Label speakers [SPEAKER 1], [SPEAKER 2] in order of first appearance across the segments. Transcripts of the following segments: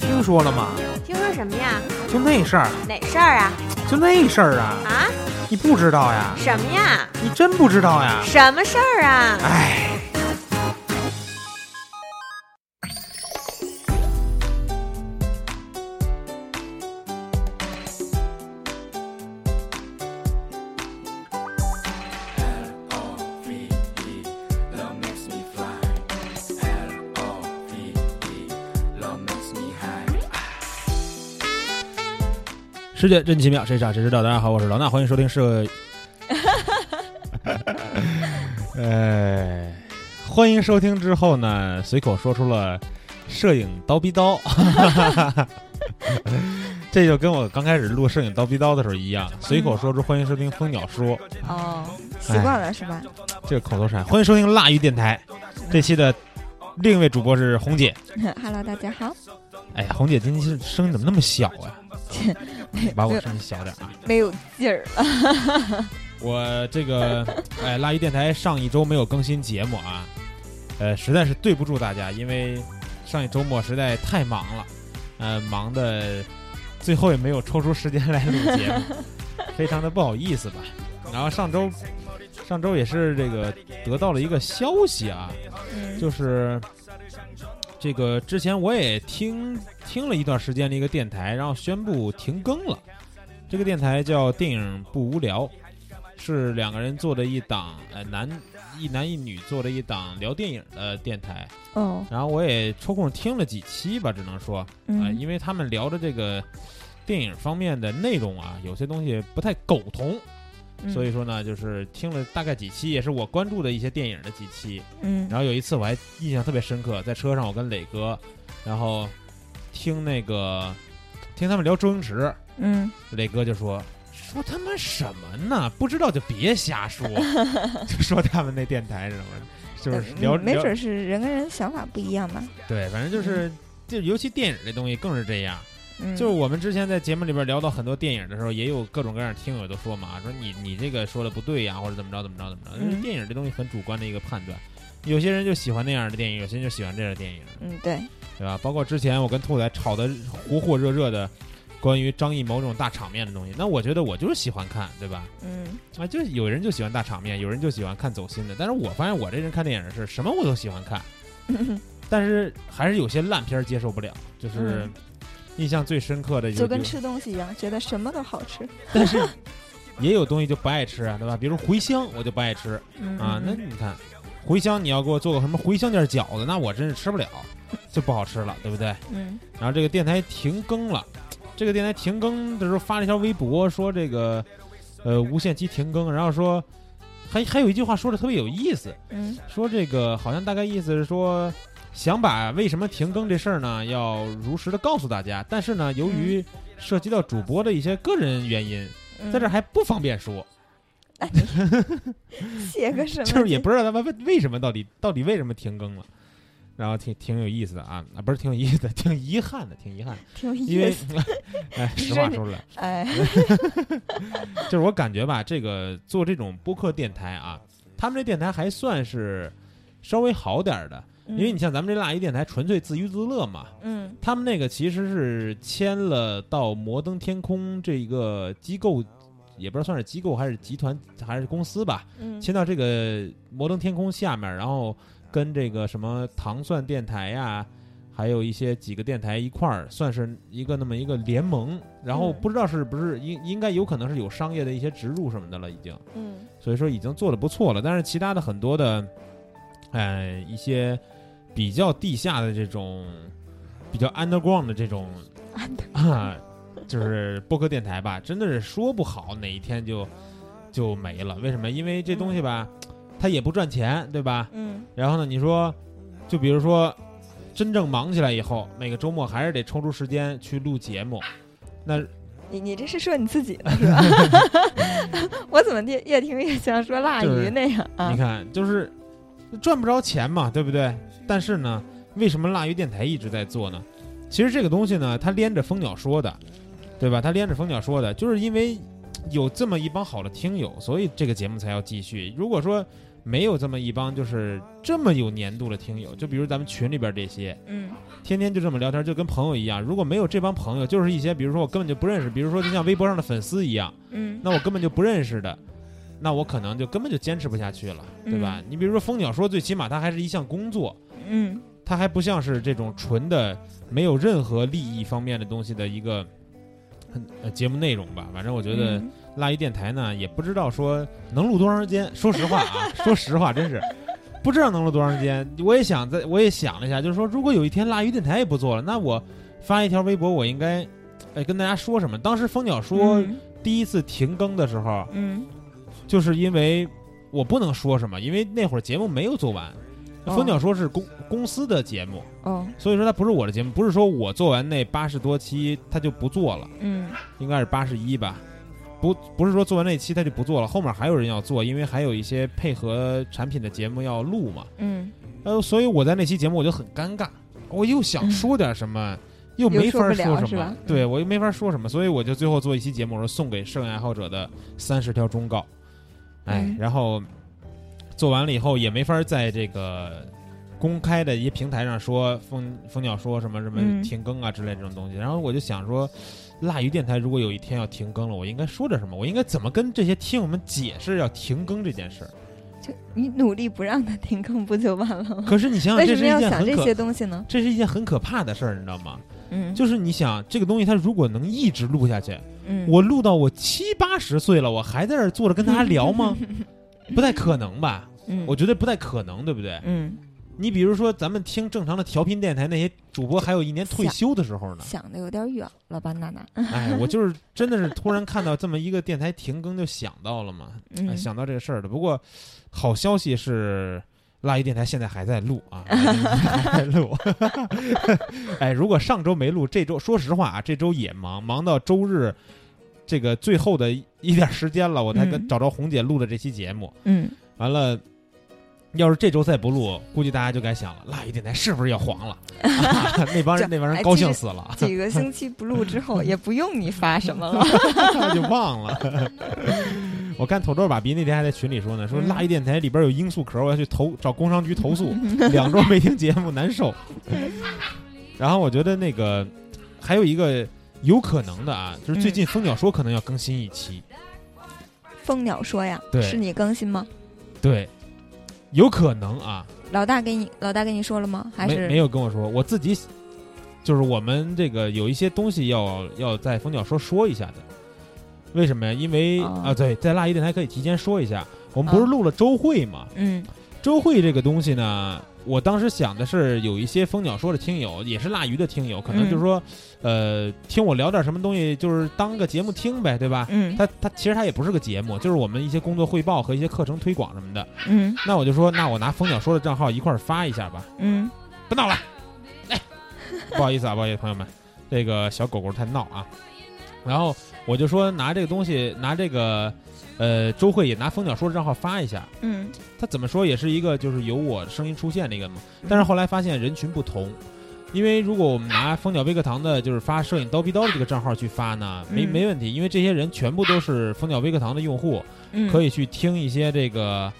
[SPEAKER 1] 听说了吗？
[SPEAKER 2] 听说什么呀？
[SPEAKER 1] 就那事儿，
[SPEAKER 2] 哪事儿啊？
[SPEAKER 1] 就那事儿啊，
[SPEAKER 2] 啊？
[SPEAKER 1] 你不知道呀？
[SPEAKER 2] 什么呀？
[SPEAKER 1] 你真不知道呀？
[SPEAKER 2] 什么事儿啊？
[SPEAKER 1] 哎，
[SPEAKER 3] Love makes me fly. L-O-V-E, love makes me high.
[SPEAKER 4] 世界真奇妙，谁傻谁知道？大家好，我是老衲，欢迎收听社。哎，欢迎收听之后呢，随口说出了摄影刀逼刀，这就跟我刚开始录摄影刀逼刀的时候一样，随口说出欢迎收听蜂鸟说，
[SPEAKER 5] 哦，习惯了是吧？
[SPEAKER 4] 这个口头禅，欢迎收听腊鱼电台。这期的另一位主播是红姐，
[SPEAKER 5] Hello，大家好，
[SPEAKER 4] 哎呀，红姐今天声音怎么那么小呀、把我声音小点啊。
[SPEAKER 5] 没有劲儿了。
[SPEAKER 4] 我这个哎，垃圾电台上一周没有更新节目啊，呃，实在是对不住大家，因为上一周末实在太忙了，呃，忙的最后也没有抽出时间来录节目，非常的不好意思吧。然后上周上周也是这个得到了一个消息啊，
[SPEAKER 5] 嗯
[SPEAKER 4] 就是这个之前我也听听了一段时间的一个电台，然后宣布停更了。这个电台叫电影不无聊，是两个人做的一档呃男一男一女做的一档聊电影的电台。
[SPEAKER 5] 哦，
[SPEAKER 4] 然后我也抽空听了几期吧，只能说啊、呃
[SPEAKER 5] 嗯
[SPEAKER 4] 因为他们聊的这个电影方面的内容啊，有些东西不太苟同，
[SPEAKER 5] 嗯
[SPEAKER 4] 所以说呢，就是听了大概几期，也是我关注的一些电影的几期。
[SPEAKER 5] 嗯
[SPEAKER 4] 然后有一次我还印象特别深刻，在车上我跟磊哥，然后听那个听他们聊周星驰，
[SPEAKER 5] 嗯，
[SPEAKER 4] 磊哥就说说他妈什么呢？不知道就别瞎 说，就说他们那电台什么，就是
[SPEAKER 5] 嗯
[SPEAKER 4] 聊
[SPEAKER 5] 没
[SPEAKER 4] 聊
[SPEAKER 5] 准是人跟人想法不一样嘛。
[SPEAKER 4] 对，反正就是。就尤其电影这东西更是这样，
[SPEAKER 5] 嗯，
[SPEAKER 4] 就是我们之前在节目里边聊到很多电影的时候，也有各种各样的听友都说嘛，说你你这个说的不对呀，或者怎么着怎么着怎么着。因为
[SPEAKER 5] 嗯
[SPEAKER 4] 电影这东西很主观的一个判断，有些人就喜欢那样的电影，有些人就喜欢这样的电影。
[SPEAKER 5] 嗯对，
[SPEAKER 4] 对吧？包括之前我跟兔仔吵得火火热热的，关于张艺谋这种大场面的东西，那我觉得我就是喜欢看，对吧？
[SPEAKER 5] 嗯
[SPEAKER 4] 啊，就是有人就喜欢大场面，有人就喜欢看走心的，但是我发现我这人看电影是什么我都喜欢看， 但是还是有些烂片儿接受不了，就是
[SPEAKER 5] 嗯
[SPEAKER 4] 印象最深刻的
[SPEAKER 5] 就
[SPEAKER 4] 就
[SPEAKER 5] 跟
[SPEAKER 4] 是，
[SPEAKER 5] 吃东西一样，觉得什么都好吃。
[SPEAKER 4] 但是也有东西就不爱吃啊，对吧？比如茴香我就不爱吃
[SPEAKER 5] 嗯
[SPEAKER 4] 啊，那
[SPEAKER 5] 嗯
[SPEAKER 4] 你看茴香你要给我做个什么茴香馅儿饺子，那我真是吃不了，就不好吃了，对不对？
[SPEAKER 5] 嗯
[SPEAKER 4] 然后这个电台停更了。这个电台停更的时候发了一条微博，说这个呃无限期停更，然后说还还有一句话说的特别有意思，
[SPEAKER 5] 嗯
[SPEAKER 4] 说这个好像大概意思是说想把为什么停更这事儿呢要如实的告诉大家，但是呢由于涉及到主播的一些个人原因，
[SPEAKER 5] 嗯，
[SPEAKER 4] 在这儿还不方便说，
[SPEAKER 5] 写个什
[SPEAKER 4] 嗯
[SPEAKER 5] 么？
[SPEAKER 4] 就是也不知道他们为为什么到底到底为什么停更了。然后挺挺有意思的啊，啊不是挺有意思的，挺遗憾的，挺遗憾的，
[SPEAKER 5] 挺有
[SPEAKER 4] 因
[SPEAKER 5] 意
[SPEAKER 4] 为
[SPEAKER 5] 思。
[SPEAKER 4] 哎，实话说出来，
[SPEAKER 5] 哎，
[SPEAKER 4] 就是我感觉吧，这个做这种播客电台啊，他们这电台还算是稍微好点儿的，因为你像咱们这辣一电台，纯粹自娱自乐嘛。
[SPEAKER 5] 嗯
[SPEAKER 4] 他们那个其实是签了到摩登天空这一个机构，也不知道算是机构还是集团还是公司吧，
[SPEAKER 5] 嗯
[SPEAKER 4] 签到这个摩登天空下面，然后跟这个什么糖蒜电台呀、还有一些几个电台一块儿，算是一个那么一个联盟。然后
[SPEAKER 5] 嗯
[SPEAKER 4] 不知道是不是应应该有可能是有商业的一些植入什么的了，已经，
[SPEAKER 5] 嗯
[SPEAKER 4] 所以说已经做的不错了。但是其他的很多的，呃，一些比较地下的这种比较 underground 的这种啊，就是播客电台吧， 真的是说不好哪一天就就没了。为什么？因为这东西吧，它也不赚钱，对吧？
[SPEAKER 5] 嗯
[SPEAKER 4] 然后呢，你说，就比如说，真正忙起来以后，每个周末还是得抽出时间去录节目。那
[SPEAKER 5] 你你这是说你自己 呢是吧？ 我怎么越越听越像说腊
[SPEAKER 4] 嗯就是
[SPEAKER 5] 鱼那样啊
[SPEAKER 4] 你？看，就是赚不着钱嘛，对不对？但是呢，为什么腊鱼电台一直在做呢？其实这个东西呢，它连着蜂鸟说的，对吧？它连着蜂鸟说的，就是因为有这么一帮好的听友，所以这个节目才要继续。如果说没有这么一帮就是这么有粘度的听友，就比如咱们群里边这些，
[SPEAKER 5] 嗯
[SPEAKER 4] 天天就这么聊天，就跟朋友一样。如果没有这帮朋友，就是一些比如说我根本就不认识，比如说就像微博上的粉丝一样，
[SPEAKER 5] 嗯
[SPEAKER 4] 那我根本就不认识的，那我可能就根本就坚持不下去了，对吧？你比如说蜂鸟说，最起码它还是一项工作，
[SPEAKER 5] 嗯
[SPEAKER 4] 它还不像是这种纯的没有任何利益方面的东西的一个呃节目内容吧。反正我觉得
[SPEAKER 5] 嗯
[SPEAKER 4] 辣一电台呢，也不知道说能录多长时 间。说实话啊，说实话，真是不知道能录多长时间。我也想在，我也想了一下，就是说，如果有一天辣鱼电台也不做了，那我发一条微博，我应该。哎，跟大家说什么？当时蜂鸟说
[SPEAKER 5] 嗯
[SPEAKER 4] 第一次停更的时候，
[SPEAKER 5] 嗯
[SPEAKER 4] 就是因为我不能说什么，因为那会儿节目没有做完。
[SPEAKER 5] 哦
[SPEAKER 4] 蜂鸟说是公公司的节目，
[SPEAKER 5] 哦
[SPEAKER 4] 所以说它不是我的节目，不是说我做完那八十多期它就不做了，
[SPEAKER 5] 嗯
[SPEAKER 4] 应该是八十一吧，不不是说做完那期它就不做了，后面还有人要做，因为还有一些配合产品的节目要录嘛，
[SPEAKER 5] 嗯
[SPEAKER 4] 呃，所以我在那期节目我就很尴尬，我又想说点什么，又没法
[SPEAKER 5] 嗯又说不了
[SPEAKER 4] 什
[SPEAKER 5] 是
[SPEAKER 4] 么
[SPEAKER 5] 吧，嗯
[SPEAKER 4] 对我又没法说什么，所以我就最后做一期节目，我说送给摄影爱好者的三十条忠告，哎，
[SPEAKER 5] 嗯
[SPEAKER 4] 然后做完了以后也没法在这个公开的一些平台上说蜂蜂鸟说什么什么
[SPEAKER 5] 嗯
[SPEAKER 4] 停更啊之类这种东西，然后我就想说。辣鱼电台如果有一天要停更了，我应该说点什么？我应该怎么跟这些听友们解释要停更这件事儿？
[SPEAKER 5] 就你努力不让他停更不就完了吗？
[SPEAKER 4] 可是你想想，
[SPEAKER 5] 为
[SPEAKER 4] 这
[SPEAKER 5] 什
[SPEAKER 4] 是
[SPEAKER 5] 么
[SPEAKER 4] 一
[SPEAKER 5] 要
[SPEAKER 4] 件
[SPEAKER 5] 想
[SPEAKER 4] 很
[SPEAKER 5] 这
[SPEAKER 4] 可
[SPEAKER 5] 些东西呢？
[SPEAKER 4] 这是一件很可怕的事儿，你知道吗？
[SPEAKER 5] 嗯，
[SPEAKER 4] 就是你想这个东西，它如果能一直录下去，
[SPEAKER 5] 嗯
[SPEAKER 4] 我录到我七八十岁了，我还在这儿坐着跟大家聊 吗？不太可能吧？
[SPEAKER 5] 嗯
[SPEAKER 4] 我觉得不太可能，对不对？
[SPEAKER 5] 嗯
[SPEAKER 4] 你比如说，咱们听正常的调频电台，那些主播还有一年退休的时候 呢。
[SPEAKER 5] 想的有点远了吧，娜娜？
[SPEAKER 4] 哎，我就是真的是突然看到这么一个电台停更，就想到了嘛，
[SPEAKER 5] 嗯
[SPEAKER 4] 哎想到这个事儿了。不过，好消息是，辣鱼电台现在还在录啊，还在录。 哎，如果上周没录，这周说实话啊，这周也忙，忙到周日这个最后的一点时间了，我才跟
[SPEAKER 5] 嗯
[SPEAKER 4] 找着红姐录的这期节目。
[SPEAKER 5] 嗯
[SPEAKER 4] 完了。要是这周再不录，估计大家就该想了，辣鱼电台是不是要黄了？ 啊那帮人那帮人
[SPEAKER 5] 哎
[SPEAKER 4] 高
[SPEAKER 5] 其实
[SPEAKER 4] 兴死了。
[SPEAKER 5] 几个星期不录 之后，也不用你发什么了。
[SPEAKER 4] 我就忘了。 我看土豆爸比那天还在群里说呢，说
[SPEAKER 5] 嗯
[SPEAKER 4] 辣一电台里边有罂粟壳，我要去投找工商局投诉，两周没听节目难受。 然后我觉得那个还有一个有可能的啊，就是最
[SPEAKER 5] 嗯
[SPEAKER 4] 近蜂鸟说可能要更新一期，
[SPEAKER 5] 蜂鸟说呀，
[SPEAKER 4] 对
[SPEAKER 5] 是你更新吗？
[SPEAKER 4] 对，有可能啊，
[SPEAKER 5] 老大给你，老大跟你说了吗？还
[SPEAKER 4] 没
[SPEAKER 5] 是
[SPEAKER 4] 没有跟我说，我自己就是我们这个有一些东西要要在蜂鸟说说一下的，为什么呀？因为、
[SPEAKER 5] 哦
[SPEAKER 4] 啊，对，在辣一电台可以提前说一下，我们不是
[SPEAKER 5] 哦
[SPEAKER 4] 录了周会嘛，
[SPEAKER 5] 嗯
[SPEAKER 4] 周会这个东西呢，我当时想的是，有一些蜂鸟说的听友，也是辣鱼的听友，可能
[SPEAKER 5] 嗯
[SPEAKER 4] 就是说，呃，听我聊点什么东西，就是当个节目听呗，对吧？
[SPEAKER 5] 嗯
[SPEAKER 4] 它它其实它也不是个节目，就是我们一些工作汇报和一些课程推广什么的。
[SPEAKER 5] 嗯
[SPEAKER 4] 那我就说，那我拿蜂鸟说的账号一块儿发一下吧。
[SPEAKER 5] 嗯
[SPEAKER 4] 不闹了，哎， 不好意思啊，不好意思，朋友们，这个小狗狗太闹啊。然后我就说拿这个东西，拿这个，呃，周会也拿蜂鸟说的账号发一下。
[SPEAKER 5] 嗯
[SPEAKER 4] 它怎么说也是一个就是有我声音出现的一个嘛。
[SPEAKER 5] 嗯
[SPEAKER 4] 但是后来发现人群不同，因为如果我们拿蜂鸟微课堂的就是发摄影刀逼刀的这个账号去发呢，没
[SPEAKER 5] 嗯
[SPEAKER 4] 没问题，因为这些人全部都是蜂鸟微课堂的用户，
[SPEAKER 5] 嗯，
[SPEAKER 4] 可
[SPEAKER 5] 以
[SPEAKER 4] 以去听一些这个。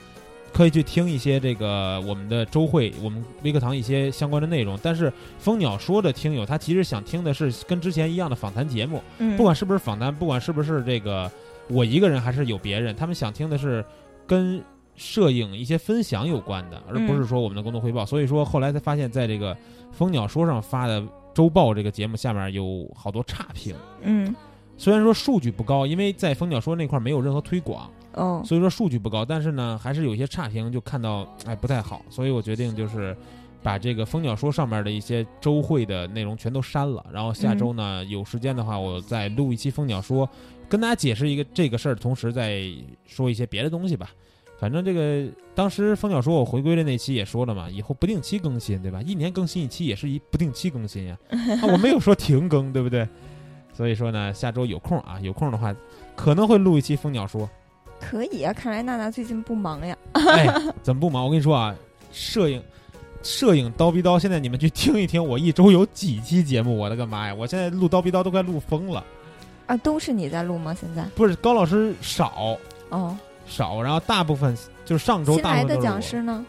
[SPEAKER 4] 可以去听一些这个我们的周会，我们微课堂一些相关的内容。但是蜂鸟说的听友，他其实想听的是跟之前一样的访谈节目，
[SPEAKER 5] 嗯
[SPEAKER 4] 不管是不是访谈，不管是不是这个我一个人还是有别人，他们想听的是跟摄影一些分享有关的，而不是说我们的工作汇报。所以说后来才发现，在这个蜂鸟说上发的周报这个节目下面有好多差评。
[SPEAKER 5] 嗯
[SPEAKER 4] 虽然说数据不高，因为在蜂鸟说那块没有任何推广，
[SPEAKER 5] 哦
[SPEAKER 4] 所以说数据不高，但是呢，还是有一些差评，就看到哎不太好，所以我决定就是把这个蜂鸟说上面的一些周会的内容全都删了，然后下周呢、有时间的话，我再录一期蜂鸟说，跟大家解释一个这个事儿，同时再说一些别的东西吧。反正这个当时蜂鸟说我回归的那期也说了嘛，以后不定期更新，对吧？一年更新一期也是一不定期更新呀、啊，我没有说停更，对不对？所以说呢，下周有空啊，有空的话可能会录一期蜂鸟说。
[SPEAKER 5] 可以啊，看来娜娜最近不忙呀。
[SPEAKER 4] 哎，怎么不忙？我跟你说啊，摄影，摄影刀逼刀，现在你们去听一听，我一周有几期节目？我的个妈呀！我现在录刀逼刀都快录疯了。
[SPEAKER 5] 啊，都是你在录吗？现在
[SPEAKER 4] 不是高老师少
[SPEAKER 5] 哦
[SPEAKER 4] 少，然后大部分就是上周
[SPEAKER 5] 新
[SPEAKER 4] 大
[SPEAKER 5] 来
[SPEAKER 4] 部分都
[SPEAKER 5] 的
[SPEAKER 4] 是我
[SPEAKER 5] 讲师呢？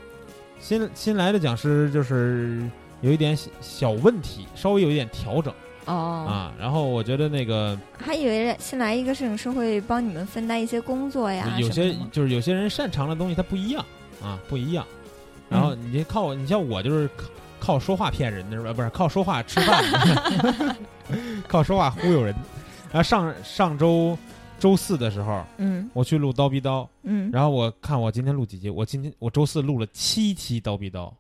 [SPEAKER 4] 新新来的讲师就是有一点小小问题，稍微有一点调整
[SPEAKER 5] 哦，
[SPEAKER 4] 啊。然后我觉得那个
[SPEAKER 5] 还以为新来一个摄影师会帮你们分担一些工作呀，
[SPEAKER 4] 有
[SPEAKER 5] 什
[SPEAKER 4] 些
[SPEAKER 5] 么的吗
[SPEAKER 4] 就是有些人擅长的东西它不一样啊，不一样。然后
[SPEAKER 5] 嗯
[SPEAKER 4] 你靠我你像我就是靠靠说话骗人的是吧？不是靠说话吃饭， 靠说话忽悠人。然后上上周周四的时候，
[SPEAKER 5] 嗯
[SPEAKER 4] 我去录刀逼刀，
[SPEAKER 5] 嗯，
[SPEAKER 4] 然后我看我今天录几集，我今天我周四录了七期刀逼刀，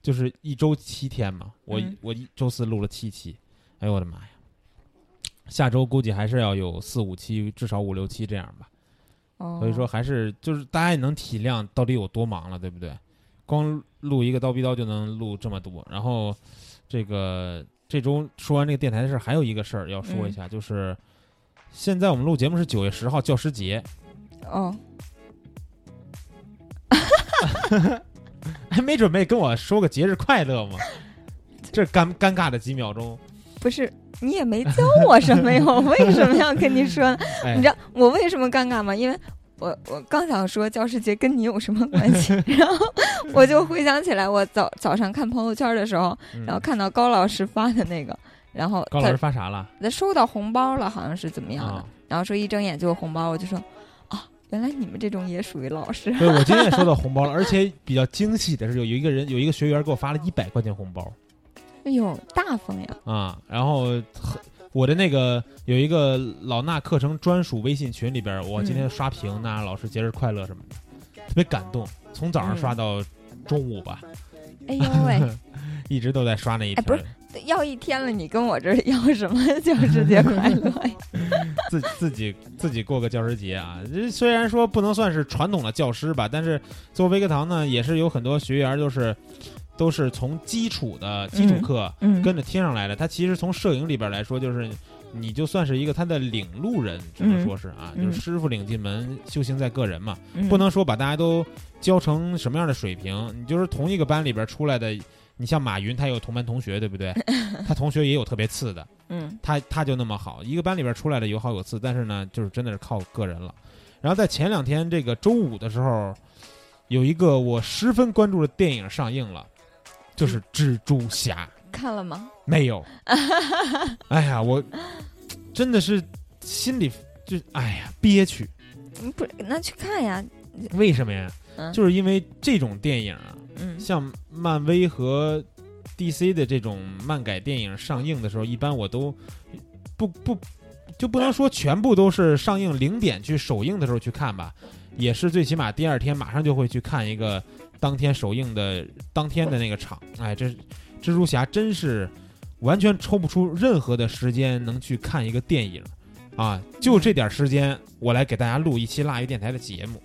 [SPEAKER 4] 就是一周七天嘛，我、
[SPEAKER 5] 嗯
[SPEAKER 4] 我一周四录了七期，哎呦我的妈呀！下周估计还是要有四五期，至少五六期这样吧。
[SPEAKER 5] 哦，
[SPEAKER 4] 所以说还是就是大家也能体谅到底有多忙了，对不对？光录一个刀逼刀就能录这么多，然后这个这周说完这个电台的事儿，还有一个事儿要
[SPEAKER 5] 嗯
[SPEAKER 4] 说一下，就是现在我们录节目是九月十号教师节，
[SPEAKER 5] 哦，
[SPEAKER 4] 还没准备跟我说个节日快乐吗？这尴尴尬的几秒钟，
[SPEAKER 5] 不是，你也没教我什 么呀，我为什么要跟你说呢？
[SPEAKER 4] 哎
[SPEAKER 5] 你知，道我为什么尴尬吗？因为我我刚想说教师节跟你有什么关 系，然后我就回想起来，我早早上看朋友圈的时候，
[SPEAKER 4] 嗯
[SPEAKER 5] 然后看到高老师发的那个，然后
[SPEAKER 4] 高老师
[SPEAKER 5] 他
[SPEAKER 4] 发啥了？
[SPEAKER 5] 他收到红包了，好像是怎么样的，
[SPEAKER 4] 啊，
[SPEAKER 5] 然后说一睁眼就有红包，我就说啊，原来你们这种也属于老师，
[SPEAKER 4] 对我今天也收到红包了，而且比较惊喜的是，有有一个人有一个学员给我发了一百块钱红包。
[SPEAKER 5] 哎呦，大方呀！
[SPEAKER 4] 啊，然后很我的那个有一个老衲课程专属微信群里边儿，我今
[SPEAKER 5] 嗯
[SPEAKER 4] 天刷屏呐，老师节日快乐什么的，特别感动，从早上刷
[SPEAKER 5] 嗯
[SPEAKER 4] 到中午吧，
[SPEAKER 5] 哎呦喂，
[SPEAKER 4] 一直都在刷那一
[SPEAKER 5] 哎不
[SPEAKER 4] 条
[SPEAKER 5] 是，要一天了，你跟我这儿要什么 教师节快乐呀？
[SPEAKER 4] 自自己自己过个教师节啊。这虽然说不能算是传统的教师吧，但是做微课堂呢，也是有很多学员儿就是都是从基础的基础
[SPEAKER 5] 嗯
[SPEAKER 4] 课。
[SPEAKER 5] 嗯，
[SPEAKER 4] 跟着听上来的。他其实从摄影里边来说，就是你就算是一个他的领路人，只能说是啊，
[SPEAKER 5] 嗯
[SPEAKER 4] 就是师傅领进门，修行在个人嘛，
[SPEAKER 5] 嗯
[SPEAKER 4] 不能说把大家都教成什么样的水平。你就是同一个班里边出来的，你像马云，他也有同班同学，对不 对？他同学也有特别次的，
[SPEAKER 5] 嗯
[SPEAKER 4] 他他就那么好，一个班里边出来的有好有次，但是呢，就是真的是靠个人了。然后在前两天这个周五的时候，有一个我十分关注的电影上映了，就是《蜘蛛侠》。
[SPEAKER 5] 看了吗？
[SPEAKER 4] 没有。哎呀，我真的是心里就哎呀憋屈。
[SPEAKER 5] 嗯不是，那去看呀。
[SPEAKER 4] 为什么呀？
[SPEAKER 5] 嗯
[SPEAKER 4] 就是因为这种电影啊，
[SPEAKER 5] 嗯
[SPEAKER 4] 像漫威和 DC 的这种漫改电影上映的时候，一般我都不不就不能说全部都是上映零点去首映的时候去看吧，也是最起码第二天马上就会去看一个当天首映的当天的那个场。哎，这蜘蛛侠真是完全抽不出任何的时间能去看一个电影。啊，就这点时间，我来给大家录一期腊鱼电台的节目。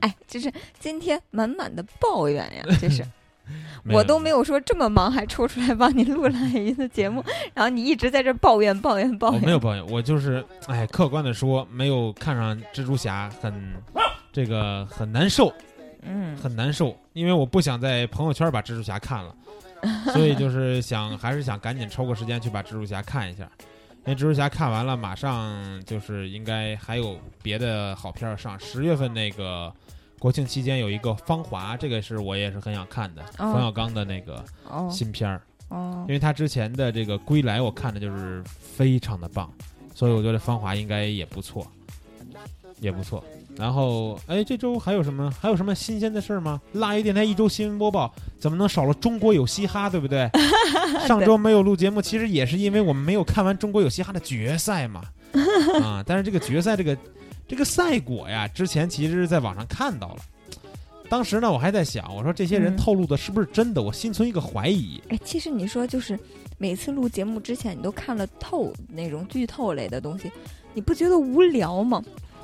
[SPEAKER 5] 哎，就是今天满满的抱怨呀，这是
[SPEAKER 4] 没
[SPEAKER 5] 我
[SPEAKER 4] 有
[SPEAKER 5] 都没有说这么忙还抽出来帮你录了一次节 目，然后你一直在这抱怨抱怨抱
[SPEAKER 4] 我
[SPEAKER 5] 怨。
[SPEAKER 4] 哦没有抱怨，我就是哎，客观的说，没有看上蜘蛛侠，很这个很难受，
[SPEAKER 5] 嗯
[SPEAKER 4] 很难受，因为我不想在朋友圈把蜘蛛侠看 了，所以就是想还是想赶紧抽个时间去把蜘蛛侠看一下，因为蜘蛛侠看完了，马上就是应该还有别的好片儿上，十月份那个。国庆期间有一个《芳华》，这个是我也是很想看的，
[SPEAKER 5] 哦
[SPEAKER 4] 冯小刚的那个
[SPEAKER 5] 哦
[SPEAKER 4] 新片儿。
[SPEAKER 5] 哦
[SPEAKER 4] 因为他之前的这个《归来》，我看的就是非常的棒，所以我觉得《芳华》应该也不错，也不错。然后，哎，这周还有什么还有什么新鲜的事儿吗？腊鱼电台一周新闻播报怎么能少了《中国有嘻哈》，对不 对？上周没有录节目，其实也是因为我们没有看完《中国有嘻哈》的决赛 嘛。啊，但是这个决赛这个这个赛果呀，之前其实是在网上看到了。当时呢，我还在想，我说这些人
[SPEAKER 5] 嗯
[SPEAKER 4] 透露的是不是真的？我心存一个怀疑。
[SPEAKER 5] 哎，其实你说就是每次录节目之前，你都看了透那种剧透类的东西，你不觉得无聊吗？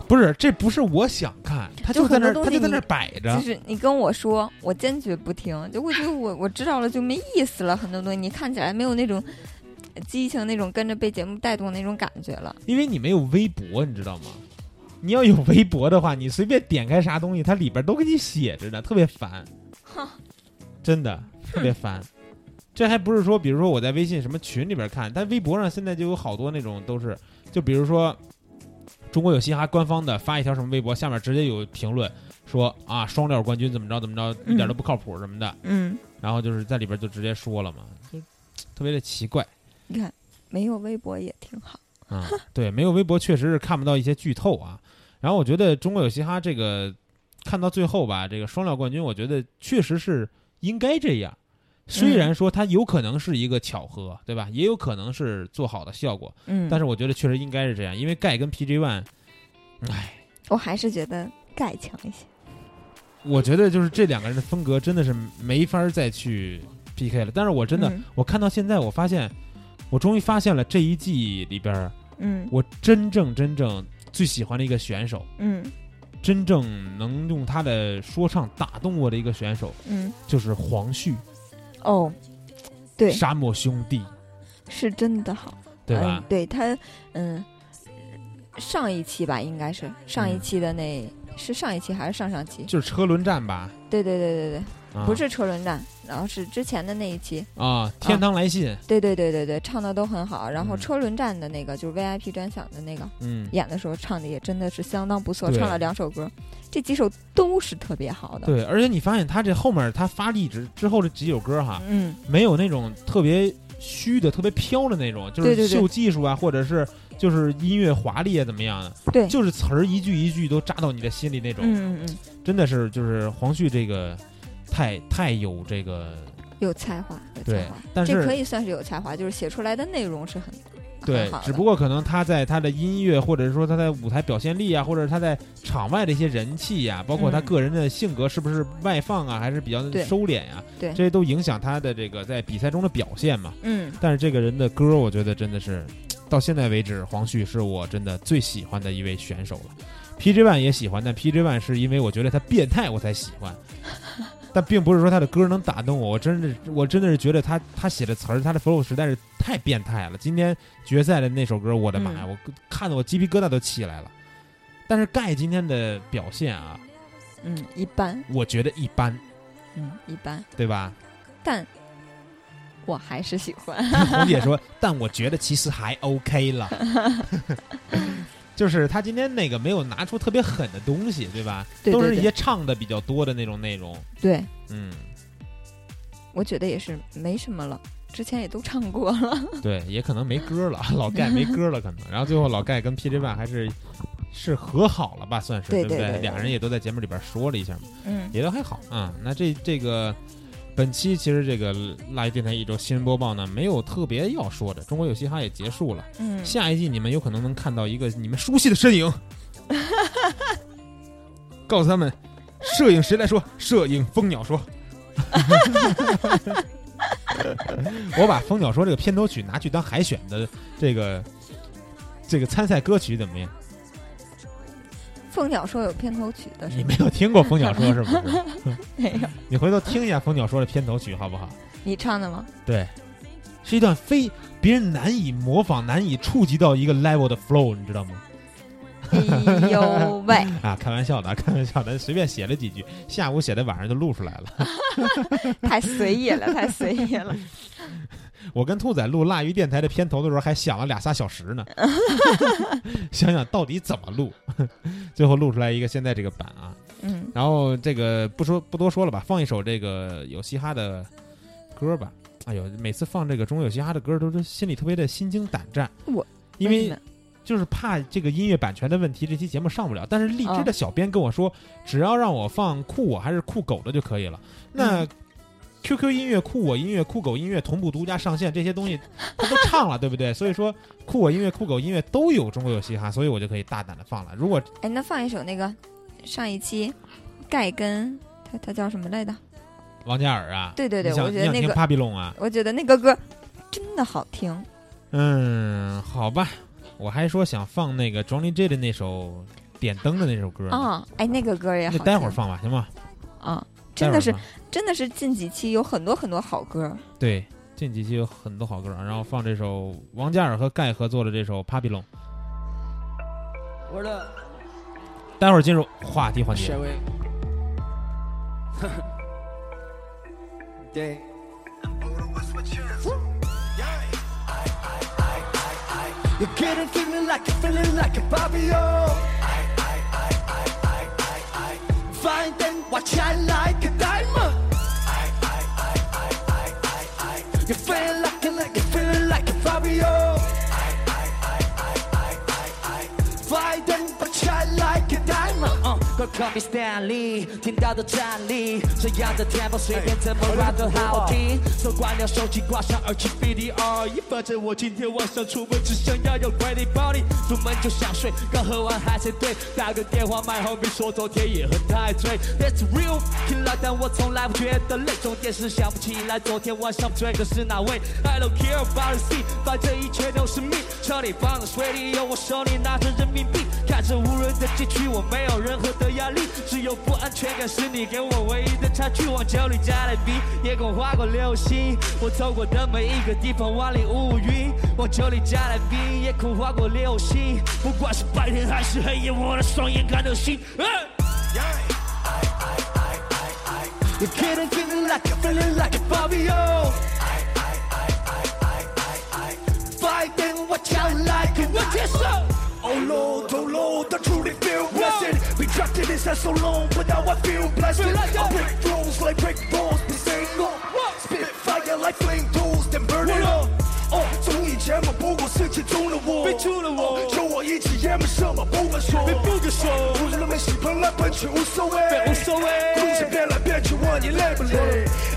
[SPEAKER 4] 不是，这不是我想看，他
[SPEAKER 5] 就
[SPEAKER 4] 在
[SPEAKER 5] 很
[SPEAKER 4] 那
[SPEAKER 5] 多
[SPEAKER 4] 儿，
[SPEAKER 5] 东
[SPEAKER 4] 他
[SPEAKER 5] 西
[SPEAKER 4] 就在
[SPEAKER 5] 你
[SPEAKER 4] 那儿摆
[SPEAKER 5] 就
[SPEAKER 4] 着。
[SPEAKER 5] 是你跟我说，我坚决不听，就我觉得我我知道了就没意思了，很多东西你看起来没有那种激情，那种跟着被节目带动那种感觉了。
[SPEAKER 4] 因为你没有微博，你知道吗？你要有微博的话，你随便点开啥东西，它里边都给你写着呢，特别烦。真的特别 烦。这还不是说，比如说我在微信什么群里边看，但微博上现在就有好多那种都是，就比如说中国有嘻哈官方的发一条什么微博，下面直接有评论说啊双料冠军怎么着怎么着，一点都不靠谱什么的，
[SPEAKER 5] 嗯，
[SPEAKER 4] 然后就是在里边就直接说了嘛，就特别的奇怪
[SPEAKER 5] 你看没有微博也挺好。
[SPEAKER 4] 啊、对，没有微博确实是看不到一些剧透啊。然后我觉得中国有嘻哈这个看到最后吧，这个双料冠军，我觉得确实是应该这样。虽
[SPEAKER 5] 嗯
[SPEAKER 4] 然说它有可能是一个巧合，对吧？也有可能是做好的效果，
[SPEAKER 5] 嗯，
[SPEAKER 4] 但是我觉得确实应该是这样，因为盖跟 PG One，哎，
[SPEAKER 5] 我还是觉得盖强一些。
[SPEAKER 4] 我觉得就是这两个人的风格真的是没法再去 PK 了。但是我真的，
[SPEAKER 5] 嗯
[SPEAKER 4] 我看到现在，我发现，我终于发现了这一季里边儿，
[SPEAKER 5] 嗯
[SPEAKER 4] 我真正真正最喜欢的一个选手，
[SPEAKER 5] 嗯
[SPEAKER 4] 真正能用他的说唱打动我的一个选手，
[SPEAKER 5] 嗯，
[SPEAKER 4] 就是黄旭，
[SPEAKER 5] 哦，对，
[SPEAKER 4] 沙漠兄弟，
[SPEAKER 5] 是真的好，
[SPEAKER 4] 对
[SPEAKER 5] 嗯
[SPEAKER 4] 吧？、
[SPEAKER 5] 对他，嗯，上一期吧，应该是上一
[SPEAKER 4] 嗯
[SPEAKER 5] 期的那、是上一期还是上上期？
[SPEAKER 4] 就是车轮战吧，
[SPEAKER 5] 对对对对对，
[SPEAKER 4] 啊、
[SPEAKER 5] 不是车轮战，然后是之前的那一期，
[SPEAKER 4] 啊，天堂来信，
[SPEAKER 5] 对对对对对，唱的都很好。然后
[SPEAKER 4] 嗯
[SPEAKER 5] 车轮战的那个、就是 VIP 专享的那个，
[SPEAKER 4] 嗯，
[SPEAKER 5] 演的时候唱的也真的是相当不错，
[SPEAKER 4] 对
[SPEAKER 5] 唱了两首歌，这几首都是特别好的。
[SPEAKER 4] 对，而且你发现他这后面他发力之之后这几首歌哈，
[SPEAKER 5] 嗯，
[SPEAKER 4] 没有那种特别虚的、特别飘的那种，就
[SPEAKER 5] 对
[SPEAKER 4] 是
[SPEAKER 5] 对对
[SPEAKER 4] 秀技术啊，或者是就是音乐华丽啊，怎么样的？
[SPEAKER 5] 对，
[SPEAKER 4] 就是词儿一句一句都扎到你的心里那种，
[SPEAKER 5] 嗯嗯嗯，
[SPEAKER 4] 真的是就是黄旭这个太太有这个
[SPEAKER 5] 有才华，有
[SPEAKER 4] 对
[SPEAKER 5] 才华，，
[SPEAKER 4] 但
[SPEAKER 5] 这
[SPEAKER 4] 是
[SPEAKER 5] 可以算是有才华，就是写出来的内容是很
[SPEAKER 4] 对
[SPEAKER 5] 很好，的
[SPEAKER 4] 只不过可能他在他的音乐，或者是说他在舞台表现力啊，或者是他在场外的一些人气呀、包括他
[SPEAKER 5] 嗯
[SPEAKER 4] 个人的性格是不是外放啊，还是比较
[SPEAKER 5] 对
[SPEAKER 4] 收敛呀、
[SPEAKER 5] 对
[SPEAKER 4] 这些都影响他的这个在比赛中的表现嘛。
[SPEAKER 5] 嗯
[SPEAKER 4] 但是这个人的歌，我觉得真的是到现在为止，黄旭是我真的最喜欢的一位选手了。PJ One 也喜欢，但 PJ One 是因为我觉得他变态，我才喜欢。 但并不是说他的歌能打动我，我真的我真的是觉得他他写的词儿，他的 flow 实在是太变态了。今天决赛的那首歌，我的妈呀，
[SPEAKER 5] 嗯
[SPEAKER 4] 我看得我鸡皮疙瘩都起来了。但是盖今天的表现啊，
[SPEAKER 5] 嗯，一般，
[SPEAKER 4] 我觉得一般，
[SPEAKER 5] 嗯一般，
[SPEAKER 4] 对吧？
[SPEAKER 5] 但我还是喜欢。
[SPEAKER 4] 红姐说：“但我觉得其实还 OK 了， 就是他今天那个没有拿出特别狠的东西，对吧？
[SPEAKER 5] 对
[SPEAKER 4] 都是
[SPEAKER 5] 对
[SPEAKER 4] 一些唱的比较多的那种内容。
[SPEAKER 5] 对，
[SPEAKER 4] 嗯，
[SPEAKER 5] 我觉得也是没什么了，之前也都唱过了。
[SPEAKER 4] 对，也可能没歌了，老盖没歌了，可能。然后最后老盖跟 PJ One 还是是和好了吧，算是
[SPEAKER 5] 对
[SPEAKER 4] 不
[SPEAKER 5] 对对
[SPEAKER 4] 对？
[SPEAKER 5] 对
[SPEAKER 4] 俩人也都在节目里边说了一下嘛，
[SPEAKER 5] 嗯，
[SPEAKER 4] 也都还好啊、嗯。那这这个。”本期其实这个辣鱼电台一周新闻播报呢，没有特别要说的。中国有嘻哈也结束了，
[SPEAKER 5] 嗯
[SPEAKER 4] 下一季你们有可能能看到一个你们熟悉的身影，告诉他们，摄影谁来说？摄影蜂鸟说。我把《蜂鸟说》这个片头曲拿去当海选的这个这个参赛歌曲怎么样？
[SPEAKER 5] 凤鸟说有片头曲的是
[SPEAKER 4] 你
[SPEAKER 5] 吗？
[SPEAKER 4] 没有听过《蜂鸟说》是不是？
[SPEAKER 5] 没有，
[SPEAKER 4] 你回头听一下《蜂鸟说》的片头曲好不好？
[SPEAKER 5] 你唱的吗？
[SPEAKER 4] 对，是一段非别人难以模仿、难以触及到一个 level 的 flow，你知道吗？
[SPEAKER 5] 哎呦喂，
[SPEAKER 4] 啊，开玩笑的，开玩笑的，随便写了几句，下午写的，晚上就录出来了。
[SPEAKER 5] 太随意了，太随意了。
[SPEAKER 4] 我跟兔仔录《辣鱼电台》的片头的时候，还想了俩仨小时 呢，想想到底怎么录，最后录出来一个现在这个版啊。
[SPEAKER 5] 嗯
[SPEAKER 4] 然后这个不说不多说了吧，放一首这个有嘻哈的歌吧。哎呦，每次放这个中国有嘻哈的歌，都是心里特别的心惊胆战。
[SPEAKER 5] 我
[SPEAKER 4] 因
[SPEAKER 5] 为
[SPEAKER 4] 为
[SPEAKER 5] 什么
[SPEAKER 4] 就是怕这个音乐版权的问题，这期节目上不了。但是荔枝
[SPEAKER 5] 哦
[SPEAKER 4] 的小编跟我说，只要让我放酷我还是酷狗的就可以了。
[SPEAKER 5] 嗯
[SPEAKER 4] 那 QQ 音乐、酷我音乐、酷狗音乐同步独家上线，这些东西他都唱了，对不对？ 所以说酷我音乐、酷狗音乐都有中国有嘻哈，所以我就可以大胆的放了。如果
[SPEAKER 5] 哎，那放一首那个上一期盖跟他他叫什么来着？
[SPEAKER 4] 王嘉尔啊，
[SPEAKER 5] 对对对
[SPEAKER 4] 你想
[SPEAKER 5] 我觉得
[SPEAKER 4] 你想
[SPEAKER 5] 那
[SPEAKER 4] 听
[SPEAKER 5] 个
[SPEAKER 4] Papi 龙啊，
[SPEAKER 5] 我觉得那个歌真的好听。
[SPEAKER 4] 嗯，好吧，我还说想放那个 Johnny J 的那首点灯的那首歌呢
[SPEAKER 5] 啊、哎，那个歌也好
[SPEAKER 4] 那
[SPEAKER 5] 听。
[SPEAKER 4] 待会儿放吧，行吗？
[SPEAKER 5] 啊、
[SPEAKER 4] 待
[SPEAKER 5] 真
[SPEAKER 4] 会儿
[SPEAKER 5] 的是
[SPEAKER 4] 放
[SPEAKER 5] 真的是近几期有很多很多好歌。
[SPEAKER 4] 对，近几期有很多好歌，然后放这首王嘉尔和盖合作的这首《Papi 龙》。
[SPEAKER 6] Word up.
[SPEAKER 4] 待会儿进入话题环节
[SPEAKER 6] Shall。we? Day.
[SPEAKER 7] The kid and feeling like a feeling like a Bobby oh. I, I, I, I, I, I, I. Find and watch I like a diamond. I, I, I, I, I, I. You feel like a like a feeling like a Bobby oh. I, I, I, I, I, I. Find and watch I like a diamond. Uh, 걸 copy Stanley, 听到的站立，这样的天赋随便怎么玩都好听。手关掉手机，挂上耳机，BDR，一反正我今天晚上出门只想要有 ready body，出门就想睡，刚喝完海鲜兑，打个电话麦后面说昨天也喝太醉。That's real，听了但我从来不觉得累，重点是想不起来昨天晚上追的是哪位。I don't care about the sea，反正一切都是命。车里放着水里有我手里拿着人民币，看着无人的街区，我没有任何的压力，只有不安全感是你给我唯一的差距。往酒里加点冰，夜空划过流星，我走过的每一个地方万里无云。往酒里加点冰，夜空划过流星，不管是白天还是黑夜，我的双眼看流星。啊 You kidding, feeling like a feeling like a Bobby oh. fighting what you like and what you so.
[SPEAKER 6] Oh Lord, oh Lord, I truly feel blessed. Been trapped in this house so long, but now I feel blessed.
[SPEAKER 7] Feel like
[SPEAKER 6] I
[SPEAKER 7] that.
[SPEAKER 6] break rules like break balls, be single. Spit fire like flame tools, then burn it
[SPEAKER 7] What
[SPEAKER 6] up. 哦，从以前我不过是其中的我，
[SPEAKER 7] 被中了我
[SPEAKER 6] 哦有我一起，爷们什么不敢说，
[SPEAKER 7] 被不敢说
[SPEAKER 6] 无论被洗盆来喷去无所谓，
[SPEAKER 7] 被无所谓
[SPEAKER 6] 路线变来变去，问你累不累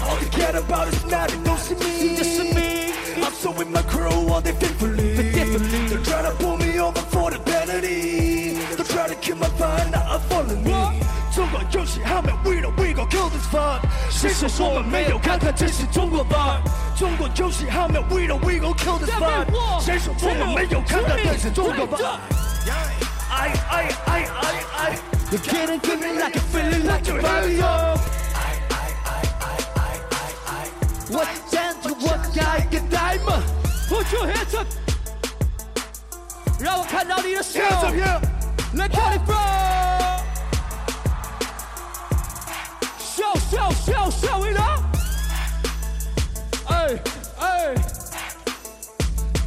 [SPEAKER 6] ？All you care about is 那里都是你，
[SPEAKER 7] 这是命
[SPEAKER 6] I'm so with my crew, all they faithfully.
[SPEAKER 7] They faithfully.
[SPEAKER 6] They're trying to pull me over for the penalty. They're trying to kill my vibe, now I'm falling me.
[SPEAKER 7] What?
[SPEAKER 6] 中国游戏后面，we don't we gon' kill this vibe。谁说我们没有？看看这是中国 vibe。中国游戏后面，we don't we gon' kill this
[SPEAKER 7] 在为
[SPEAKER 6] vibe
[SPEAKER 7] 我。
[SPEAKER 6] 谁说我们没有？看看这是中国
[SPEAKER 7] 在这
[SPEAKER 6] vibe。哎哎哎哎哎，You can't feel me like you feeling like you're high up。
[SPEAKER 7] 我站着，我盖个 diamond。Put your hands up，让我看到你的手。
[SPEAKER 6] Hands up here。
[SPEAKER 7] Let California show show show show it up！哎哎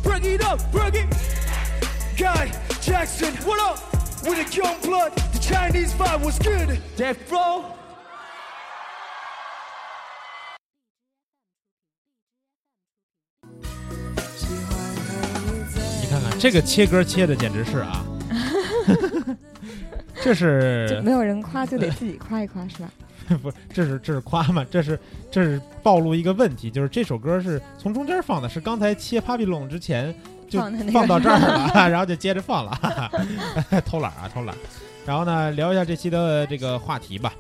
[SPEAKER 7] ，break it up，break it！
[SPEAKER 6] Guy Jackson, what up? With the young blood, the Chinese vibe was good.
[SPEAKER 7] That flow。
[SPEAKER 4] 你看看这个切歌切的简直是啊， 这嗯
[SPEAKER 5] 就是没有人夸就得自己夸一夸是吧？
[SPEAKER 4] 不这是这是夸吗？ 这是这是暴露一个问题，就是这首歌是从中间放的，是刚才切 Papi 龙之前就
[SPEAKER 5] 放的那个
[SPEAKER 4] 放到这儿了， 然后就接着放了， 偷懒啊偷懒。然后呢，聊一下这期的这个话题吧。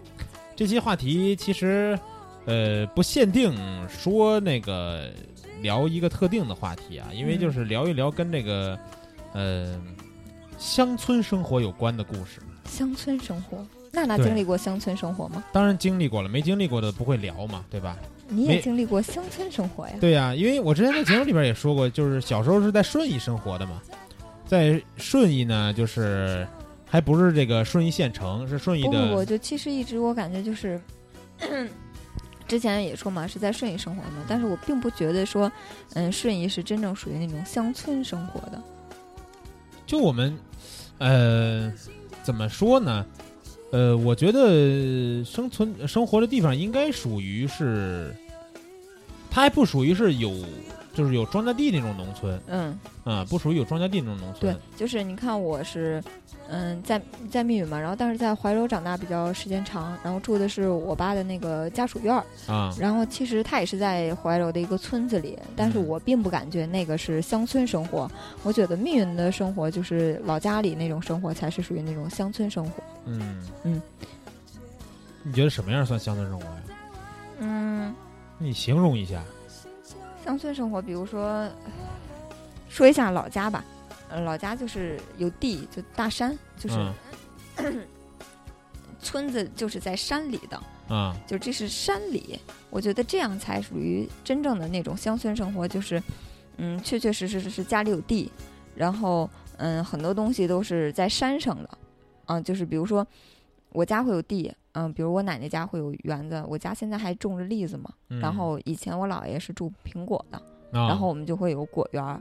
[SPEAKER 4] 这期话题其实呃不限定说那个聊一个特定的话题啊，因为
[SPEAKER 5] 嗯
[SPEAKER 4] 就是聊一聊跟这个呃乡村生活有关的故事。
[SPEAKER 5] 乡村生活，娜娜
[SPEAKER 4] 对
[SPEAKER 5] 经历过乡村生活吗？
[SPEAKER 4] 当然经历过了，没经历过的不会聊嘛，对吧？
[SPEAKER 5] 你
[SPEAKER 4] 没
[SPEAKER 5] 也经历过乡村生活呀？
[SPEAKER 4] 对呀、因为我之前在节目里边也说过，就是小时候是在顺义生活的嘛，在顺义呢，就是还不是这个顺义县城，是顺义
[SPEAKER 5] 不不不，
[SPEAKER 4] 的
[SPEAKER 5] 就其实一直我感觉就是， 之前也说嘛，是在顺义生活嘛，但是我并不觉得说，嗯，顺义是真正属于那种乡村生活的。
[SPEAKER 4] 就我们，呃，怎么说呢？呃，我觉得生存生活的地方应该属于是，它还不属于是有就是有庄稼地那种农村
[SPEAKER 5] 嗯，
[SPEAKER 4] 啊、不属于有庄稼地那种农
[SPEAKER 5] 对
[SPEAKER 4] 村。，
[SPEAKER 5] 就是你看我是，嗯，在在密云嘛，然后但是在怀柔长大比较时间长，然后住的是我爸的那个家属院儿，
[SPEAKER 4] 啊，
[SPEAKER 5] 然后其实他也是在怀柔的一个村子里，但是
[SPEAKER 4] 嗯
[SPEAKER 5] 我并不感觉那个是乡村生活，我觉得密云的生活就是老家里那种生活才是属于那种乡村生活。
[SPEAKER 4] 嗯
[SPEAKER 5] 嗯，
[SPEAKER 4] 你觉得什么样算乡村生活呀？
[SPEAKER 5] 嗯，
[SPEAKER 4] 你形容一下。
[SPEAKER 5] 乡村生活，比如说，说一下老家吧。呃，老家就是有地，就大山，就是、
[SPEAKER 4] 嗯
[SPEAKER 5] 村子就是在山里的，
[SPEAKER 4] 啊，
[SPEAKER 5] 就这是山里。我觉得这样才属于真正的那种乡村生活，就是，嗯，确确实实是家里有地，然后嗯，很多东西都是在山上的，啊，就是比如说我家会有地，嗯，比如我奶奶家会有园子，我家现在还种着栗子嘛，
[SPEAKER 4] 嗯
[SPEAKER 5] 然后以前我姥爷是种苹果的。
[SPEAKER 4] 啊
[SPEAKER 5] 然后我们就会有果园儿，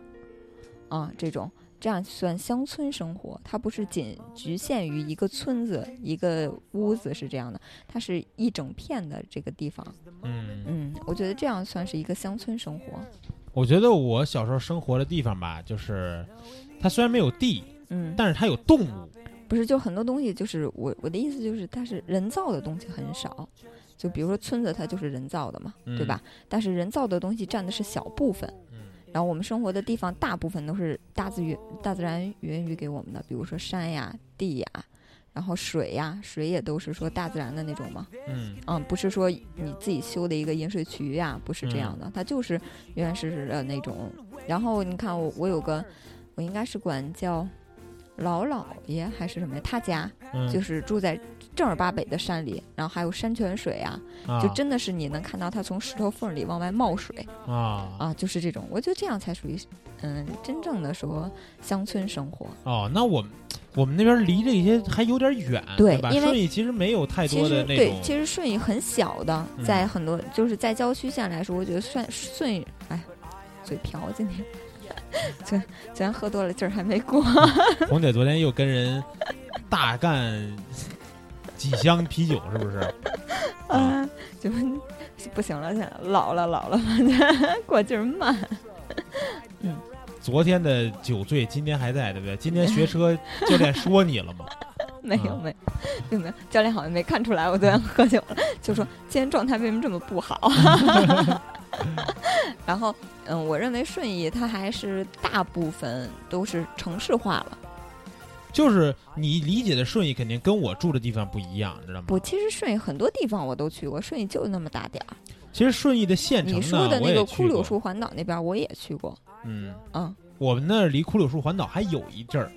[SPEAKER 5] 啊，这种。这样算乡村生活，它不是仅局限于一个村子、一个屋子是这样的，它是一整片的这个地方。
[SPEAKER 4] 嗯，
[SPEAKER 5] 嗯，我觉得这样算是一个乡村生活。
[SPEAKER 4] 我觉得我小时候生活的地方吧，就是它虽然没有地，
[SPEAKER 5] 嗯，
[SPEAKER 4] 但是它有动物。
[SPEAKER 5] 不是，就很多东西就是我我的意思就是，它是人造的东西很少。就比如说村子，它就是人造的嘛，
[SPEAKER 4] 嗯
[SPEAKER 5] 对吧？但是人造的东西占的是小部分，
[SPEAKER 4] 嗯
[SPEAKER 5] 然后我们生活的地方大部分都是大自然大自然源于给我们的，比如说山呀、地呀，然后水呀，水也都是说大自然的那种嘛，
[SPEAKER 4] 嗯
[SPEAKER 5] 嗯，不是说你自己修的一个饮水渠呀、不是这样
[SPEAKER 4] 嗯
[SPEAKER 5] 的，它就是原原实实的那种。然后你看我，我有个，我应该是管叫老姥爷还是什么呀？他家
[SPEAKER 4] 嗯，
[SPEAKER 5] 就是住在正儿八百的山里，然后还有山泉水啊，
[SPEAKER 4] 啊
[SPEAKER 5] 就真的是你能看到它从石头缝里往外冒水
[SPEAKER 4] 啊
[SPEAKER 5] 啊，就是这种。我觉得这样才属于，嗯，真正的说乡村生活。
[SPEAKER 4] 哦，那我们我们那边离这些还有点远，
[SPEAKER 5] 对
[SPEAKER 4] 吧？
[SPEAKER 5] 因为
[SPEAKER 4] 顺义其实没有太
[SPEAKER 5] 其
[SPEAKER 4] 多
[SPEAKER 5] 实
[SPEAKER 4] 的那
[SPEAKER 5] 对，
[SPEAKER 4] 种
[SPEAKER 5] 其实顺义很小的，
[SPEAKER 4] 嗯
[SPEAKER 5] 在很多、就是在郊区县来说，我觉得算顺义，哎，嘴瓢今天，昨昨天喝多了，劲儿还没过。
[SPEAKER 4] 红姐昨天又跟人大干几箱啤酒，是不是？啊，
[SPEAKER 5] 啊，就不行了，现在老了老了， 过劲儿慢。
[SPEAKER 4] 昨天的酒醉，今天还在，对不 对？今天学车教练说你了吗？
[SPEAKER 5] 没有
[SPEAKER 4] 啊
[SPEAKER 5] 没有没有没有，教练好像没看出来我昨天喝酒了，就
[SPEAKER 4] 嗯
[SPEAKER 5] 说今天状态为什么这么 不好。 然后，嗯，我认为顺义它还是大部分都是城市化了。
[SPEAKER 4] 就是你理解的顺义，肯定跟我住的地方不一样，知道吗？
[SPEAKER 5] 不，其实顺义很多地方我都去过，顺义就那么大点儿。
[SPEAKER 4] 其实顺义的县城
[SPEAKER 5] 你
[SPEAKER 4] 呢，
[SPEAKER 5] 说的
[SPEAKER 4] 我
[SPEAKER 5] 那
[SPEAKER 4] 也
[SPEAKER 5] 个
[SPEAKER 4] 去
[SPEAKER 5] 枯
[SPEAKER 4] 过
[SPEAKER 5] 柳树环岛那边儿我也去过，
[SPEAKER 4] 嗯
[SPEAKER 5] 嗯
[SPEAKER 4] 我们那儿离枯柳树环岛还有一阵儿，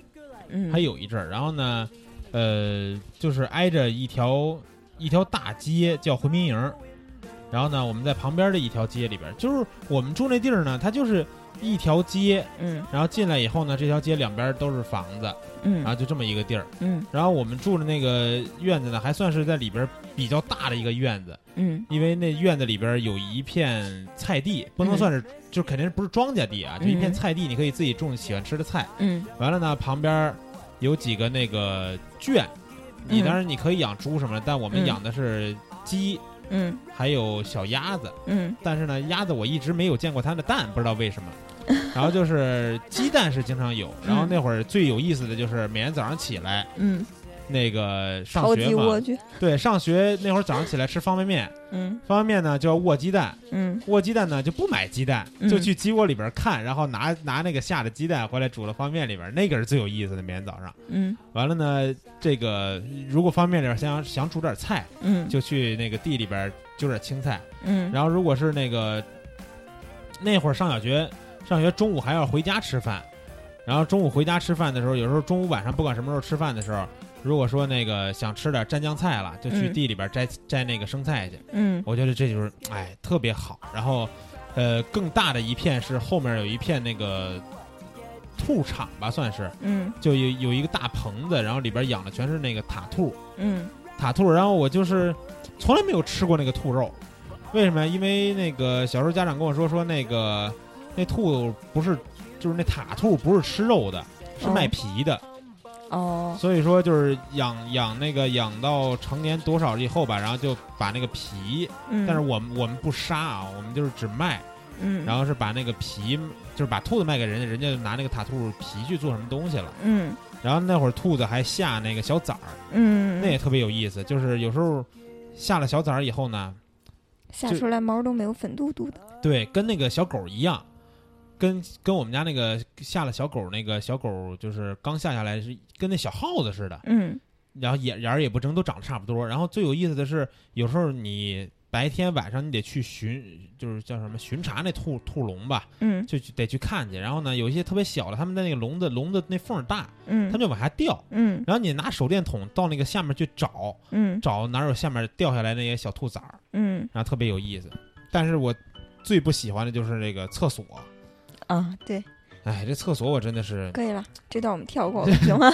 [SPEAKER 5] 嗯，
[SPEAKER 4] 还有一阵儿。然后呢，呃，就是挨着一条一条大街叫回民营儿，然后呢，我们在旁边的一条街里边儿，就是我们住那地儿呢，它就是一条街，
[SPEAKER 5] 嗯
[SPEAKER 4] 然后进来以后呢，这条街两边儿都是房子，然
[SPEAKER 5] 嗯
[SPEAKER 4] 后就这么一个地儿。
[SPEAKER 5] 嗯
[SPEAKER 4] 然后我们住的那个院子呢，还算是在里边儿比较大的一个院子，
[SPEAKER 5] 嗯
[SPEAKER 4] 因为那院子里边儿有一片菜地，不能
[SPEAKER 5] 嗯
[SPEAKER 4] 算是，就肯定不是庄稼地啊，就一片
[SPEAKER 5] 嗯
[SPEAKER 4] 菜地，你可以自己种喜欢吃的菜。
[SPEAKER 5] 嗯
[SPEAKER 4] 完了呢，旁边儿有几个那个圈，你当然你可以养猪什么的，但我们
[SPEAKER 5] 嗯
[SPEAKER 4] 养的是鸡，
[SPEAKER 5] 嗯
[SPEAKER 4] 还有小鸭子。
[SPEAKER 5] 嗯
[SPEAKER 4] 但是呢，鸭子我一直没有见过它的蛋，不知道为 什么。然后就是鸡蛋是经常有，然后那会儿最有意思的就是每天早上起来，
[SPEAKER 5] 嗯，
[SPEAKER 4] 那个上
[SPEAKER 5] 超
[SPEAKER 4] 学
[SPEAKER 5] 级
[SPEAKER 4] 嘛
[SPEAKER 5] 蜗，居，
[SPEAKER 4] 对，上学那会儿早上起来吃方便面，
[SPEAKER 5] 嗯
[SPEAKER 4] 方便面呢就要卧鸡蛋，
[SPEAKER 5] 嗯
[SPEAKER 4] 卧鸡蛋呢就不买鸡蛋，
[SPEAKER 5] 嗯
[SPEAKER 4] 就去鸡窝里边看，然后拿拿那个下的鸡蛋回来煮了方便面里边，那个是最有意思的。每天早上，
[SPEAKER 5] 嗯
[SPEAKER 4] 完了呢，这个如果方便面里边想想煮点菜，
[SPEAKER 5] 嗯
[SPEAKER 4] 就去那个地里边揪点青菜，
[SPEAKER 5] 嗯
[SPEAKER 4] 然后如果是那个那会儿上小学，上学中午还要回家吃饭，然后中午回家吃饭的时候，有时候中午晚上不管什么时候吃饭的时候，如果说那个想吃点蘸酱菜了，就去
[SPEAKER 5] 嗯
[SPEAKER 4] 地里边摘、摘那个生菜去。
[SPEAKER 5] 嗯
[SPEAKER 4] 我觉得这就是哎特别好。然后，呃，更大的一片是后面有一片那个兔场吧，算是
[SPEAKER 5] 嗯
[SPEAKER 4] 就有有一个大棚子，然后里边养的全是那个塔兔，
[SPEAKER 5] 嗯
[SPEAKER 4] 塔兔，然后我就是从来没有吃过那个兔肉，为什么呀？因为那个小时候家长跟我说说那个那兔不是就是那塔兔不是吃肉的，是卖皮的，
[SPEAKER 5] 哦
[SPEAKER 4] 所以说就是养养那个养到成年多少以后吧，然后就把那个皮，
[SPEAKER 5] 嗯，
[SPEAKER 4] 但是我们我们不杀啊，我们就是只卖，
[SPEAKER 5] 嗯
[SPEAKER 4] 然
[SPEAKER 5] 后
[SPEAKER 4] 后是把那个皮就是把兔子卖给人家，人家就拿那个塔兔皮去做什么东西了，
[SPEAKER 5] 嗯
[SPEAKER 4] 然后那会儿兔子还下那个小崽儿。
[SPEAKER 5] 嗯
[SPEAKER 4] 那也特别有意思，就是有时候下了小崽儿以后呢，
[SPEAKER 5] 下
[SPEAKER 4] 就
[SPEAKER 5] 出来毛都没有粉嘟嘟的，
[SPEAKER 4] 对，跟那个小狗一样，跟跟我们家那个下了小狗那个小狗就是刚下下来是跟那小耗子似的，
[SPEAKER 5] 嗯
[SPEAKER 4] 然后眼眼儿也不睁，都长得差不多。然后最有意思的是，有时候你白天晚上你得去巡，就是叫什么巡查那兔兔笼吧，
[SPEAKER 5] 嗯
[SPEAKER 4] 就去得去看去。然后呢，有一些特别小的，他们在那个笼子笼子那缝儿大，
[SPEAKER 5] 嗯，
[SPEAKER 4] 他们就往下掉。
[SPEAKER 5] 嗯
[SPEAKER 4] 然后你拿手电筒到那个下面去找，
[SPEAKER 5] 嗯
[SPEAKER 4] 找哪有下面掉下来那些小兔崽儿。
[SPEAKER 5] 嗯
[SPEAKER 4] 然后特别有意思。但是我最不喜欢的就是这个厕所，
[SPEAKER 5] 啊，对，
[SPEAKER 4] 哎，这厕所我真的是
[SPEAKER 5] 可以了，这段我们 跳过行吗？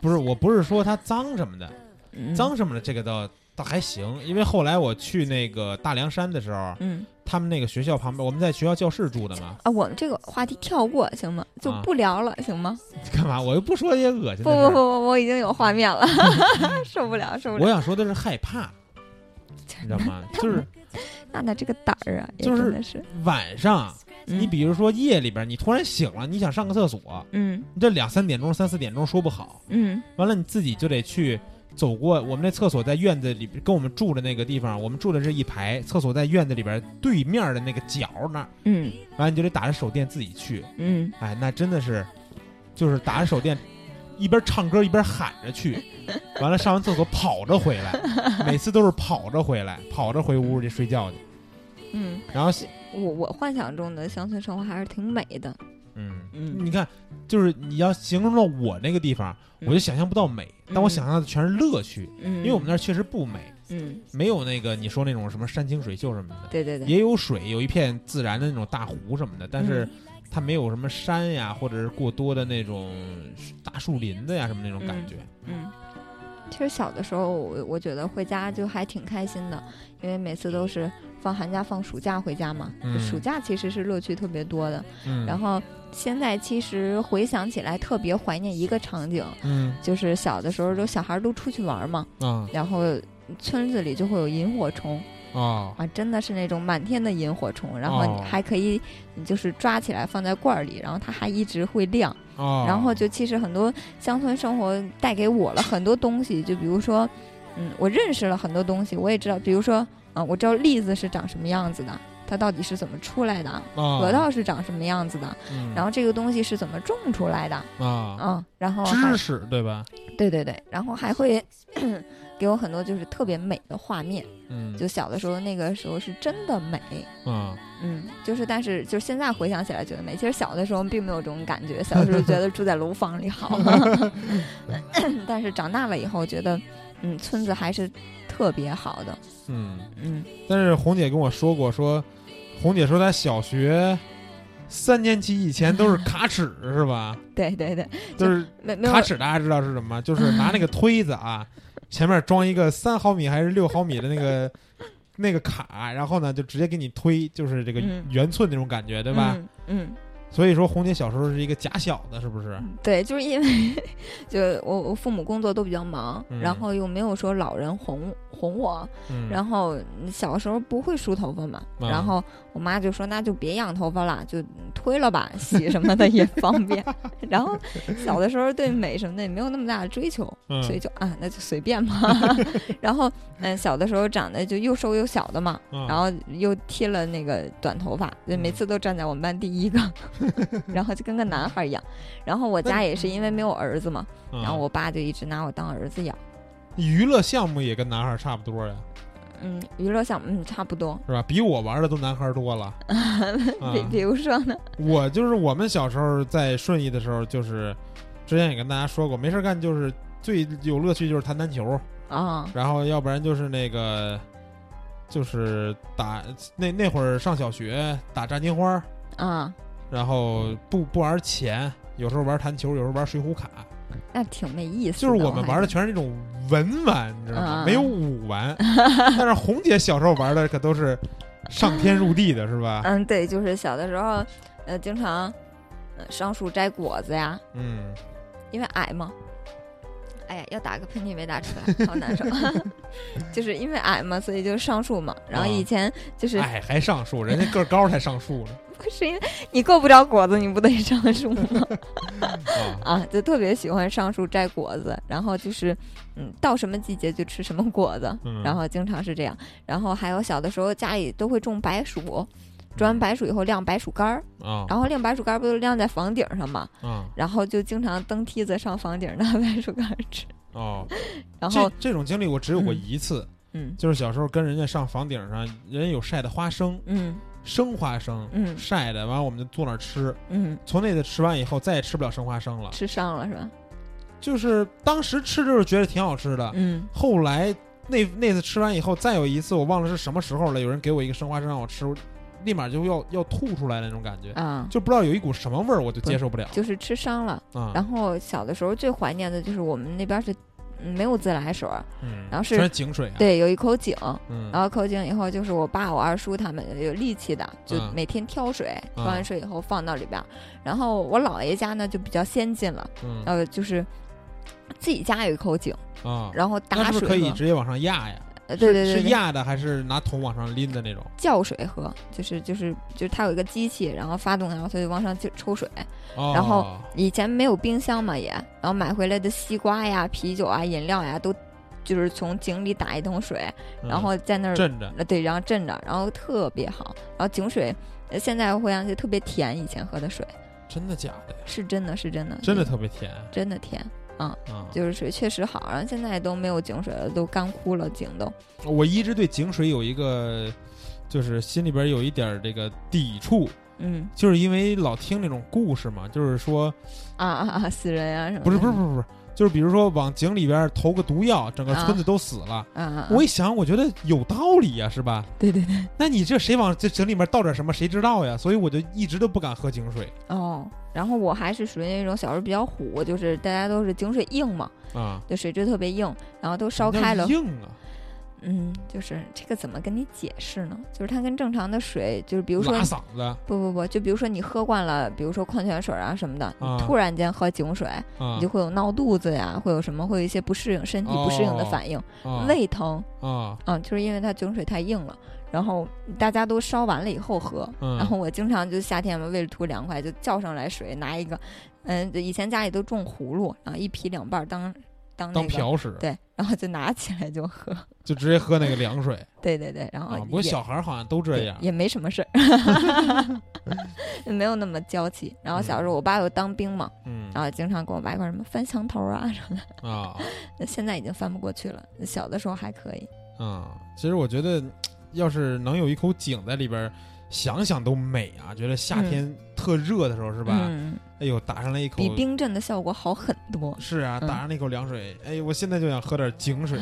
[SPEAKER 4] 不是，我不是说它脏什么的，
[SPEAKER 5] 嗯
[SPEAKER 4] 脏什么的这个倒倒还行，因为后来我去那个大凉山的时候，
[SPEAKER 5] 嗯
[SPEAKER 4] 他们那个学校旁边，我们在学校教室住的嘛，
[SPEAKER 5] 啊，我们这个话题跳过行吗？就
[SPEAKER 4] 啊
[SPEAKER 5] 不聊了行吗？
[SPEAKER 4] 干嘛？我又不说也恶心
[SPEAKER 5] 不
[SPEAKER 4] 的
[SPEAKER 5] 不不
[SPEAKER 4] 事儿。
[SPEAKER 5] 不，我已经有画 面了，受不了受不
[SPEAKER 4] 我
[SPEAKER 5] 了。
[SPEAKER 4] 想说的是害怕，你知道 吗？就是
[SPEAKER 5] 娜娜这个胆儿啊，也
[SPEAKER 4] 就
[SPEAKER 5] 真
[SPEAKER 4] 是
[SPEAKER 5] 的是，
[SPEAKER 4] 晚上，你
[SPEAKER 5] 嗯
[SPEAKER 4] 比如说夜里边，你突然醒了，你想上个厕所，
[SPEAKER 5] 嗯
[SPEAKER 4] 你这两三点钟、三四点钟说不好，
[SPEAKER 5] 嗯
[SPEAKER 4] 完了你自己就得去走过我们那厕所在院子里边，跟我们住的那个地方，我们住的是一排，厕所在院子里边对面的那个角那儿，
[SPEAKER 5] 嗯
[SPEAKER 4] 完了你就得打着手电自己去，
[SPEAKER 5] 嗯，
[SPEAKER 4] 哎，那真的是，就是打着手电，一边唱歌一边喊着去，完了上完厕所跑着回来，每次都是跑着回来，跑着回屋去睡觉去，
[SPEAKER 5] 嗯，
[SPEAKER 4] 然后
[SPEAKER 5] 我我幻想中的乡村生活还是挺美的，
[SPEAKER 4] 嗯。
[SPEAKER 5] 嗯
[SPEAKER 4] 你看，就是你要形容到我那个地方，
[SPEAKER 5] 嗯
[SPEAKER 4] 我就想象不到美，但我
[SPEAKER 5] 嗯
[SPEAKER 4] 想象的全是乐趣，
[SPEAKER 5] 嗯，
[SPEAKER 4] 因为我们那儿确实不美，
[SPEAKER 5] 嗯，
[SPEAKER 4] 没有那个你说那种什么山清水秀什么的，
[SPEAKER 5] 对对对，
[SPEAKER 4] 也有水，有一片自然的那种大湖什么的，但
[SPEAKER 5] 嗯
[SPEAKER 4] 是它没有什么山呀，或者是过多的那种大树林子呀什么那种感觉。
[SPEAKER 5] 嗯。其实小的时候，我我觉得回家就还挺开心的，因为每次都是放寒假、放暑假回家嘛。
[SPEAKER 4] 嗯
[SPEAKER 5] 暑假其实是乐趣特别多的。
[SPEAKER 4] 嗯，
[SPEAKER 5] 然后现在其实回想起来，特别怀念一个场景，
[SPEAKER 4] 嗯
[SPEAKER 5] 就是小的时候都小孩儿都出去玩儿嘛，
[SPEAKER 4] 啊
[SPEAKER 5] 然后村子里就会有萤火虫
[SPEAKER 4] 啊
[SPEAKER 5] 啊，真的是那种满天的萤火虫，然后你
[SPEAKER 4] 哦
[SPEAKER 5] 还可以，你就是抓起来放在罐儿里，然后它还一直会亮。
[SPEAKER 4] 啊，
[SPEAKER 5] 然后就其实很多乡村生活带给我了很多东西，就比如说，嗯，我认识了很多东西，我也知道，比如说，啊、我知道栗子是长什么样子的，它到底是怎么出来的，
[SPEAKER 4] 河
[SPEAKER 5] 核桃是长什么样子的，
[SPEAKER 4] 嗯
[SPEAKER 5] 然后这个东西是怎么种出来的，
[SPEAKER 4] 后啊，
[SPEAKER 5] 嗯，然后还
[SPEAKER 4] 知识对吧？
[SPEAKER 5] 对对对，然后还会 给我很多就是特别美的画面，
[SPEAKER 4] 嗯
[SPEAKER 5] 就小的时候那个时候是真的美。
[SPEAKER 4] 啊
[SPEAKER 5] 嗯，就是，但是就是现在回想起来觉得美。其实小的时候并没有这种感觉，小的时候觉得住在楼房 里好， 但是长大了以后觉得，嗯，村子还是特别好的。
[SPEAKER 4] 嗯。
[SPEAKER 5] 嗯
[SPEAKER 4] 但是红姐跟我说过，说红姐说她小学三年级以前都是卡尺是 吧？
[SPEAKER 5] 对对对，
[SPEAKER 4] 就是
[SPEAKER 5] 没没有
[SPEAKER 4] 卡尺，大家知道是什么吗？就是拿那个推子啊，前面装一个三毫米还是六毫米的那个 那个卡，然后呢就直接给你推，就是这个
[SPEAKER 5] 嗯
[SPEAKER 4] 圆寸那种感觉，对吧？
[SPEAKER 5] 嗯？嗯，
[SPEAKER 4] 所以说红姐小时候是一个假小子，是不是？
[SPEAKER 5] 对，就是因为 就我我父母工作都比较忙，
[SPEAKER 4] 嗯
[SPEAKER 5] 然后又没有说老人哄哄我，
[SPEAKER 4] 嗯，
[SPEAKER 5] 然后小时候不会梳头发嘛，
[SPEAKER 4] 啊
[SPEAKER 5] 然后我妈就说那就别养头发了，就推了吧，洗什么的也方便。 然后小的时候对美什么的也没有那么大的追求，
[SPEAKER 4] 嗯
[SPEAKER 5] 所以就啊那就随便吧。 然后嗯，小的时候长得就又瘦又小的嘛，
[SPEAKER 4] 嗯
[SPEAKER 5] 然后又剃了那个短头发，就每次都站在我们班第一个， 然后就跟个男孩一样。然后我家也是因为没有儿子嘛，
[SPEAKER 4] 嗯
[SPEAKER 5] 然后我爸就一直拿我当儿子养。
[SPEAKER 4] 娱乐项目也跟男孩差不多呀，
[SPEAKER 5] 嗯，娱乐项目嗯差不多，
[SPEAKER 4] 是吧？比我玩的都男孩多 了。啊
[SPEAKER 5] 比比如说呢，
[SPEAKER 4] 我就是我们小时候在顺义的时候，就是之前也跟大家说过，没事干就是最有乐趣就是弹弹球，
[SPEAKER 5] 啊，
[SPEAKER 4] 然后要不然就是那个就是打那那会儿上小学打炸金花，
[SPEAKER 5] 啊，
[SPEAKER 4] 然后不不玩钱，有时候玩弹球，有时候玩水浒卡，
[SPEAKER 5] 那挺没意思的。
[SPEAKER 4] 就是我们玩的
[SPEAKER 5] 还
[SPEAKER 4] 全是那种文玩，你知道吗？
[SPEAKER 5] 嗯
[SPEAKER 4] 没有武玩。但是红姐小时候玩的可都是上天入地的，是吧？
[SPEAKER 5] 嗯，对，就是小的时候，呃，经常、呃、上树摘果子呀，
[SPEAKER 4] 嗯，
[SPEAKER 5] 因为矮嘛。哎呀，要打个喷嚏没打出来，好 难受。 就是因为矮嘛，所以就上树嘛。然后以前就是、
[SPEAKER 4] 哎，还上树，人家个儿高才上树 呢。
[SPEAKER 5] 是因为你够不着果子，你不得上树吗？
[SPEAKER 4] 啊。
[SPEAKER 5] 啊，就特别喜欢上树摘果子，然后就是，嗯，到什么季节就吃什么果子，
[SPEAKER 4] 嗯
[SPEAKER 5] 然后经常是这样。然后还有小的时候家里都会种白薯，种完白薯以后晾白薯干儿，
[SPEAKER 4] 啊
[SPEAKER 5] 然后晾白薯干儿不就晾在房顶上嘛，
[SPEAKER 4] 啊
[SPEAKER 5] 然后就经常蹬梯子上房顶拿白薯干儿吃。
[SPEAKER 4] 哦，
[SPEAKER 5] 然后
[SPEAKER 4] 这，这种经历我只有过一次，
[SPEAKER 5] 嗯
[SPEAKER 4] 就是小时候跟人家上房顶上，人家有晒的花生，
[SPEAKER 5] 嗯
[SPEAKER 4] 生花生，
[SPEAKER 5] 嗯
[SPEAKER 4] 晒的，完了我们就坐那儿吃，
[SPEAKER 5] 嗯，
[SPEAKER 4] 从那次吃完以后再也吃不了生花生了。
[SPEAKER 5] 吃伤了是吧？
[SPEAKER 4] 就是当时吃就是觉得挺好吃的，
[SPEAKER 5] 嗯
[SPEAKER 4] 后来那那次吃完以后，再有一次我忘了是什么时候了，有人给我一个生花生让我吃，我立马就要要吐出来那种感觉，
[SPEAKER 5] 啊，
[SPEAKER 4] 就不知道有一股什么味儿，我就接受不了
[SPEAKER 5] 就是吃伤了。
[SPEAKER 4] 啊。
[SPEAKER 5] 然后小的时候最怀念的就是我们那边是。嗯没有自来水儿，
[SPEAKER 4] 嗯，
[SPEAKER 5] 然后是
[SPEAKER 4] 全井水啊，，
[SPEAKER 5] 对，有一口井，
[SPEAKER 4] 嗯，
[SPEAKER 5] 然后口井以后就是我爸、我二叔他们有力气的，就
[SPEAKER 4] 嗯
[SPEAKER 5] 每天挑水，挑
[SPEAKER 4] 嗯
[SPEAKER 5] 完水以后放到里边儿。然后我姥爷家呢就比较先进了，
[SPEAKER 4] 嗯
[SPEAKER 5] 呃，就是自己家有一口井，
[SPEAKER 4] 啊，
[SPEAKER 5] 然后
[SPEAKER 4] 那是
[SPEAKER 5] 打
[SPEAKER 4] 不
[SPEAKER 5] 水
[SPEAKER 4] 是
[SPEAKER 5] 喝，
[SPEAKER 4] 可以直接往上压呀？
[SPEAKER 5] 呃对对对
[SPEAKER 4] 是
[SPEAKER 5] 对，
[SPEAKER 4] 压的还是拿桶往上拎的那种？
[SPEAKER 5] 叫水喝，就是就是就是它有一个机器，然后发动，然后它就往上就抽水。
[SPEAKER 4] 哦，
[SPEAKER 5] 然后以前没有冰箱嘛也，然后买回来的西瓜呀、啤酒啊、饮料呀都就是从井里打一桶水，
[SPEAKER 4] 嗯
[SPEAKER 5] 然后在那儿
[SPEAKER 4] 镇着，
[SPEAKER 5] 呃，对，然后镇着，然后特别好。然后井水，呃现在回想起特别甜，以前喝的水
[SPEAKER 4] 真的假的呀？
[SPEAKER 5] 是真的是真的，
[SPEAKER 4] 真的
[SPEAKER 5] 嗯
[SPEAKER 4] 特别甜
[SPEAKER 5] 真的甜，
[SPEAKER 4] 啊！
[SPEAKER 5] 就是水确实好。然后现在都没有井水了，都干枯了，井都。
[SPEAKER 4] 我一直对井水有一个，就是心里边有一点儿这个抵触，
[SPEAKER 5] 嗯
[SPEAKER 4] 就是因为老听那种故事嘛，就是说
[SPEAKER 5] 啊啊啊，死人啊什么的？
[SPEAKER 4] 不是不是不是不是，就是比如说往井里边投个毒药，整个村子
[SPEAKER 5] 啊
[SPEAKER 4] 都死了。
[SPEAKER 5] 啊啊！啊
[SPEAKER 4] 我一想，我觉得有道理呀、是吧？
[SPEAKER 5] 对对对
[SPEAKER 4] 那你这谁往这井里面倒点什么，谁知道呀？所以我就一直都不敢喝井水
[SPEAKER 5] 哦。然后我还是属于那种小时候比较虎，就是大家都是井水硬嘛，
[SPEAKER 4] 啊。
[SPEAKER 5] 就水质特别硬，然后都烧开了
[SPEAKER 4] 那，硬啊，
[SPEAKER 5] 嗯，就是这个怎么跟你解释呢？就是它跟正常的水，就是比如说
[SPEAKER 4] 拉嗓子啊
[SPEAKER 5] 不不不，就比如说你喝惯了，比如说矿泉水啊什么的，
[SPEAKER 4] 啊
[SPEAKER 5] 你突然间喝井水，
[SPEAKER 4] 啊
[SPEAKER 5] 你就会有闹肚子呀，会有什么会有一些不适应、身体不适应的反应，
[SPEAKER 4] 啊
[SPEAKER 5] 胃疼，
[SPEAKER 4] 啊
[SPEAKER 5] 嗯，就是因为它井水太硬了。然后大家都烧完了以后喝，
[SPEAKER 4] 嗯
[SPEAKER 5] 然后我经常就夏天嘛，为了图凉快，就叫上来水，拿一个，嗯，以前家里都种葫芦，然后一劈两半儿当当那
[SPEAKER 4] 当
[SPEAKER 5] 个
[SPEAKER 4] 瓢使，
[SPEAKER 5] 对，然后就拿起来就喝，
[SPEAKER 4] 就直接喝那个凉水
[SPEAKER 5] 对对对，然后
[SPEAKER 4] 啊。
[SPEAKER 5] 也、
[SPEAKER 4] 不过小孩儿好像都这
[SPEAKER 5] 对
[SPEAKER 4] 样
[SPEAKER 5] 也没什么事儿， 没有那么娇气。然后小时候我爸又当兵嘛，
[SPEAKER 4] 嗯
[SPEAKER 5] 然后经常给我买一块什么翻墙头啊什么
[SPEAKER 4] 啊
[SPEAKER 5] 的，现在已经翻不过去了。小的时候还可以，
[SPEAKER 4] 啊！其实我觉得，要是能有一口井在里边儿，想想都美啊！觉得夏天特热的时候是
[SPEAKER 5] 是
[SPEAKER 4] 吧？
[SPEAKER 5] 嗯，
[SPEAKER 4] 哎呦，打上来一口
[SPEAKER 5] 比冰镇的效果好很 多。
[SPEAKER 4] 是啊，
[SPEAKER 5] 嗯
[SPEAKER 4] 打上那口凉水，哎，我现在就想喝点井 水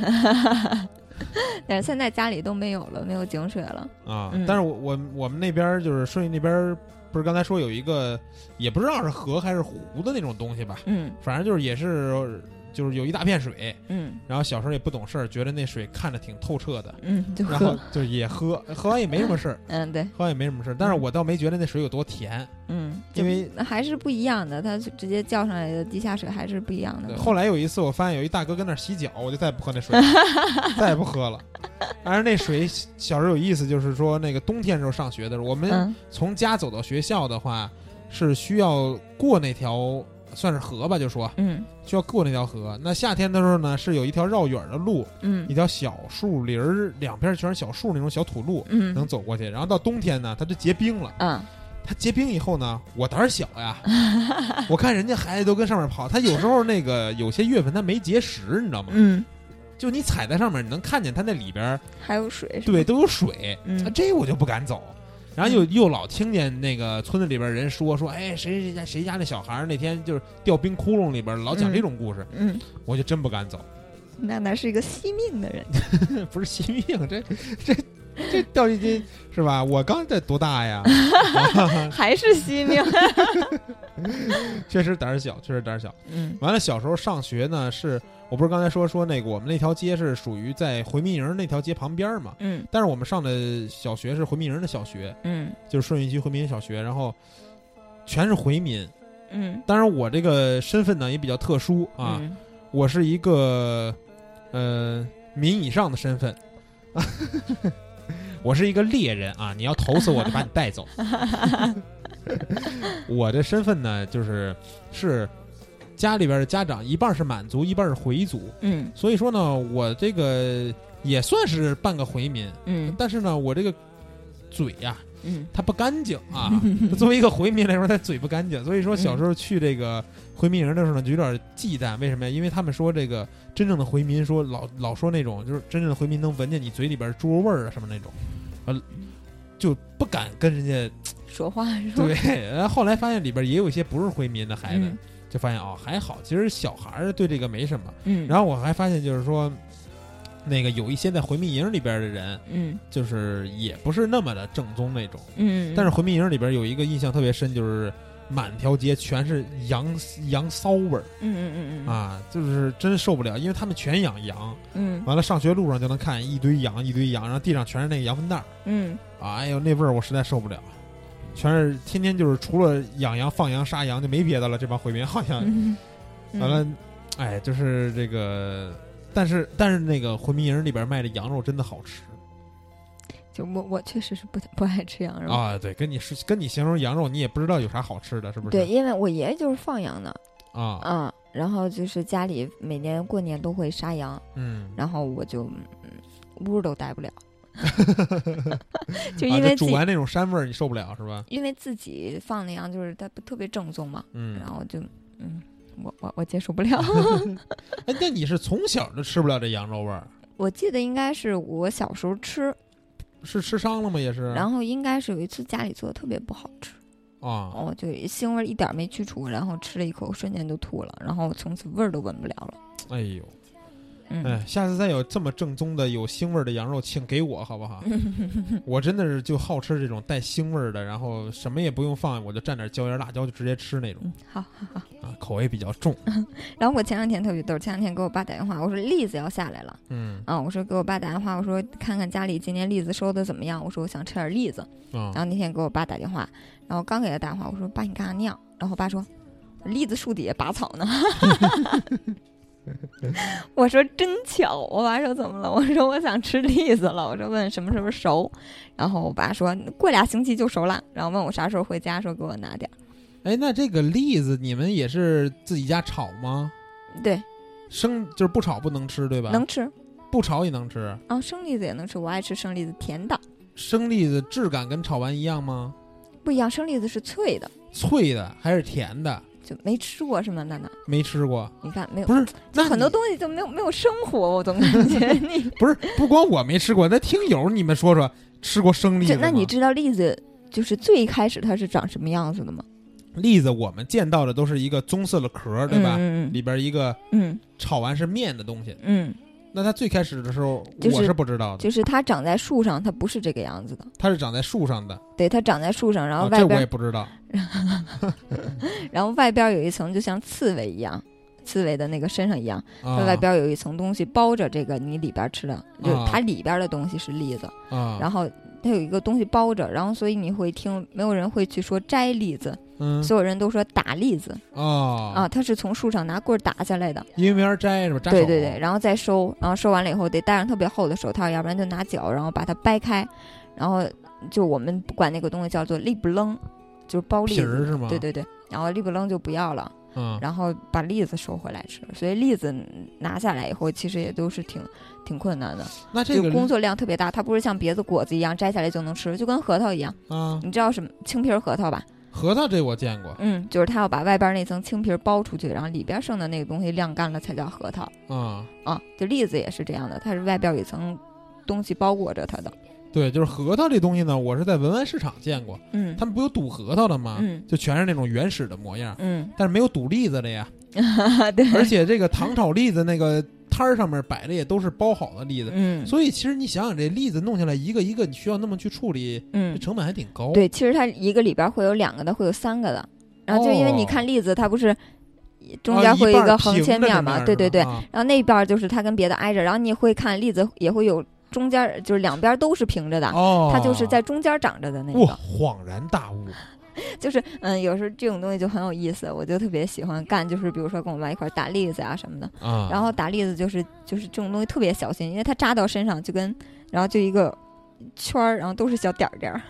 [SPEAKER 5] 但是现在家里都没有了，没有井水了。
[SPEAKER 4] 啊！
[SPEAKER 5] 嗯
[SPEAKER 4] 但是我我我们那边儿就是顺义那边儿，不是刚才说有一个，也不知道是河还是湖的那种东西吧，
[SPEAKER 5] 嗯
[SPEAKER 4] 反正就是也是就是有一大片水，
[SPEAKER 5] 嗯
[SPEAKER 4] 然后小时候也不懂事儿，觉得那水看着挺透彻的，
[SPEAKER 5] 嗯，就
[SPEAKER 4] 然后
[SPEAKER 5] 喝。
[SPEAKER 4] 就也喝，喝完也没什么事儿，
[SPEAKER 5] 嗯，对，
[SPEAKER 4] 喝完也没什么事儿。但是我倒没觉得那水有多甜，
[SPEAKER 5] 嗯，
[SPEAKER 4] 因为
[SPEAKER 5] 那还是不一样的，它就直接叫上来的地下水还是不一样的。
[SPEAKER 4] 后来有一次我发现有一大哥跟那儿洗脚，我就再也不喝那水 了，再也不喝了。但是那水小时候有意思，就是说那个冬天时候上学的时候，我们
[SPEAKER 5] 嗯
[SPEAKER 4] 从家走到学校的话是需要过那条算是河吧，就说
[SPEAKER 5] 嗯
[SPEAKER 4] 需要过那条河。那夏天的时候呢，是有一条绕远的路，一
[SPEAKER 5] 嗯
[SPEAKER 4] 条小树林儿，两边全是小树那种小土路。
[SPEAKER 5] 嗯
[SPEAKER 4] 能走过去，然后到冬天呢，它就结冰了。
[SPEAKER 5] 嗯
[SPEAKER 4] 它结冰以后呢，我胆儿小 呀，我看人家孩子都跟上面跑，它有时候那个有些月份它没结实，你知道吗？
[SPEAKER 5] 嗯，
[SPEAKER 4] 就你踩在上面，你能看见它那里边儿
[SPEAKER 5] 还有水是吧
[SPEAKER 4] 对都有水，
[SPEAKER 5] 嗯
[SPEAKER 4] 啊这我就不敢走。然后又又老听见那个村子里边人说说，哎，谁谁家谁家那小孩儿那天就是掉冰窟窿里边儿，老讲
[SPEAKER 5] 嗯
[SPEAKER 4] 这种故事，
[SPEAKER 5] 嗯，
[SPEAKER 4] 我就真不敢走。
[SPEAKER 5] 娜娜是一个惜命的人。
[SPEAKER 4] 不是惜命， 这这这掉一斤是吧？我刚才多大 呀？嗯
[SPEAKER 5] 还是惜 命。
[SPEAKER 4] 确实胆儿小，确实胆儿小。
[SPEAKER 5] 嗯
[SPEAKER 4] 完了，小时候上学呢，是我不是刚才说说那个我们那条街是属于在回民营那条街旁边儿嘛？
[SPEAKER 5] 嗯
[SPEAKER 4] 但是我们上的小学是回民营的小学，
[SPEAKER 5] 嗯
[SPEAKER 4] 就是顺义区回民营小学，然后全是回民。
[SPEAKER 5] 嗯
[SPEAKER 4] 当然，我这个身份呢也比较特殊啊，
[SPEAKER 5] 嗯
[SPEAKER 4] 我是一个呃民以上的身份，我是一个猎人啊！你要投死我，就把你带走。我的身份呢，就是是家里边的家长一半是满族，一半是回族，
[SPEAKER 5] 嗯
[SPEAKER 4] 所以说呢，我这个也算是半个回民，
[SPEAKER 5] 嗯
[SPEAKER 4] 但是呢，我这个嘴啊呀、
[SPEAKER 5] 嗯
[SPEAKER 4] 它不干净啊。作为一个回民来说，他嘴不干净，所以说小时候去这个回民营的时候呢，就有点忌惮。为什么呀？因为他们说这个真正的回民说老老说那种，就是真正的回民能闻见你嘴里边猪肉味儿啊什么那种，呃，就不敢跟人家
[SPEAKER 5] 说话是吧？
[SPEAKER 4] 对。然后后来发现里边也有一些不是回民的孩子，
[SPEAKER 5] 嗯
[SPEAKER 4] 就发现哦还好，其实小孩儿对这个没什么。
[SPEAKER 5] 嗯，
[SPEAKER 4] 然
[SPEAKER 5] 后
[SPEAKER 4] 后我还发现就是说。那个有一些在回民营里边的人，
[SPEAKER 5] 嗯
[SPEAKER 4] 就是也不是那么的正宗那种，
[SPEAKER 5] 嗯，
[SPEAKER 4] 但是回民营里边有一个印象特别深，就是满条街全是羊羊骚味儿
[SPEAKER 5] 嗯嗯嗯嗯
[SPEAKER 4] 啊，就是真受不了，因为他们全养羊，
[SPEAKER 5] 嗯
[SPEAKER 4] 完了上学路上就能看一堆羊一堆羊，然后地上全是那个羊粪蛋儿，
[SPEAKER 5] 嗯
[SPEAKER 4] 啊哎呦那味儿我实在受不了，全是天天就是除了养羊放羊杀羊就没别的了，这帮回民好像
[SPEAKER 5] 嗯，嗯
[SPEAKER 4] 完啊了，哎，就是这个，但是但是那个回民营里边卖的羊肉真的好吃
[SPEAKER 5] 就我我确实是不不爱吃羊肉，
[SPEAKER 4] 啊！对，跟你是跟你形容羊肉，你也不知道有啥好吃的，是不是？
[SPEAKER 5] 对，因为我爷爷就是放羊的，
[SPEAKER 4] 啊，
[SPEAKER 5] 嗯，然后就是家里每年过年都会杀羊，
[SPEAKER 4] 嗯，
[SPEAKER 5] 然后我就嗯屋都待 不了， 就
[SPEAKER 4] 啊
[SPEAKER 5] 因为自
[SPEAKER 4] 煮
[SPEAKER 5] 己、
[SPEAKER 4] 完那种膻味儿你受不了是吧？
[SPEAKER 5] 因为自己放的羊就是它不特别正宗嘛，
[SPEAKER 4] 嗯
[SPEAKER 5] 然，后就嗯，我我我接受不 了。
[SPEAKER 4] 哎，那你是从小就吃不了这羊肉味儿，
[SPEAKER 5] 我记得应该是我小时候吃，
[SPEAKER 4] 是吃伤了吗？也是
[SPEAKER 5] 然后应该是有一次家里做的特别不好吃，
[SPEAKER 4] 啊，
[SPEAKER 5] 哦，就腥味儿一点儿没去除，然后吃了一口瞬间就吐了，然后从此味儿都闻不了了。
[SPEAKER 4] 哎呦，
[SPEAKER 5] 嗯
[SPEAKER 4] 哎，下次再有这么正宗的有腥味儿的羊肉，请给我好不 好？我真的是就好吃这种带腥味儿的，然后什么也不用放，我就蘸点椒盐辣椒就直接吃那种。
[SPEAKER 5] 嗯，好。
[SPEAKER 4] 啊，口味比较重。
[SPEAKER 5] 然后我前两天特别逗，前两天给我爸打电话，我说栗子要下来了
[SPEAKER 4] 嗯
[SPEAKER 5] 啊，我说给我爸打电话，我说看看家里今年栗子收的怎么样，我说我想吃点栗子。
[SPEAKER 4] 啊
[SPEAKER 5] 然，后那天给我爸打电话，然后刚给他打电话，我说爸你干啥那样？然后我爸说栗子树底下拔 草呢。 我说真巧，我爸说怎么了？我说我想吃栗子了，我说问什么时候熟，然后我爸说过俩星期就熟了，然后问我啥时候回家，说给我拿点儿。
[SPEAKER 4] 哎，那这个栗子你们也是自己家炒吗？
[SPEAKER 5] 对，
[SPEAKER 4] 生就是不炒不能吃，对吧？
[SPEAKER 5] 能吃
[SPEAKER 4] 不炒也能吃。
[SPEAKER 5] 啊、生栗子也能吃，我爱吃生栗子，甜的
[SPEAKER 4] 生栗子质感跟炒完一样吗？
[SPEAKER 5] 不一样，生栗子是脆的，
[SPEAKER 4] 脆的还是甜的？
[SPEAKER 5] 就没吃过是吗？娜娜，
[SPEAKER 4] 没吃过，
[SPEAKER 5] 你看没有
[SPEAKER 4] 不？是？那
[SPEAKER 5] 很多
[SPEAKER 4] 你
[SPEAKER 5] 东西就没有没有生活，我总感觉你
[SPEAKER 4] 不是不光我没吃过，那听友你们说说吃过生栗子
[SPEAKER 5] 这
[SPEAKER 4] 吗？
[SPEAKER 5] 那你知道栗子就是最开始它是长什么样子的吗？
[SPEAKER 4] 栗子我们见到的都是一个棕色的壳儿，对吧？
[SPEAKER 5] 嗯
[SPEAKER 4] 里边一个
[SPEAKER 5] 嗯
[SPEAKER 4] 炒完是面的东西。
[SPEAKER 5] 嗯，
[SPEAKER 4] 那它最开始的时候
[SPEAKER 5] 就是
[SPEAKER 4] 我是不知道的，
[SPEAKER 5] 就是它长在树上，它不是这个样子的。
[SPEAKER 4] 它是长在树上的，
[SPEAKER 5] 对，它长在树上，然后
[SPEAKER 4] 啊
[SPEAKER 5] 外
[SPEAKER 4] 这我
[SPEAKER 5] 边，
[SPEAKER 4] 也不知道。
[SPEAKER 5] 然后外边有一层，就像刺猬一样，刺猬的那个身上一样，它
[SPEAKER 4] 啊
[SPEAKER 5] 外边有一层东西包着这个你里边吃的，就是
[SPEAKER 4] 啊
[SPEAKER 5] 它里边的东西是栗子，
[SPEAKER 4] 啊，
[SPEAKER 5] 然后它有一个东西包着，然后所以你会听，没有人会去说摘栗子，
[SPEAKER 4] 嗯
[SPEAKER 5] 所有人都说打栗子
[SPEAKER 4] 哦
[SPEAKER 5] 啊，它是从树上拿棍儿打下来的。
[SPEAKER 4] 因为没人摘是吧？扎
[SPEAKER 5] 对
[SPEAKER 4] 手啊
[SPEAKER 5] 对对，然后再收，然后收完了以后得戴上特别厚的手套，要不然就拿脚，然后把它掰开，然后就我们管那个东西叫做栗不楞，就是包栗
[SPEAKER 4] 皮
[SPEAKER 5] 子，
[SPEAKER 4] 儿是吗？
[SPEAKER 5] 对，对对，然后栗不楞就不要了，
[SPEAKER 4] 嗯，
[SPEAKER 5] 然后把栗子收回来吃，所以栗子拿下来以后，其实也都是挺挺困难的，
[SPEAKER 4] 那这个
[SPEAKER 5] 就工作量特别大，它不是像别的果子一样摘下来就能吃，就跟核桃一样，
[SPEAKER 4] 啊，
[SPEAKER 5] 你知道什么青皮儿核桃吧？
[SPEAKER 4] 核桃这我见过
[SPEAKER 5] 嗯，就是它要把外边那层青皮儿剥出去，然后里边剩的那个东西晾干了才叫核桃。
[SPEAKER 4] 啊，
[SPEAKER 5] 啊，就栗子也是这样的，它是外边有一层东西包裹着它的。
[SPEAKER 4] 对，就是核桃这东西呢，我是在文玩市场见过，
[SPEAKER 5] 嗯
[SPEAKER 4] 他们不有赌核桃的吗？
[SPEAKER 5] 嗯
[SPEAKER 4] 就全是那种原始的模样，
[SPEAKER 5] 嗯，
[SPEAKER 4] 但是没有赌栗子的呀。
[SPEAKER 5] 对，
[SPEAKER 4] 而且这个糖炒栗子那个摊儿上面摆的也都是包好的栗子，
[SPEAKER 5] 嗯
[SPEAKER 4] 所以其实你想想，这栗子弄下来一个一个，你需要那么去处理，这
[SPEAKER 5] 嗯，
[SPEAKER 4] 成本还挺高。
[SPEAKER 5] 对，其实它一个里边会有两个的，会有三个的。然后就因为你看
[SPEAKER 4] 哦
[SPEAKER 5] 栗子，它不是中
[SPEAKER 4] 啊
[SPEAKER 5] 间会
[SPEAKER 4] 一
[SPEAKER 5] 有一
[SPEAKER 4] 半
[SPEAKER 5] 个
[SPEAKER 4] 儿
[SPEAKER 5] 横
[SPEAKER 4] 平
[SPEAKER 5] 切
[SPEAKER 4] 着
[SPEAKER 5] 面
[SPEAKER 4] 的
[SPEAKER 5] 嘛，
[SPEAKER 4] 儿
[SPEAKER 5] 对
[SPEAKER 4] 是
[SPEAKER 5] 对
[SPEAKER 4] 吧
[SPEAKER 5] 对。
[SPEAKER 4] 啊
[SPEAKER 5] 然后那边就是它跟别的挨着，然后你会看栗子也会有中间就是两边都是平着的。
[SPEAKER 4] 哦，
[SPEAKER 5] 它就是在中间长着的那
[SPEAKER 4] 哇
[SPEAKER 5] 个，
[SPEAKER 4] 恍然大悟，
[SPEAKER 5] 就是嗯，有时候这种东西就很有意思，我就特别喜欢干，就是比如说跟我妈一块儿打栗子啊什么的，
[SPEAKER 4] 啊，
[SPEAKER 5] 然后打栗子就是就是这种东西特别小心，因为它扎到身上就跟，然后就一个圈儿，然后都是小点儿点儿，
[SPEAKER 4] 啊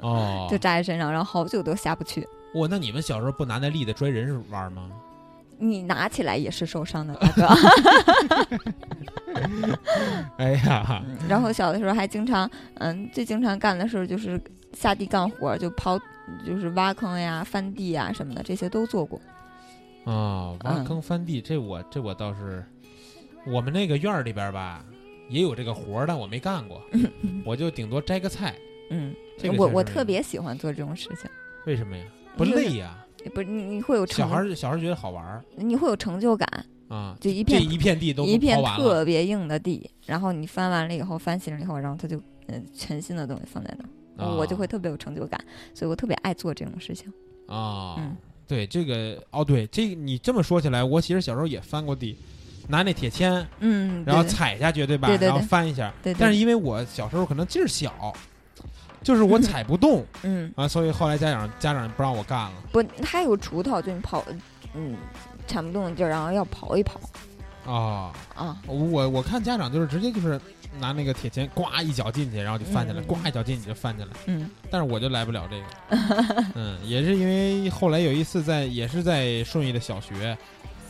[SPEAKER 4] 哦，
[SPEAKER 5] 就扎在身上，然后好久都下不去。
[SPEAKER 4] 哇，那你们小时候不拿那栗子拽人玩吗？
[SPEAKER 5] 你拿起来也是受伤的，大哥。
[SPEAKER 4] 哎呀，
[SPEAKER 5] 然后小的时候还经常，嗯，最经常干的事儿就是下地干活儿，就刨，就是挖坑呀、翻地呀什么的，这些都做过。
[SPEAKER 4] 啊，挖
[SPEAKER 5] 嗯
[SPEAKER 4] 坑翻地，这我这我倒是，我们那个院儿里边儿吧，也有这个活儿，但我没干过，我就顶多摘个菜。
[SPEAKER 5] 嗯，
[SPEAKER 4] 这个
[SPEAKER 5] 我
[SPEAKER 4] 确
[SPEAKER 5] 我
[SPEAKER 4] 实没
[SPEAKER 5] 特
[SPEAKER 4] 有
[SPEAKER 5] 别喜欢做这种事情，
[SPEAKER 4] 为什么呀？不
[SPEAKER 5] 就是
[SPEAKER 4] 累呀，
[SPEAKER 5] 不是你你会有
[SPEAKER 4] 小
[SPEAKER 5] 成
[SPEAKER 4] 孩，儿小孩儿觉得好玩儿
[SPEAKER 5] 你会有成就感，
[SPEAKER 4] 啊，
[SPEAKER 5] 就一
[SPEAKER 4] 这
[SPEAKER 5] 片
[SPEAKER 4] 一片地都
[SPEAKER 5] 一
[SPEAKER 4] 刨
[SPEAKER 5] 片
[SPEAKER 4] 完了。
[SPEAKER 5] 特别硬的地，然后你翻完了以后，翻新了以后，然后它就嗯、呃全新的东西放在那儿，
[SPEAKER 4] 啊
[SPEAKER 5] 我就会特别有成就感，所以我特别爱做这种事情。
[SPEAKER 4] 啊。
[SPEAKER 5] 嗯
[SPEAKER 4] 对这个哦，对这个你这么说起来，我其实小时候也翻过地，拿那铁签，
[SPEAKER 5] 嗯，
[SPEAKER 4] 然后
[SPEAKER 5] 对对
[SPEAKER 4] 踩下去，对吧？
[SPEAKER 5] 对对对
[SPEAKER 4] 然后翻一下。
[SPEAKER 5] 对对对
[SPEAKER 4] 但是因为我小时候可能劲儿小，就是我踩不动
[SPEAKER 5] 嗯，
[SPEAKER 4] 啊，所以后来家长家长不让我干了
[SPEAKER 5] 不，它有锄头，就你跑，嗯，铲不动的地儿，然后要刨一刨
[SPEAKER 4] 啊。
[SPEAKER 5] 啊。
[SPEAKER 4] 我我看家长就是直接就是拿那个铁钳呱一脚进去，然后就翻起来，
[SPEAKER 5] 嗯
[SPEAKER 4] 呱一脚进去就翻起来。
[SPEAKER 5] 嗯，
[SPEAKER 4] 但是我就来不了这个，嗯，也是因为后来有一次在也是在顺义的小学，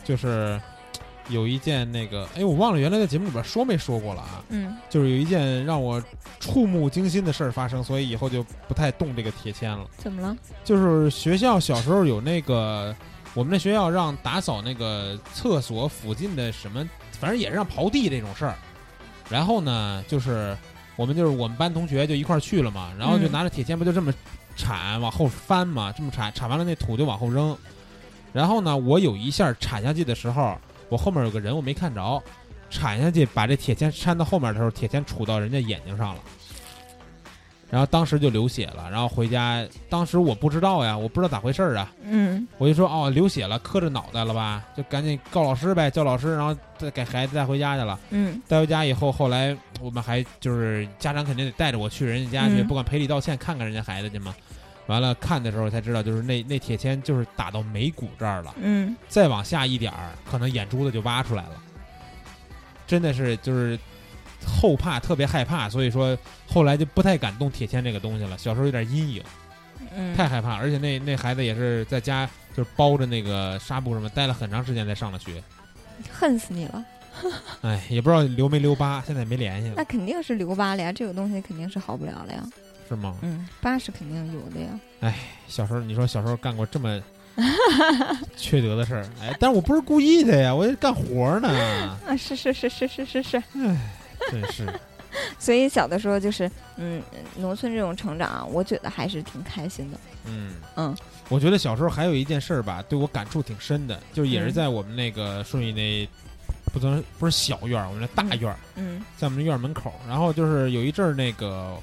[SPEAKER 4] 就是有一件那个，哎，我忘了原来在节目里边说没说过了啊，
[SPEAKER 5] 嗯
[SPEAKER 4] 就是有一件让我触目惊心的事儿发生，所以以后就不太动这个铁签了。，
[SPEAKER 5] 怎么了？
[SPEAKER 4] 就是学校小时候有那个，我们那学校让打扫那个厕所附近的什么，反正也是让刨地这种事儿。然后呢，就是我们就是我们班同学就一块儿去了嘛，然后就
[SPEAKER 5] 嗯
[SPEAKER 4] 拿着铁锨不就这么铲往后翻嘛，这么铲铲完了那土就往后扔。然后呢，我有一下铲下去的时候，我后面有个人我没看着，铲下去把这铁钎扇到后面的时候，铁钎杵到人家眼睛上了，然后当时就流血了，然后回家，当时我不知道呀，我不知道咋回事儿啊，
[SPEAKER 5] 嗯
[SPEAKER 4] 我就说哦流血了，磕着脑袋了吧，就赶紧告老师呗，叫老师，然后再给孩子带回家去了。
[SPEAKER 5] 嗯
[SPEAKER 4] 带回家以后，后来我们还就是家长肯定得带着我去人家家去，
[SPEAKER 5] 嗯
[SPEAKER 4] 不管赔礼道歉，看看人家孩子去嘛。完了看的时候才知道，就是那那铁钎就是打到眉骨这儿了。
[SPEAKER 5] 嗯，
[SPEAKER 4] 再往下一点儿，可能眼珠子就挖出来了。真的是就是后怕，特别害怕，所以说后来就不太敢动铁钎这个东西了。小时候有点阴影，
[SPEAKER 5] 嗯
[SPEAKER 4] 太害怕，而且那那孩子也是在家就是包着那个纱布什么，待了很长时间才上了学。
[SPEAKER 5] 恨死你了！
[SPEAKER 4] 哎，也不知道留没留疤，现在也没联系
[SPEAKER 5] 那
[SPEAKER 4] 了，
[SPEAKER 5] 肯定是留疤了呀，这个东西肯定是好不了了呀。
[SPEAKER 4] 是吗？
[SPEAKER 5] 嗯，疤是肯定有的呀。
[SPEAKER 4] 小时候你说小时候干过这么缺德的事儿，哎，但是我不是故意的呀，我这干活儿呢，
[SPEAKER 5] 啊，是是是是是是是。
[SPEAKER 4] 真是。
[SPEAKER 5] 所以小的时候就是，嗯，农村这种成长，啊我觉得还是挺开心的。
[SPEAKER 4] 嗯
[SPEAKER 5] 嗯，
[SPEAKER 4] 我觉得小时候还有一件事儿吧，对我感触挺深的，就是也是
[SPEAKER 5] 嗯
[SPEAKER 4] 在我们那个顺义那，不能不是小院儿，我们那大院儿，
[SPEAKER 5] 嗯
[SPEAKER 4] 在我们院儿门口儿。然后就是有一阵儿那个，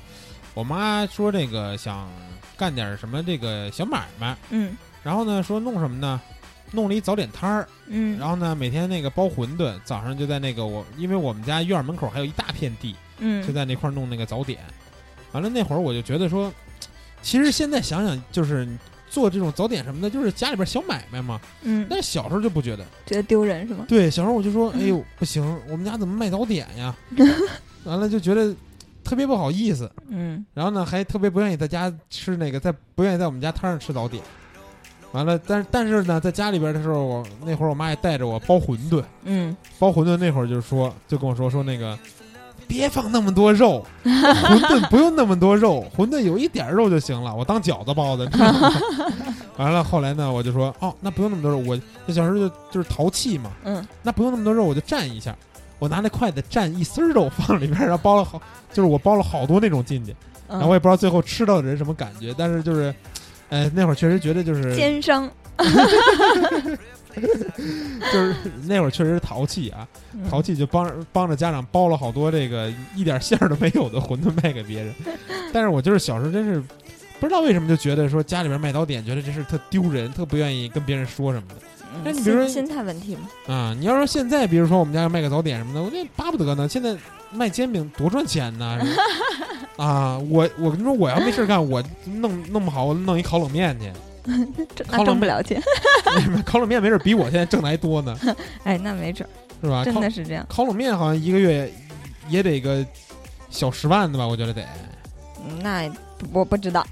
[SPEAKER 4] 我妈说这个想干点儿什么这个小买卖，
[SPEAKER 5] 嗯
[SPEAKER 4] 然后呢说弄什么呢？弄了一早点摊儿，
[SPEAKER 5] 嗯
[SPEAKER 4] 然后呢每天那个包馄饨，早上就在那个我，因为我们家院儿门口还有一大片地，就
[SPEAKER 5] 嗯
[SPEAKER 4] 在那块儿弄那个早点。完了那会儿我就觉得说，其实现在想想，就是你做这种早点什么的，就是家里边小买卖嘛。
[SPEAKER 5] 嗯，
[SPEAKER 4] 但是小时候就不觉得，
[SPEAKER 5] 觉得丢人是吗？
[SPEAKER 4] 对，小时候我就说，哎呦不行，我们家怎么卖早点 呀？完了就觉得特别不好意思，
[SPEAKER 5] 嗯
[SPEAKER 4] 然后呢还特别不愿意在家吃那个，在不愿意在我们家摊上吃早点。完了，但是但是呢，在家里边的时候，我那会儿我妈也带着我包馄饨，
[SPEAKER 5] 嗯
[SPEAKER 4] 包馄饨那会儿就说，就跟我说说那个，别放那么多肉，馄饨不用那么多肉，馄饨有一点儿肉就行了，我当饺子 包的。知道吗完了，后来呢，我就说，哦，那不用那么多肉，我这小时候就就是淘气嘛，
[SPEAKER 5] 嗯
[SPEAKER 4] 那不用那么多肉，我就蘸一下，我拿那筷子蘸一丝儿肉放里边儿，然后包了好，就是我包了好多那种进去，然后我
[SPEAKER 5] 嗯，
[SPEAKER 4] 也不知道最后吃到的人什么感觉，但是就是，呃，那会儿确实觉得就是
[SPEAKER 5] 奸商。
[SPEAKER 4] 就是那会儿确实淘气啊，
[SPEAKER 5] 嗯
[SPEAKER 4] 淘气就帮帮着家长包了好多这个一点馅儿都没有的馄饨卖给别 人。但是我就是小时候真是不知道为什么就觉得说家里边卖早点，觉得这事儿特丢人，特不愿意跟别人说什么的
[SPEAKER 5] 嗯
[SPEAKER 4] 那你比如说
[SPEAKER 5] 心心态问题嘛。
[SPEAKER 4] 啊、你要说现在，比如说我们家要卖个早点什么的，我那巴不得呢。现在卖煎饼多赚钱呢！ 是吧啊，我我跟你说，我要没事儿干，我弄弄不好我弄一烤冷面去，
[SPEAKER 5] 这
[SPEAKER 4] 好
[SPEAKER 5] 那
[SPEAKER 4] 冷
[SPEAKER 5] 挣不 了钱，
[SPEAKER 4] 烤冷面没准比我现在挣的还多呢，
[SPEAKER 5] 哎，那没准儿，
[SPEAKER 4] 是吧？
[SPEAKER 5] 真
[SPEAKER 4] 烤
[SPEAKER 5] 的是这样。
[SPEAKER 4] 烤冷面好像一个月也得个小十万的吧，我觉得得。
[SPEAKER 5] 嗯那我不 知道，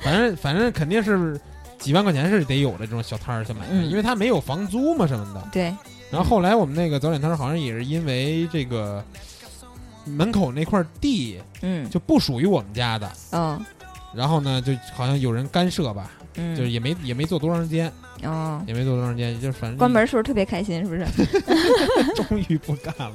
[SPEAKER 4] 反正反正肯定是几万块钱是得有的这种小摊儿小买卖，
[SPEAKER 5] 嗯
[SPEAKER 4] 因为他没有房租嘛什么的。
[SPEAKER 5] 对，
[SPEAKER 4] 然后后来我们那个早点摊儿好像也是因为这个门口那块地
[SPEAKER 5] 嗯，
[SPEAKER 4] 就不属于我们家的，
[SPEAKER 5] 哦，
[SPEAKER 4] 然后呢就好像有人干涉吧，
[SPEAKER 5] 嗯，
[SPEAKER 4] 就是也没也没做多长时间，
[SPEAKER 5] 哦，
[SPEAKER 4] 也没做多长时间，就反正
[SPEAKER 5] 关门时候特别开心，是不是？
[SPEAKER 4] 终于不干了。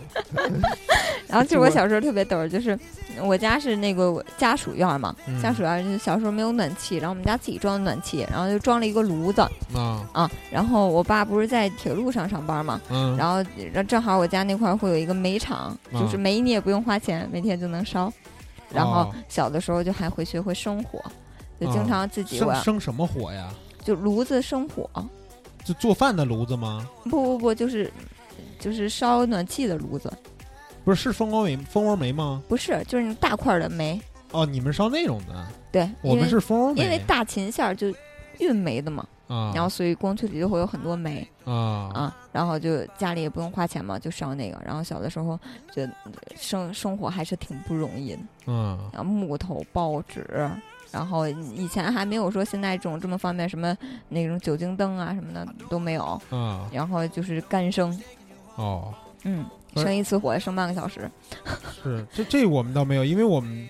[SPEAKER 5] 然后就是我小时候特别逗儿，就是我家是那个我家属院儿嘛，
[SPEAKER 4] 嗯
[SPEAKER 5] 家属院儿就是小时候没有暖气，然后我们家自己装的暖气，然后就装了一个炉子
[SPEAKER 4] 啊
[SPEAKER 5] 啊。然后我爸不是在铁路上上班嘛，
[SPEAKER 4] 嗯
[SPEAKER 5] 然后然后正好我家那块儿会有一个煤场，就是煤你也不用花钱，每天就能烧。然后
[SPEAKER 4] 哦
[SPEAKER 5] 小的时候就还会学会生火，就
[SPEAKER 4] 啊
[SPEAKER 5] 经常自己我
[SPEAKER 4] 生生什么火呀？
[SPEAKER 5] 就炉子生火，
[SPEAKER 4] 就做饭的炉子吗？
[SPEAKER 5] 不不不，就是就是烧暖气的炉子，
[SPEAKER 4] 不是，是蜂窝煤蜂窝煤吗？
[SPEAKER 5] 不是，就是那大块儿的煤。
[SPEAKER 4] 哦，你们烧那种的，
[SPEAKER 5] 对，
[SPEAKER 4] 我们是蜂窝
[SPEAKER 5] 因为因为
[SPEAKER 4] 煤
[SPEAKER 5] 大琴线儿就运煤的嘛，
[SPEAKER 4] 啊，
[SPEAKER 5] 然后所以工区里就会有很多煤
[SPEAKER 4] 啊
[SPEAKER 5] 啊，然后就家里也不用花钱嘛，就烧那个。然后小的时候觉得生生活还是挺不容易的，
[SPEAKER 4] 嗯
[SPEAKER 5] 啊，木头、报纸。然后以前还没有说现在这种这么方便，什么那种酒精灯啊什么的都没有。
[SPEAKER 4] 啊
[SPEAKER 5] 然后就是干生，
[SPEAKER 4] 哦，
[SPEAKER 5] 嗯，
[SPEAKER 4] 不是
[SPEAKER 5] 生一次火生半个小时，
[SPEAKER 4] 是这这我们倒没有，因为我们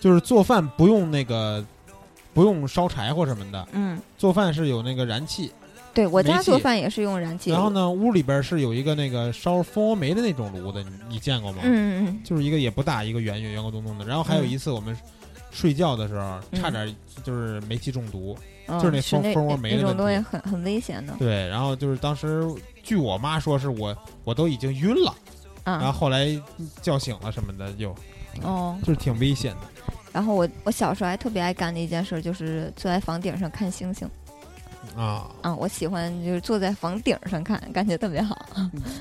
[SPEAKER 4] 就是做饭不用那个不用烧柴火什么的，
[SPEAKER 5] 嗯，
[SPEAKER 4] 做饭是有那个燃气，
[SPEAKER 5] 对我
[SPEAKER 4] 煤
[SPEAKER 5] 家
[SPEAKER 4] 气
[SPEAKER 5] 做饭也是用燃气炉，
[SPEAKER 4] 然后呢屋里边是有一个那个烧蜂窝煤的那种炉子，你你见过吗？
[SPEAKER 5] 嗯，嗯嗯，
[SPEAKER 4] 就是一个也不大，一个圆圆圆咕咚咚的。然后还有一次我们睡觉的时候，
[SPEAKER 5] 嗯
[SPEAKER 4] 差点就是煤气中毒。
[SPEAKER 5] 嗯
[SPEAKER 4] 就是那
[SPEAKER 5] 是
[SPEAKER 4] 蜂
[SPEAKER 5] 那
[SPEAKER 4] 蜂窝煤
[SPEAKER 5] 那
[SPEAKER 4] 的
[SPEAKER 5] 种
[SPEAKER 4] 问
[SPEAKER 5] 东西
[SPEAKER 4] 题
[SPEAKER 5] 很很危险的
[SPEAKER 4] 对，然后就是当时据我妈说，是我我都已经晕了，然后
[SPEAKER 5] 啊。
[SPEAKER 4] 后来叫醒了什么的，就
[SPEAKER 5] 哦，
[SPEAKER 4] 就是挺危险的。
[SPEAKER 5] 然后我我小时候还特别爱干的一件事，就是坐在房顶上看星星
[SPEAKER 4] 啊，
[SPEAKER 5] 啊，我喜欢就是坐在房顶上看，感觉特别好。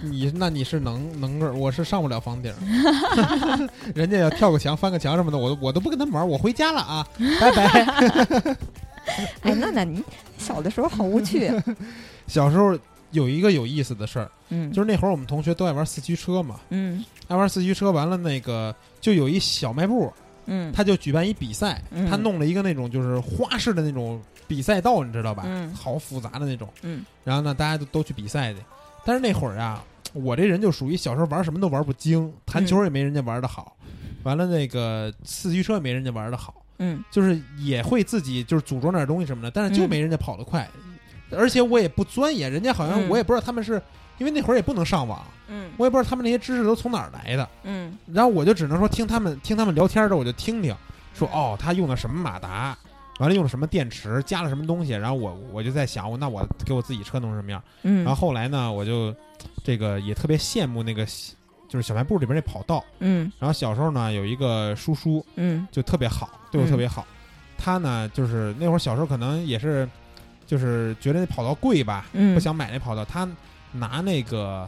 [SPEAKER 4] 你那你是能能个，我是上不了房顶儿， 人家要跳个墙、翻个墙什么的，我我都不跟他们玩儿，我回家了啊，拜拜。
[SPEAKER 5] 哎，娜娜，你小的时候好无趣啊。
[SPEAKER 4] 小时候有一个有意思的事儿，
[SPEAKER 5] 嗯，
[SPEAKER 4] 就是那会儿我们同学都爱玩四驱车嘛，
[SPEAKER 5] 嗯
[SPEAKER 4] 爱玩四驱车，完了那个就有一小卖部，
[SPEAKER 5] 嗯
[SPEAKER 4] 他就举办一比赛，
[SPEAKER 5] 嗯
[SPEAKER 4] 他弄了一个那种就是花式的那种比赛道，你知道吧？
[SPEAKER 5] 嗯
[SPEAKER 4] 好复杂的那种。
[SPEAKER 5] 嗯
[SPEAKER 4] 然后呢，大家都都去比赛去。但是那会儿啊，我这人就属于小时候玩什么都玩不精，弹
[SPEAKER 5] 嗯
[SPEAKER 4] 球也没人家玩的好，完了那个四驱车也没人家玩的好，
[SPEAKER 5] 嗯
[SPEAKER 4] 就是也会自己就是组装点东西什么的，但是就
[SPEAKER 5] 嗯
[SPEAKER 4] 没人家跑得快，而且我也不钻研，人家好像
[SPEAKER 5] 嗯
[SPEAKER 4] 我也不知道他们是。因为那会儿也不能上网，
[SPEAKER 5] 嗯
[SPEAKER 4] 我也不知道他们那些知识都从哪儿来的，
[SPEAKER 5] 嗯
[SPEAKER 4] 然后我就只能说听他们听他们聊天的，我就听听，说哦，他用的什么马达，完了用了什么电池，加了什么东西，然后我我就在想，我那我给我自己车弄成什么样？
[SPEAKER 5] 嗯，
[SPEAKER 4] 然后后来呢，我就这个也特别羡慕那个小就是小卖部里边那跑道。
[SPEAKER 5] 嗯
[SPEAKER 4] 然后小时候呢，有一个叔叔
[SPEAKER 5] 嗯
[SPEAKER 4] 就特别好，对我
[SPEAKER 5] 嗯
[SPEAKER 4] 特别好。他呢，就是那会儿小时候可能也是，就是觉得那跑道贵吧，
[SPEAKER 5] 嗯，
[SPEAKER 4] 不想买那跑道，他拿那个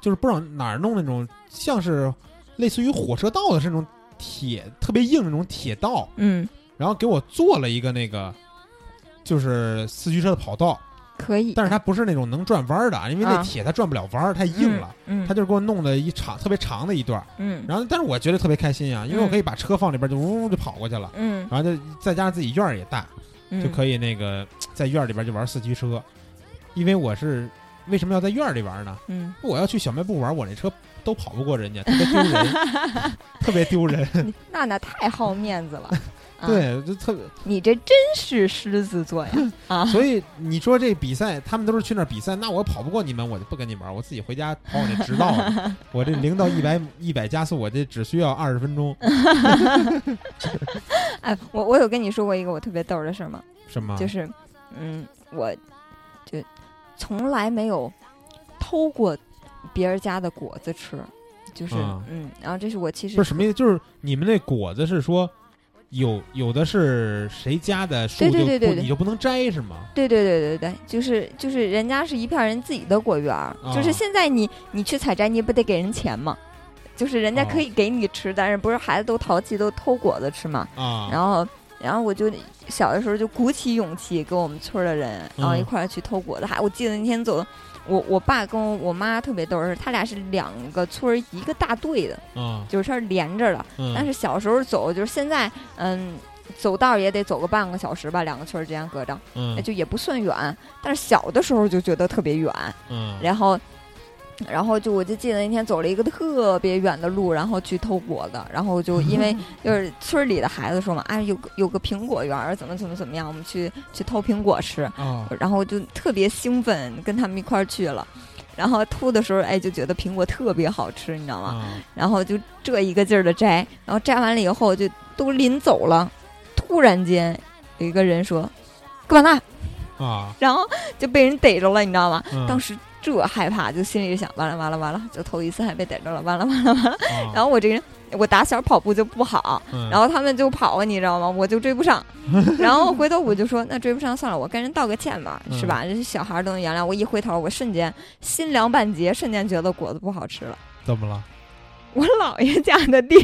[SPEAKER 4] 就是不知道哪儿弄那种像是类似于火车道的是那种铁特别硬的那种铁道，
[SPEAKER 5] 嗯
[SPEAKER 4] 然后给我做了一个那个就是四驱车的跑道，
[SPEAKER 5] 可以，
[SPEAKER 4] 但是它不是那种能转弯儿的啊，因为那
[SPEAKER 5] 啊
[SPEAKER 4] 铁它转不了弯儿，太硬了。
[SPEAKER 5] 嗯，
[SPEAKER 4] 他就是给我弄的一长特别长的一段儿，
[SPEAKER 5] 嗯
[SPEAKER 4] 然后但是我觉得特别开心啊，因为我
[SPEAKER 5] 嗯
[SPEAKER 4] 可以把车放里边儿就呜呜就跑过去了，
[SPEAKER 5] 嗯
[SPEAKER 4] 然后就再加上自己院儿也大，
[SPEAKER 5] 嗯
[SPEAKER 4] 就可以那个在院儿里边就玩四驱车，因为我是为什么要在院儿里玩呢？
[SPEAKER 5] 嗯，
[SPEAKER 4] 我要去小卖部玩，我那车都跑不过人家，特别丢 人，特别丢人。。
[SPEAKER 5] 娜娜太好面子了 啊，
[SPEAKER 4] 对，就特别，
[SPEAKER 5] 你这真是狮子 座呀！啊，
[SPEAKER 4] 所以你说这比赛，他们都是去那儿比赛，那我跑不过你们，我就不跟你玩，我自己回家跑我那直道 了。我这零到一百一百加速，我这只需要二十分钟，
[SPEAKER 5] 嗯哎，我我有跟你说过一个我特别逗的事儿吗？
[SPEAKER 4] 是吗？
[SPEAKER 5] 就是，嗯，我就从来没有偷过别人家的果子吃，就是
[SPEAKER 4] 啊
[SPEAKER 5] 嗯，然后这是我其
[SPEAKER 4] 不
[SPEAKER 5] 实
[SPEAKER 4] 是什么意思，就是你们那果子是说。有有的是谁家的树
[SPEAKER 5] 对
[SPEAKER 4] 就
[SPEAKER 5] 对对对
[SPEAKER 4] 不
[SPEAKER 5] 对
[SPEAKER 4] 你就不能摘是吗？
[SPEAKER 5] 对对对对对，就是就是人家是一片儿人自己的果园儿，就是
[SPEAKER 4] 啊
[SPEAKER 5] 现在你你去采摘，你不得给人钱吗？就是人家可
[SPEAKER 4] 哦
[SPEAKER 5] 以给你吃，但是不是孩子都淘气都偷果子吃嘛？
[SPEAKER 4] 啊，
[SPEAKER 5] 然后，然后我就小的时候就鼓起勇气跟我们村儿的人，然后一
[SPEAKER 4] 嗯
[SPEAKER 5] 块儿去偷果子。还我记得那天走，我我爸跟我妈特别逗，是他俩是两个村儿一个大队的，
[SPEAKER 4] 啊，
[SPEAKER 5] 就是他是连着的。
[SPEAKER 4] 嗯
[SPEAKER 5] 但是小时候走，就是现在，嗯，走道儿也得走个半个小时吧，两个村儿之间隔着，
[SPEAKER 4] 嗯
[SPEAKER 5] 哎就也不算远。但是小的时候就觉得特别远，
[SPEAKER 4] 嗯，
[SPEAKER 5] 然后，然后就我就记得那天走了一个特别远的路，然后去偷果子，然后就因为就是村儿里的孩子说嘛，哎，有个有个苹果园儿，怎么怎么怎么样，我们去去偷苹果吃，
[SPEAKER 4] 啊
[SPEAKER 5] 然后就特别兴奋，跟他们一块儿去了。然后偷的时候，哎，就觉得苹果特别好吃，你知道吗？
[SPEAKER 4] 啊
[SPEAKER 5] 然后就这一个劲儿的摘，然后摘完了以后就都临走了，突然间有一个人说：“干嘛呢
[SPEAKER 4] 啊！”！
[SPEAKER 5] 然后就被人逮着了，你知道吗？
[SPEAKER 4] 嗯
[SPEAKER 5] 当时这害怕，就心里想，完了完了完了，就头一次还被逮着了，完了完了完了。
[SPEAKER 4] 啊
[SPEAKER 5] 然后我这人我打小跑步就不好，
[SPEAKER 4] 嗯，
[SPEAKER 5] 然后他们就跑啊，你知道吗？我就追不 上，然后回头我就说，那追不上算了，我跟人道个歉吧，是吧？
[SPEAKER 4] 嗯
[SPEAKER 5] 这小孩儿都能原谅我。一回头，我瞬间心凉半截，瞬间觉得果子不好吃了。
[SPEAKER 4] 怎么了？
[SPEAKER 5] 我姥爷家的 地，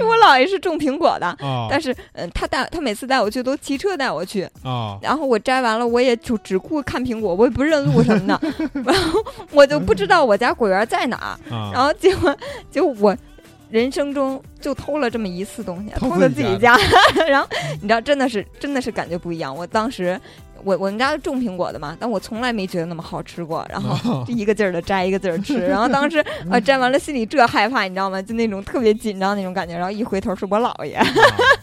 [SPEAKER 5] 我姥爷是种苹果的，
[SPEAKER 4] 哦
[SPEAKER 5] 但是嗯、呃他带他每次带我去都骑车带我去，
[SPEAKER 4] 哦，
[SPEAKER 5] 然后我摘完了，我也就只顾看苹果，我也不认路什么 的，然后我就不知道我家果园在哪儿。
[SPEAKER 4] 然
[SPEAKER 5] 然后结果就我人生中就偷了这么一次东西，
[SPEAKER 4] 偷
[SPEAKER 5] 偷
[SPEAKER 4] 自
[SPEAKER 5] 了
[SPEAKER 4] 己
[SPEAKER 5] 自己家。 然后你知道，真的是真的是感觉不一样。我当时我我们家种苹果的嘛，但我从来没觉得那么好吃过。然后
[SPEAKER 4] 后
[SPEAKER 5] 就一个劲儿的摘，一个劲儿 吃。然后当时
[SPEAKER 4] 嗯
[SPEAKER 5] 啊摘完了，心里这害怕，你知道吗？就那种特别紧张那种感觉。然后一回头是我姥
[SPEAKER 4] 啊
[SPEAKER 5] 爷，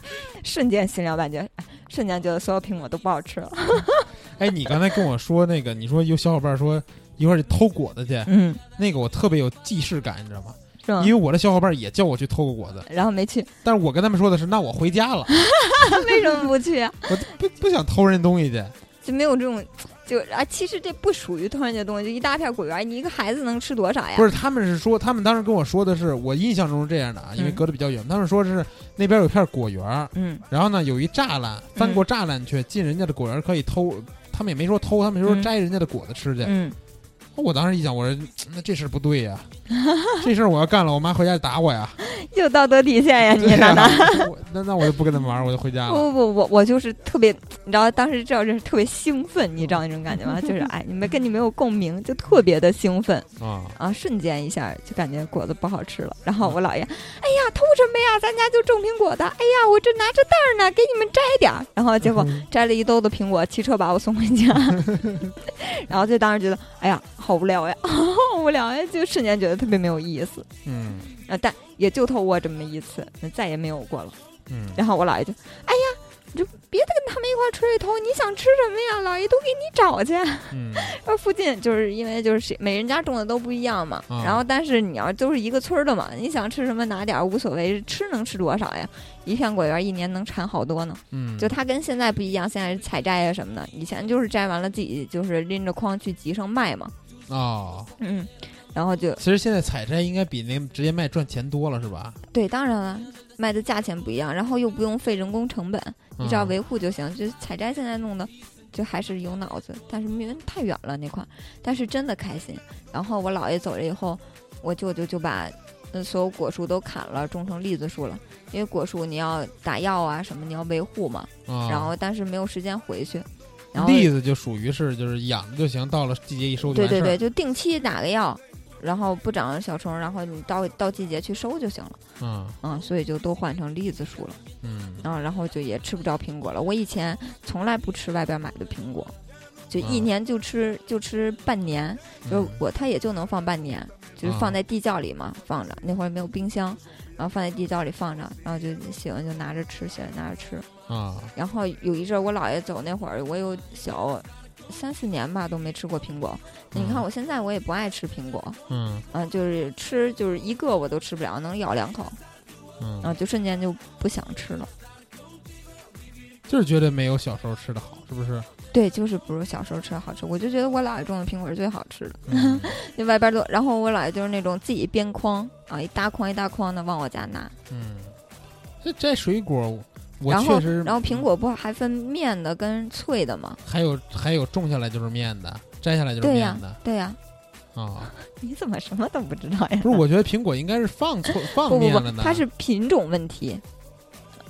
[SPEAKER 5] 瞬间心凉半截，哎瞬间觉得所有苹果都不好吃了。
[SPEAKER 4] 哎，你刚才跟我说那个，你说有小伙伴说一块儿去偷果子去，
[SPEAKER 5] 嗯，
[SPEAKER 4] 那个我特别有既视感，你知道吗？
[SPEAKER 5] 是吗
[SPEAKER 4] 因为？我的小伙伴也叫我去偷过果子，
[SPEAKER 5] 然后没去，
[SPEAKER 4] 但是我跟他们说的是，那我回家了，
[SPEAKER 5] 为什么不去啊？
[SPEAKER 4] 我不不想偷人东西
[SPEAKER 5] 哎
[SPEAKER 4] 去。
[SPEAKER 5] 就没有这种，就啊，其实这不属于偷人家东西，就一大片果园，你一个孩子能吃多少呀？
[SPEAKER 4] 不是，他们是说，他们当时跟我说的是，我印象中是这样的啊，因为
[SPEAKER 5] 嗯
[SPEAKER 4] 隔得比较远，他们说是那边有片果园儿，
[SPEAKER 5] 嗯
[SPEAKER 4] 然后呢有一栅栏，翻过栅栏去进人家的果园儿可以偷，他们也没说偷，他们说
[SPEAKER 5] 嗯
[SPEAKER 4] 摘人家的果子吃去。
[SPEAKER 5] 嗯，
[SPEAKER 4] 我当时一想，我说那这事儿不对呀、 这事儿我要干了，我妈回家就打我呀。
[SPEAKER 5] 又道德底线 呀，你
[SPEAKER 4] 对呀
[SPEAKER 5] 娜娜。
[SPEAKER 4] 我 那那我就不跟他们玩儿，我就回家
[SPEAKER 5] 不
[SPEAKER 4] 了。
[SPEAKER 5] 不不，我我就是特别，你知道当时知道这是特别兴奋，你知道那种感觉吗？就是哎，你们跟你没有共鸣，就特别的兴奋
[SPEAKER 4] 啊、
[SPEAKER 5] 啊，瞬间一下就感觉果子不好吃了。然后我姥爷，哎呀，偷什么呀？咱家就种苹果的。哎呀，我这拿着袋儿呢，给你们摘点儿。然后结果摘了一兜子苹果，骑车把我送回家，然后就当时觉得，哎呀，好无聊呀，好无聊呀，就瞬间觉得特别没有意思
[SPEAKER 4] 嗯
[SPEAKER 5] 啊。但也就偷过这么一次，再也没有过了。
[SPEAKER 4] 嗯，
[SPEAKER 5] 然后我姥爷就，哎呀，你就别跟他们一块儿出去偷，你想吃什么呀？姥爷都给你找去。
[SPEAKER 4] 嗯
[SPEAKER 5] 说附近就是因为就是谁每人家种的都不一样嘛，
[SPEAKER 4] 啊
[SPEAKER 5] 然后但是你要都是一个村儿的嘛，你想吃什么拿点儿无所谓，吃能吃多少呀？一片果园一年能产好多呢。
[SPEAKER 4] 嗯，
[SPEAKER 5] 就它跟现在不一样，现在是采摘啊什么的，以前就是摘完了自己就是拎着筐去集上卖嘛，
[SPEAKER 4] 哦，
[SPEAKER 5] 嗯，然后就
[SPEAKER 4] 其实现在采摘应该比那个直接卖赚钱多了，是吧？
[SPEAKER 5] 对，当然了，卖的价钱不一样，然后又不用费人工成本，你只要
[SPEAKER 4] 嗯
[SPEAKER 5] 维护就行。就采摘现在弄的，就还是有脑子，但是因为太远了那块儿，但是真的开心。然后我姥爷走了以后，我舅舅就把嗯所有果树都砍了，种成栗子树了。因为果树你要打药啊什么，你要维护嘛。
[SPEAKER 4] 啊、
[SPEAKER 5] 然后但是没有时间回去，然后
[SPEAKER 4] 栗子就属于是就是养着就行，到了季节一收就
[SPEAKER 5] 对
[SPEAKER 4] 完事
[SPEAKER 5] 对
[SPEAKER 4] 儿。
[SPEAKER 5] 对，就定期打个药，然后不长小虫，然后你到到季节去收就行了。
[SPEAKER 4] 嗯
[SPEAKER 5] 嗯，所以就都换成栗子树了。
[SPEAKER 4] 嗯
[SPEAKER 5] 啊，然后就也吃不着苹果了。我以前从来不吃外边买的苹果，就一
[SPEAKER 4] 嗯
[SPEAKER 5] 年就吃、就吃半年，就是
[SPEAKER 4] 嗯
[SPEAKER 5] 我它也就能放半年，就是
[SPEAKER 4] 啊
[SPEAKER 5] 放在地窖里嘛，放着。那会儿没有冰箱，然后放在地窖里放着，然后就喜欢就拿着吃，喜欢拿着吃。
[SPEAKER 4] 啊
[SPEAKER 5] 然后有一阵儿我姥爷走那会儿，我有小三四年吧都没吃过苹果。你看
[SPEAKER 4] 嗯
[SPEAKER 5] 我现在我也不爱吃苹果，
[SPEAKER 4] 嗯
[SPEAKER 5] 嗯、就是吃就是一个我都吃不了，能咬两口，
[SPEAKER 4] 嗯
[SPEAKER 5] 然后就瞬间就不想吃了。
[SPEAKER 4] 就是觉得没有小时候吃的好，是不是？
[SPEAKER 5] 对，就是不如小时候吃的好吃。我就觉得我姥爷种的苹果是最好吃的，
[SPEAKER 4] 嗯
[SPEAKER 5] 那外边都。然后我姥爷就是那种自己编筐啊，一大筐一大筐的往我家拿。
[SPEAKER 4] 嗯，这摘水果我
[SPEAKER 5] 然后
[SPEAKER 4] 确实，嗯
[SPEAKER 5] 然后苹果不还分面的跟脆的吗？
[SPEAKER 4] 还有还有种下来就是面的，摘下来就是
[SPEAKER 5] 对呀
[SPEAKER 4] 面的啊、
[SPEAKER 5] 对呀，你怎么什么都不知道呀？
[SPEAKER 4] 不是，我觉得苹果应该是放错放
[SPEAKER 5] 不不
[SPEAKER 4] 面
[SPEAKER 5] 不
[SPEAKER 4] 了，呢。
[SPEAKER 5] 它是品种问题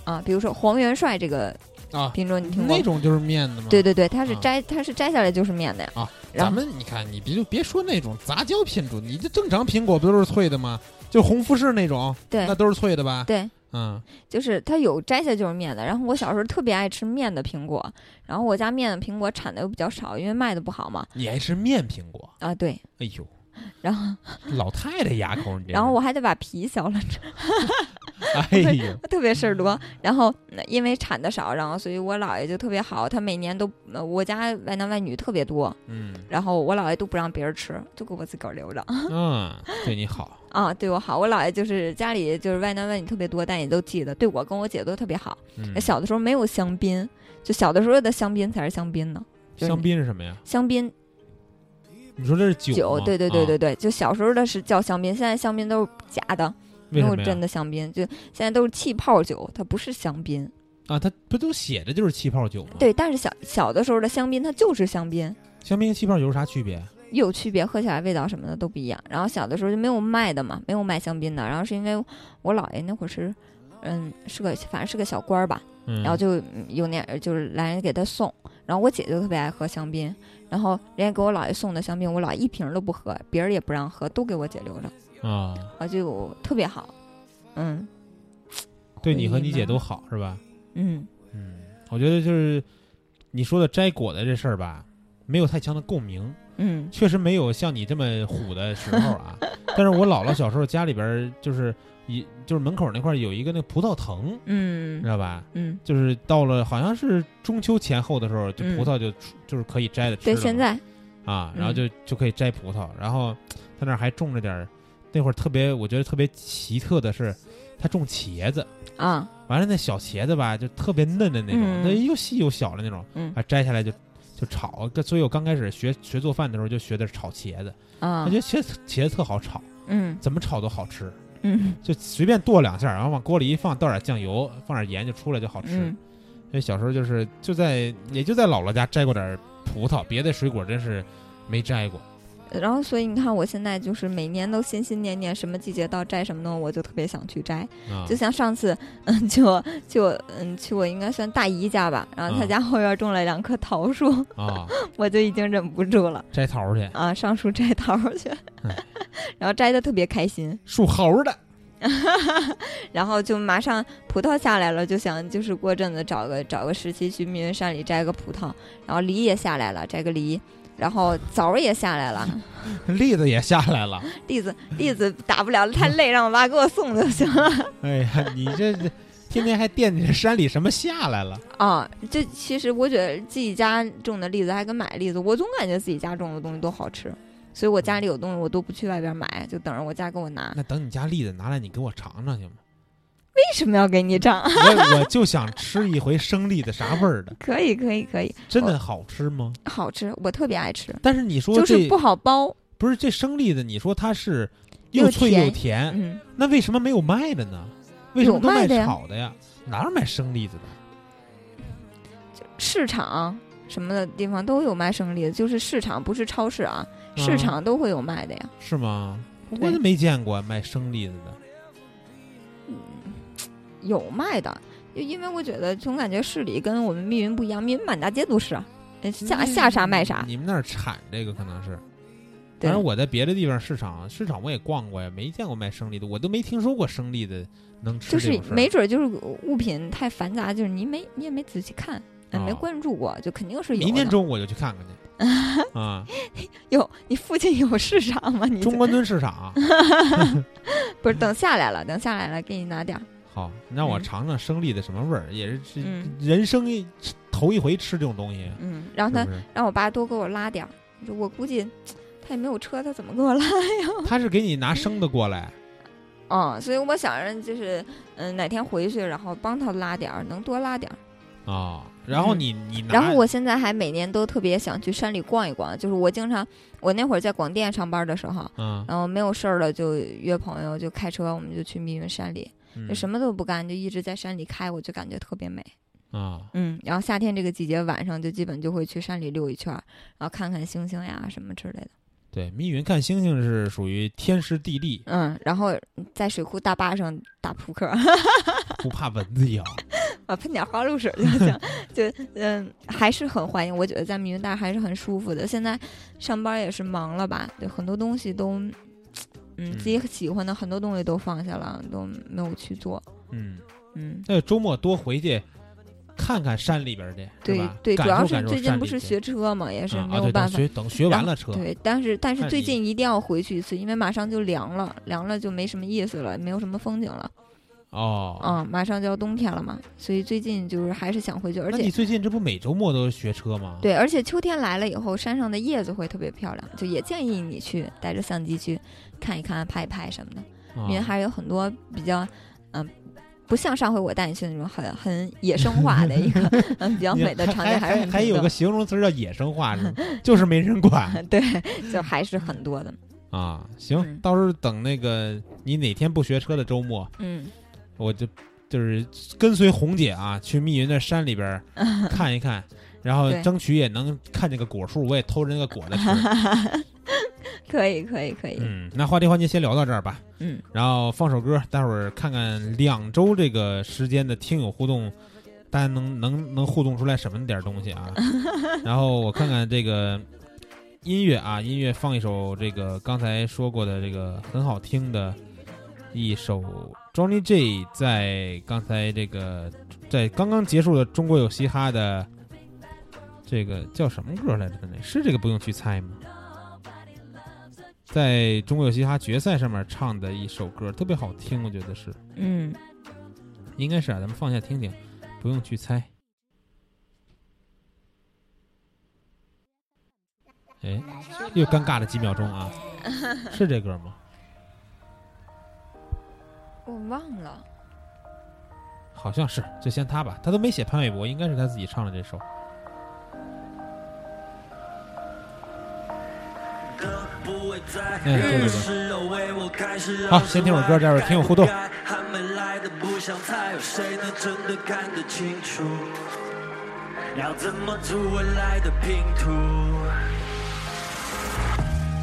[SPEAKER 5] 啊。比如说黄元帅这个
[SPEAKER 4] 啊，
[SPEAKER 5] 品种，你听过
[SPEAKER 4] 那？种就是面的吗？
[SPEAKER 5] 对对对，它是
[SPEAKER 4] 啊
[SPEAKER 5] 摘，它是摘下来就是面的呀。
[SPEAKER 4] 啊，咱
[SPEAKER 5] 然后
[SPEAKER 4] 们你看，你别就别说那种杂交品种，你这正常苹果不都是脆的吗？就红富士那种，
[SPEAKER 5] 对
[SPEAKER 4] 那都是脆的吧？
[SPEAKER 5] 对，
[SPEAKER 4] 嗯
[SPEAKER 5] 就是它有摘下就是面的。然后我小时候特别爱吃面的苹果，然后我家面的苹果产的又比较少，因为卖的不好嘛。
[SPEAKER 4] 你还吃面苹果？
[SPEAKER 5] 啊，对，
[SPEAKER 4] 哎呦，
[SPEAKER 5] 然后
[SPEAKER 4] 老太太牙口，你这
[SPEAKER 5] 然后我还得把皮削了吃，
[SPEAKER 4] 哎呦，
[SPEAKER 5] 特别事儿多。然后嗯因为产的少，然后所以我姥爷就特别好，他每年都呃我家外男外女特别多，
[SPEAKER 4] 嗯
[SPEAKER 5] 然后我姥爷都不让别人吃，就给我自个儿留着
[SPEAKER 4] 嗯，对你好，
[SPEAKER 5] 啊，对我好。我姥爷就是家里就是外男外女特别多，但也都记得，对我跟我姐都特别好。
[SPEAKER 4] 嗯
[SPEAKER 5] 那，小的时候没有香槟，就小的时候的香槟才是香槟呢，就是
[SPEAKER 4] 香槟是什么呀？
[SPEAKER 5] 香槟
[SPEAKER 4] 你说这是酒吗？
[SPEAKER 5] 对对对对
[SPEAKER 4] 啊，
[SPEAKER 5] 对，就小时候的是叫香槟，现在香槟都是假的，
[SPEAKER 4] 为
[SPEAKER 5] 没
[SPEAKER 4] 什
[SPEAKER 5] 有
[SPEAKER 4] 么呀
[SPEAKER 5] 真的香槟，就现在都是气泡酒，它不是香槟。
[SPEAKER 4] 啊，它不都写着就是气泡酒吗？，
[SPEAKER 5] 对，但是小小的时候的香槟它就是香槟，
[SPEAKER 4] 香槟和气泡酒有啥区别？
[SPEAKER 5] 有区别，喝起来味道什么的都不一样。然后小的时候就没有卖的嘛，没有卖香槟的。然后是因为我姥爷那会儿是，嗯，是个反正是个小官儿吧，
[SPEAKER 4] 嗯，
[SPEAKER 5] 然后就嗯有那就是来人给他送。然后我姐就特别爱喝香槟，然后人家给我姥爷送的香槟，我姥爷一瓶儿都不喝，别人也不让喝，都给我姐留着，
[SPEAKER 4] 啊、
[SPEAKER 5] 啊，就特别好。嗯
[SPEAKER 4] 对你和你姐都好是吧？
[SPEAKER 5] 嗯，
[SPEAKER 4] 嗯，我觉得就是你说的摘果的这事儿吧，没有太强的共鸣，
[SPEAKER 5] 嗯，
[SPEAKER 4] 确实没有像你这么虎的时候 啊。但是我姥姥小时候家里边儿就是一就是门口那块儿有一个那葡萄藤，你
[SPEAKER 5] 嗯
[SPEAKER 4] 知道吧？
[SPEAKER 5] 嗯，
[SPEAKER 4] 就是到了好像是中秋前后的时候，就
[SPEAKER 5] 嗯
[SPEAKER 4] 葡萄就、出就是可以摘的吃
[SPEAKER 5] 对，
[SPEAKER 4] 了
[SPEAKER 5] 现
[SPEAKER 4] 嘛
[SPEAKER 5] 在
[SPEAKER 4] 啊，
[SPEAKER 5] 嗯
[SPEAKER 4] 然后就、就可以摘葡萄，然后他那儿还种了点儿，那会儿特别我觉得特别奇特的是，他种茄子。
[SPEAKER 5] 啊，
[SPEAKER 4] 完了那小茄子吧，就特别嫩的那种，
[SPEAKER 5] 嗯
[SPEAKER 4] 那、又细又小的那种，
[SPEAKER 5] 嗯
[SPEAKER 4] 啊，摘下来就就炒。所以我刚开始学学做饭的时候就学的是炒茄子，我
[SPEAKER 5] 啊
[SPEAKER 4] 觉，得茄子茄子特好炒，
[SPEAKER 5] 嗯
[SPEAKER 4] 怎么炒都好吃，
[SPEAKER 5] 嗯
[SPEAKER 4] 就随便剁两下，然后往锅里一放，倒点酱油，放点盐就出来就好吃。
[SPEAKER 5] 嗯
[SPEAKER 4] 所以小时候就是就在也就在姥姥家摘过点葡萄，别的水果真是没摘过。
[SPEAKER 5] 然后，所以你看，我现在就是每年都心心念念什么季节到摘什么东西，我就特别想去摘。
[SPEAKER 4] 啊
[SPEAKER 5] 就像上次，嗯，就就嗯去我应该算大姨家吧，然后她
[SPEAKER 4] 嗯
[SPEAKER 5] 家后院种了两棵桃树，
[SPEAKER 4] 啊，
[SPEAKER 5] 我就已经忍不住了
[SPEAKER 4] 摘桃儿去，
[SPEAKER 5] 啊，上树摘桃儿去
[SPEAKER 4] 哎，
[SPEAKER 5] 然后摘的特别开心，
[SPEAKER 4] 属猴儿的
[SPEAKER 5] 然后就马上葡萄下来了，就想就是过阵子找个找个时期去密云山里摘个葡萄，然后梨也下来了，摘个梨，然后枣儿也下来 了，
[SPEAKER 4] 栗子也下来了。
[SPEAKER 5] 栗子栗子打不了，太累，让我妈给我送就行了。
[SPEAKER 4] 哎呀，你这这天天还惦记着山里什么下来了。
[SPEAKER 5] 啊，这其实我觉得自己家种的栗子还跟买栗子，我总感觉自己家种的东西都好吃，所以我家里有东西我都不去外边买，就等着我家给我拿。
[SPEAKER 4] 那等你家栗子拿来，你给我尝尝行吗？
[SPEAKER 5] 为什么要给你长？
[SPEAKER 4] 我我就想吃一回生栗子啥味儿的，
[SPEAKER 5] 可以，可以，可以，
[SPEAKER 4] 真的好吃吗？
[SPEAKER 5] 好吃，我特别爱吃，
[SPEAKER 4] 但是你说
[SPEAKER 5] 就
[SPEAKER 4] 这
[SPEAKER 5] 是不好剥。
[SPEAKER 4] 不是这生栗子，你说它是
[SPEAKER 5] 又
[SPEAKER 4] 又脆又
[SPEAKER 5] 甜
[SPEAKER 4] 甜，
[SPEAKER 5] 嗯，
[SPEAKER 4] 那为什么没有卖的呢？为什么
[SPEAKER 5] 有
[SPEAKER 4] 都卖
[SPEAKER 5] 卖的呀
[SPEAKER 4] 炒的呀？哪有卖生栗子的？
[SPEAKER 5] 市场什么的地方都有卖生栗子，就是市场不是超市啊，
[SPEAKER 4] 嗯
[SPEAKER 5] 市场都会有卖的呀。
[SPEAKER 4] 是吗？我
[SPEAKER 5] 对
[SPEAKER 4] 就没见过卖生栗子的。嗯
[SPEAKER 5] 有卖的，就因为我觉得总感觉市里跟我们密云不一样，密云满大街都是啊，呃
[SPEAKER 4] 嗯
[SPEAKER 5] 下下啥卖啥。
[SPEAKER 4] 你们那儿产这个可能是，
[SPEAKER 5] 对
[SPEAKER 4] 反正我在别的地方市场市场我也逛过呀，没见过卖生栗的，我都没听说过生栗的能吃
[SPEAKER 5] 就
[SPEAKER 4] 这
[SPEAKER 5] 是
[SPEAKER 4] 种事儿。
[SPEAKER 5] 没准儿就是物品太繁杂，就是你没你也没仔细看，哎，没
[SPEAKER 4] 哦
[SPEAKER 5] 关注过，就肯定是有的。
[SPEAKER 4] 明天中午我就去看看去啊！
[SPEAKER 5] 有你附近有市场吗？你
[SPEAKER 4] 中关村市场，
[SPEAKER 5] 不是等下来了，等下来了给你拿点儿。
[SPEAKER 4] 好，你让我
[SPEAKER 5] 嗯
[SPEAKER 4] 尝尝生栗的什么味儿，也是这
[SPEAKER 5] 嗯
[SPEAKER 4] 人生一头一回吃这种东西，
[SPEAKER 5] 嗯，让他
[SPEAKER 4] 是不是？
[SPEAKER 5] 让我爸多给我拉点儿。你说我估计他也没有车，他怎么给我拉？
[SPEAKER 4] 他是给你拿生的过来，
[SPEAKER 5] 哦，所以我想着就是嗯哪天回去，然后帮他拉点儿，能多拉点儿。
[SPEAKER 4] 啊，然后你你拿，
[SPEAKER 5] 嗯然后我现在还每年都特别想去山里逛一逛，就是我经常我那会儿在广电上班的时候，
[SPEAKER 4] 啊，
[SPEAKER 5] 然后没有事儿了就约朋友就开车，我们就去密云山里。
[SPEAKER 4] 嗯
[SPEAKER 5] 就什么都不干，就一直在山里开，我就感觉特别美。
[SPEAKER 4] 啊，
[SPEAKER 5] 嗯，然后夏天这个季节晚上就基本就会去山里溜一圈儿，然后看看星星呀什么之类的。
[SPEAKER 4] 对，密云看星星是属于天时地利，
[SPEAKER 5] 嗯，然后在水库大坝上打扑 克，
[SPEAKER 4] 不怕蚊子咬。
[SPEAKER 5] 啊，喷点花露水就 行。就嗯，还是很欢迎，我觉得在密云大还是很舒服的。现在上班也是忙了吧，对，很多东西都，嗯，自己喜欢的很多东西都放下了，都没有去做。
[SPEAKER 4] 嗯，
[SPEAKER 5] 嗯，
[SPEAKER 4] 那周末多回去看看山里边儿去，是
[SPEAKER 5] 对
[SPEAKER 4] 吧？
[SPEAKER 5] 对，主
[SPEAKER 4] 感
[SPEAKER 5] 要
[SPEAKER 4] 受
[SPEAKER 5] 是
[SPEAKER 4] 感受
[SPEAKER 5] 最近
[SPEAKER 4] 山
[SPEAKER 5] 不
[SPEAKER 4] 里
[SPEAKER 5] 是
[SPEAKER 4] 去
[SPEAKER 5] 学车嘛，也是
[SPEAKER 4] 啊
[SPEAKER 5] 没
[SPEAKER 4] 啊
[SPEAKER 5] 有
[SPEAKER 4] 对
[SPEAKER 5] 办
[SPEAKER 4] 等
[SPEAKER 5] 法。
[SPEAKER 4] 学等学完了车，
[SPEAKER 5] 对，但是但是
[SPEAKER 4] 看
[SPEAKER 5] 最
[SPEAKER 4] 你
[SPEAKER 5] 近一定要回去一次，因为马上就凉了，凉了就没什么意思了，没有什么风景了，
[SPEAKER 4] 哦，
[SPEAKER 5] 啊，马上就要冬天了嘛，所以最近就是还是想回去，而
[SPEAKER 4] 那你
[SPEAKER 5] 且
[SPEAKER 4] 最近这不每周末都学车吗？，
[SPEAKER 5] 对，而且秋天来了以后，山上的叶子会特别漂亮，就也建议你去带着相机去看一看、拍一拍什么的，因为
[SPEAKER 4] 啊、
[SPEAKER 5] 还有很多比较，嗯、不像上回我带你去那种很很野生化 的一个嗯比较
[SPEAKER 4] 你
[SPEAKER 5] 美的场景，
[SPEAKER 4] 还
[SPEAKER 5] 还是
[SPEAKER 4] 还
[SPEAKER 5] 很
[SPEAKER 4] 还
[SPEAKER 5] 独
[SPEAKER 4] 有
[SPEAKER 5] 特
[SPEAKER 4] 个形容词儿叫野生化，是吗就是没人管。
[SPEAKER 5] 对，就还是很多的。
[SPEAKER 4] 啊，行，
[SPEAKER 5] 嗯
[SPEAKER 4] 到时候等那个你哪天不学车的周末，
[SPEAKER 5] 嗯，
[SPEAKER 4] 我就就是跟随红姐啊，去密云的山里边 儿看一看，然后
[SPEAKER 5] 对
[SPEAKER 4] 争取也能看见个果树，我也偷着 那个果子 吃。
[SPEAKER 5] 可以可以可以，
[SPEAKER 4] 嗯，那话题环节先聊到这儿吧，
[SPEAKER 5] 嗯
[SPEAKER 4] 然后放首歌，待会儿看看两周这个时间的听友互动，大家能能能互动出来什么点儿东西啊？然后我看看这个音乐啊，音乐放一首这个刚才说过的这个很好听的一首 Johnny J 在刚才这个在刚刚结束的《中国有嘻哈》的这个叫什么歌来着？那是这个不用去猜吗？在中国有嘻哈决赛上面唱的一首歌，特别好听，我觉得是，
[SPEAKER 5] 嗯，
[SPEAKER 4] 应该是啊，咱们放下听听，不用去猜。哎，又尴尬了几秒钟啊，是这歌吗？
[SPEAKER 5] 我忘了，
[SPEAKER 4] 好像是，就先他吧，他都没写潘玮柏，应该是他自己唱的这首。
[SPEAKER 8] 不会在
[SPEAKER 4] 嗯对对对
[SPEAKER 8] 日食有为我开始
[SPEAKER 4] 好先听会儿歌待会儿听我互动
[SPEAKER 8] 还没来的不想猜，有谁能真的看得清楚？要怎么组未来的拼图？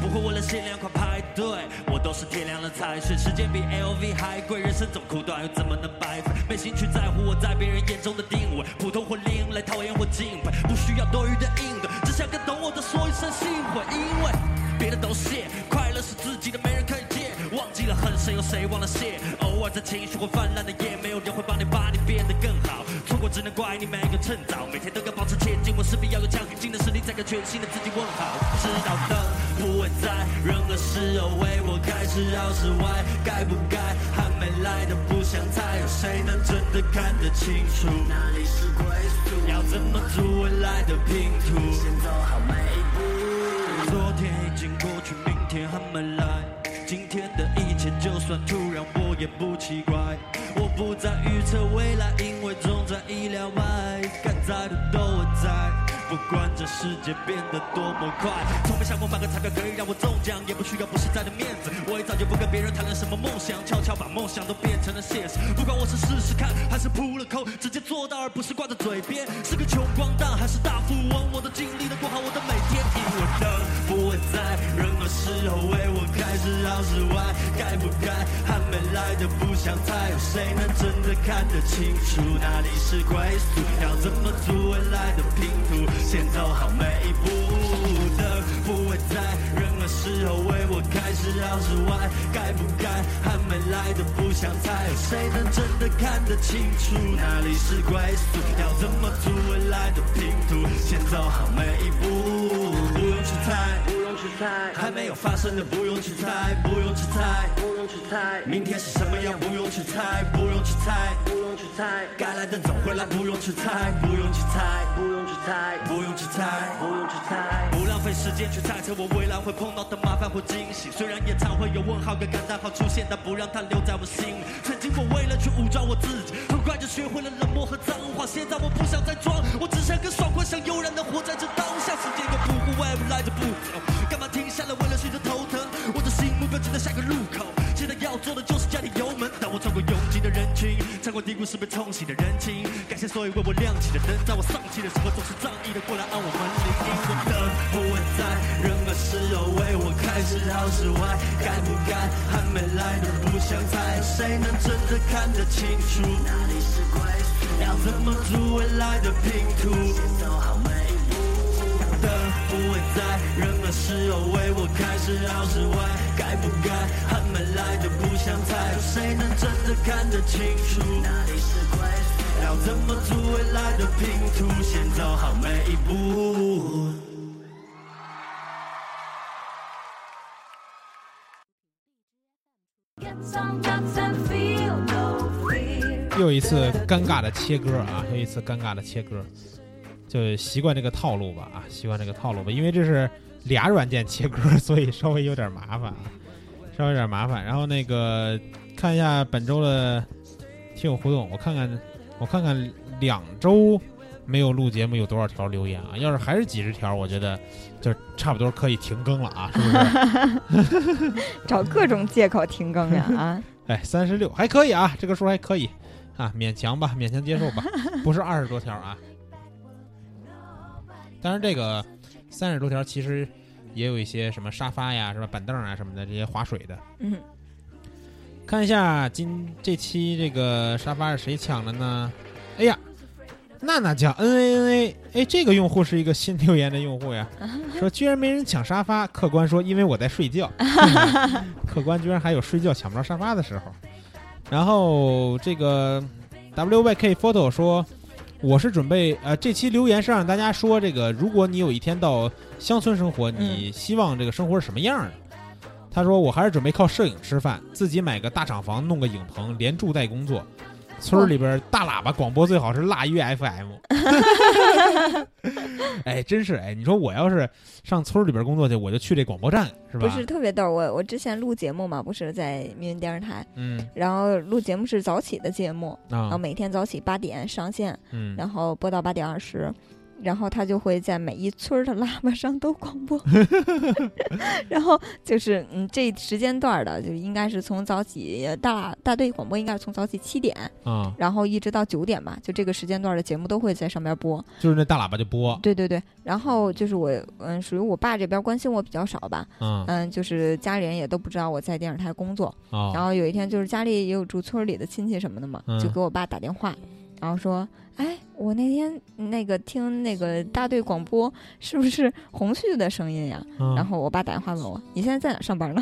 [SPEAKER 6] 不会为了限量款排队，我都是天亮了才睡。时间比 LV 还贵，人生总苦短，又怎么能白费？没兴趣在乎我在别人眼中的定位，普通或另类，讨厌或敬佩，不需要多余的应对，只想跟懂我的说一声幸会，因为别的都谢，快乐是自己的，没人可以借。忘记了恨谁，有谁忘了谢？偶尔在情绪会泛滥的夜，没有人会帮你把你变得更好。错过只能怪你没有趁早，每天都要保持前进，我势必要有强劲的实力，再跟全新的自己问好。知道灯不会在，人何时而为？我开始绕室外，该不该？还没来的不想猜，有谁能真的看得清楚？哪里是归宿？要怎么组未来的拼图？先走好每一步。昨天已经过去，明天还没来。今天的一切，就算突然，我也不奇怪。我不再预测未来，因为总在意料外。该在的都我在，不管这世界变得多么快，从没想过买个彩票可以让我中奖，也不需要不实在的面子。我也早就不跟别人谈论什么梦想，悄悄把梦想都变成了现实。不管我是试试看，还是扑了空，直接做到，而不是挂在嘴边。是个穷光蛋，还是大富翁，我都尽力的过好我的每天。因为灯不会在，人何时候为我开始绕室外，该不该？还没来的不想猜，有谁能真的看得清楚哪里是归宿？要怎么组未来的拼图？先走好每一步。灯不会在，人何时候为我开始绕室外，该不该？还没来的不想猜，有谁能真的看得清楚哪里是归宿？要怎么组未来的拼图？先走好每一步，不用去猜。
[SPEAKER 8] 不用去猜，
[SPEAKER 6] 还没有发生的不用去猜，不用去猜。
[SPEAKER 8] 不用去猜，
[SPEAKER 6] 明天是什么样不用去猜，不用去猜。
[SPEAKER 8] 不用去猜，
[SPEAKER 6] 该来的总会来，不用去猜，不用去猜，
[SPEAKER 8] 不用去猜，
[SPEAKER 6] 不用去猜。
[SPEAKER 8] 不用去猜，
[SPEAKER 6] 不浪费时间去猜测我未来会碰到的麻烦或惊喜。虽然也常会有问号跟感叹号出现，但不让它留在我心里。曾经我为了去武装我自己，很快就学会了冷漠和脏话。现在我不想再装，我只想更爽快、想悠然的活在这当下。时间又不顾外未来的步骤，干嘛停下来？为了谁的头疼？我的心目标就在下个路口。现在要做的就是加点油门。当我穿过拥挤的人群，穿过低谷时被冲洗的人情，感谢所有为我亮起的灯，在我丧气的时候总是仗义的过来按我门铃。因为灯不会在，人何时候为我开始好是坏？该不该？还没来的不想猜，谁能真的看得清楚？哪里是归宿？要怎么组未来的拼图？先走好每一步。灯不会在，人何时候为我开始好是坏？该不该？还没来的不想猜，有谁能真的看得清楚？哪里是归宿？要怎么组未来的拼图？先走好每一步。
[SPEAKER 4] 又一次尴尬的切歌啊，又一次尴尬的切歌，就习惯这个套路吧啊，习惯这个套路吧，因为这是俩软件切歌，所以稍微有点麻烦啊，稍微有点麻烦。然后那个看一下本周的听友互动，我看看我看看两周没有录节目有多少条留言啊？要是还是几十条，我觉得就差不多可以停更了啊，是不是？
[SPEAKER 5] 找各种借口停更呀 啊！
[SPEAKER 4] 哎，三十六还可以啊，这个数还可以啊，勉强吧，勉强接受吧，不是二十多条啊。当然，这个三十多条其实也有一些什么沙发呀、什么板凳啊、什么的这些划水的。
[SPEAKER 5] 嗯，
[SPEAKER 4] 看一下今这期这个沙发是谁抢的呢？哎呀，娜娜讲 N A N A，哎，这个用户是一个新留言的用户呀，说居然没人抢沙发，客官说因为我在睡觉， 客官居然还有睡觉抢不着沙发的时候。然后这个 W Y K photo 说。我是准备，呃，这期留言是让大家说这个，如果你有一天到乡村生活，你希望这个生活是什么样的？他说：“我还是准备靠摄影吃饭，自己买个大厂房，弄个影棚，连住带工作。村儿
[SPEAKER 5] 哦
[SPEAKER 4] 里边大喇叭广播最好是腊月 FM。哎，真是哎，你说我要是上村儿里边工作去，我就去这广播站是吧？
[SPEAKER 5] 不是特别逗。我我之前录节目嘛，不是在民营电视台，
[SPEAKER 4] 嗯
[SPEAKER 5] 然后录节目是早起的节目，然后
[SPEAKER 4] 啊
[SPEAKER 5] 每天早起八点上线，
[SPEAKER 4] 嗯，
[SPEAKER 5] 然后播到八点二十。然后他就会在每一村儿的喇叭上都广播，然后就是嗯，这时间段儿的就应该是从早起大大队广播应该是从早起七点，
[SPEAKER 4] 啊，
[SPEAKER 5] 然后一直到九点吧，就这个时间段儿的节目都会在上面播。
[SPEAKER 4] 就是那大喇叭就播，
[SPEAKER 5] 对对对，然后就是我嗯，属于我爸这边关心我比较少吧，
[SPEAKER 4] 嗯
[SPEAKER 5] 嗯，就是家里人也都不知道我在电视台工作。然
[SPEAKER 4] 啊，
[SPEAKER 5] 后有一天，就是家里也有住村里的亲戚什么的嘛，就
[SPEAKER 4] 嗯
[SPEAKER 5] 给我爸打电话，然后说：“哎，我那天那个听那个大队广播，是不是红旭的声音呀？”然
[SPEAKER 4] 嗯
[SPEAKER 5] 后我爸打电话问我：“你现在在哪 上班呢？”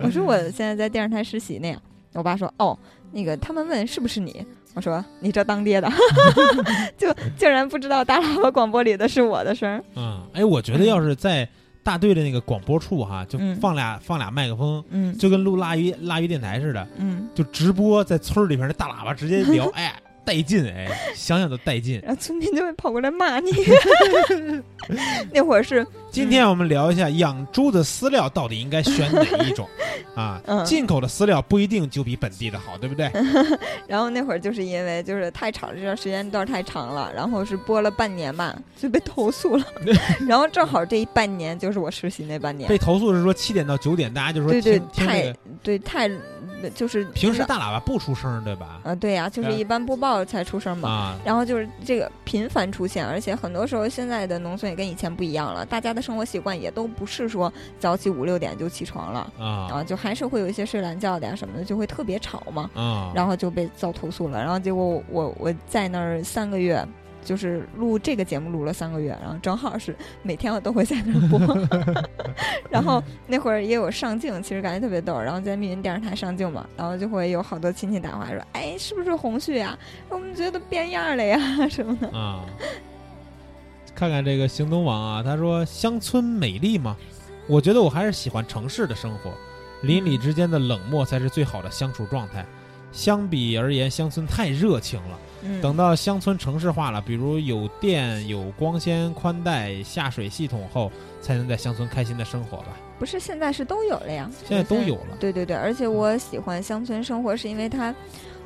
[SPEAKER 5] 我说：“我现在在电视台实习呢。”我爸说：“哦，那个他们问是不是你？”我说：“你这当爹的， 就竟然不知道大喇叭广播里的是我的声儿。
[SPEAKER 4] 嗯，哎，我觉得要是在大队的那个广播处哈，就
[SPEAKER 5] 嗯
[SPEAKER 4] 放俩放俩麦克风，
[SPEAKER 5] 嗯
[SPEAKER 4] 就跟录腊鱼腊鱼电台似的，”
[SPEAKER 5] 嗯，
[SPEAKER 4] 就直播在村儿里边那大喇叭直接 聊，哎，带劲哎，想想都带劲。
[SPEAKER 5] 然后村民就会跑过来 骂你。那会儿是
[SPEAKER 4] 今天我们聊一下养猪的饲料到底应该选哪一 种啊？
[SPEAKER 5] 嗯
[SPEAKER 4] 进口的饲料不一定就比本地的好，对不对？
[SPEAKER 5] 然后那会儿就是因为就是太长，这段时间段太长了，然后是播了半年吧，就被投 诉了。 然后正好这一半年就是我实习那半年，
[SPEAKER 4] 被投诉是说七点到九点，大家就说
[SPEAKER 5] 对对
[SPEAKER 4] 听，听那
[SPEAKER 5] 太
[SPEAKER 4] 个
[SPEAKER 5] 对太就是
[SPEAKER 4] 平时大喇叭不出声，对吧？
[SPEAKER 5] 啊，对呀、就是一般播报才出声嘛。
[SPEAKER 4] 啊，
[SPEAKER 5] 然后就是这个频繁出现，而且很多时候现在的农村也跟以前不一样了，大家的生活习惯也都不是说早起五六点就起床了
[SPEAKER 4] 啊
[SPEAKER 5] 啊，就还是会有一些睡懒觉的呀什么的，就会特别吵嘛。
[SPEAKER 4] 啊！
[SPEAKER 5] 然后就被遭投诉了。然后结果我我我在那儿三个月，就是录这个节目录了三个月，然后正好是每天我都会在那儿播。 然后那会儿也有上镜，其实感觉特别逗。然后在密云电视台上镜嘛，然后就会有好多亲戚打电话说：“哎，是不是红旭呀？我们觉得变样了呀 什么的。
[SPEAKER 4] 啊。看看这个行动网啊，他说乡村美丽吗？我觉得我还是喜欢城市的生活，邻
[SPEAKER 5] 嗯
[SPEAKER 4] 里之间的冷漠才是最好的相处状态。相比而言，乡村太热情了。”
[SPEAKER 5] 嗯，
[SPEAKER 4] 等到乡村城市化了，比如有电、有光纤、宽带、下水系统后，才能在乡村开心的生活吧。
[SPEAKER 5] 不是现在是都有了呀，
[SPEAKER 4] 现在都有了。嗯
[SPEAKER 5] 对对对，而且我喜欢乡村生活，是因为它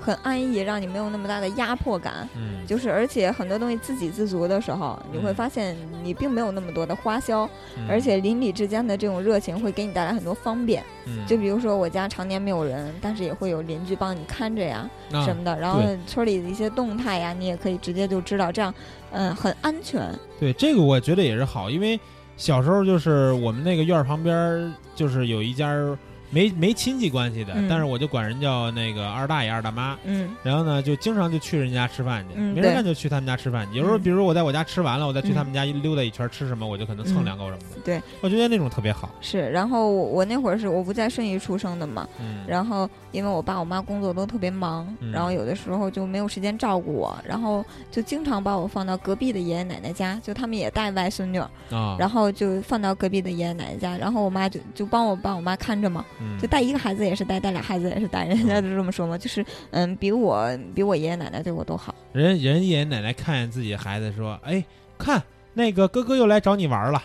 [SPEAKER 5] 很安逸，让你没有那么大的压迫感。
[SPEAKER 4] 嗯，
[SPEAKER 5] 就是而且很多东西自给自足的时候，你会
[SPEAKER 4] 嗯
[SPEAKER 5] 发现你并没有那么多的花销，
[SPEAKER 4] 嗯
[SPEAKER 5] 而且邻里之间的这种热情会给你带来很多方便。
[SPEAKER 4] 嗯
[SPEAKER 5] 就比如说我家常年没有人，但是也会有邻居帮你看着呀
[SPEAKER 4] 啊
[SPEAKER 5] 什么的，然后
[SPEAKER 4] 对
[SPEAKER 5] 村里的一些动态呀，你也可以直接就知道，这样嗯很安全。
[SPEAKER 4] 对这个我觉得也是好，因为小时候就是我们那个院儿旁边儿就是有一家儿没没亲戚关系的，
[SPEAKER 5] 嗯
[SPEAKER 4] 但是我就管人叫那个二大爷、二大妈。
[SPEAKER 5] 嗯
[SPEAKER 4] 然后呢，就经常就去人家吃饭去，
[SPEAKER 5] 嗯
[SPEAKER 4] 没事
[SPEAKER 5] 对
[SPEAKER 4] 干就去他们家吃饭。有时候，
[SPEAKER 5] 嗯
[SPEAKER 4] 比如我在我家吃完了，我再去他们家一溜达一圈儿吃什么，我就可能蹭
[SPEAKER 5] 嗯
[SPEAKER 4] 两口什么的。
[SPEAKER 5] 对，
[SPEAKER 4] 我觉得那种特别好。
[SPEAKER 5] 是。然后我我那会儿是我不在顺义出生的嘛，
[SPEAKER 4] 嗯，
[SPEAKER 5] 然后因为我爸我妈工作都特别忙，
[SPEAKER 4] 嗯
[SPEAKER 5] 然后有的时候就没有时间照顾我，然后就经常把我放到隔壁的爷爷奶奶家，就他们也带外孙女儿，
[SPEAKER 4] 啊，
[SPEAKER 5] 然后就放到隔壁的爷爷奶奶家，然后我妈就就帮我帮我妈看着嘛，
[SPEAKER 4] 嗯
[SPEAKER 5] 就带一个孩子也是带，带俩孩子也是带，人家就这么说嘛，就是嗯，比我比我爷爷奶奶对我都好，
[SPEAKER 4] 人人爷爷奶奶看见自己的孩子说：“哎，看那个哥哥又来找你玩了，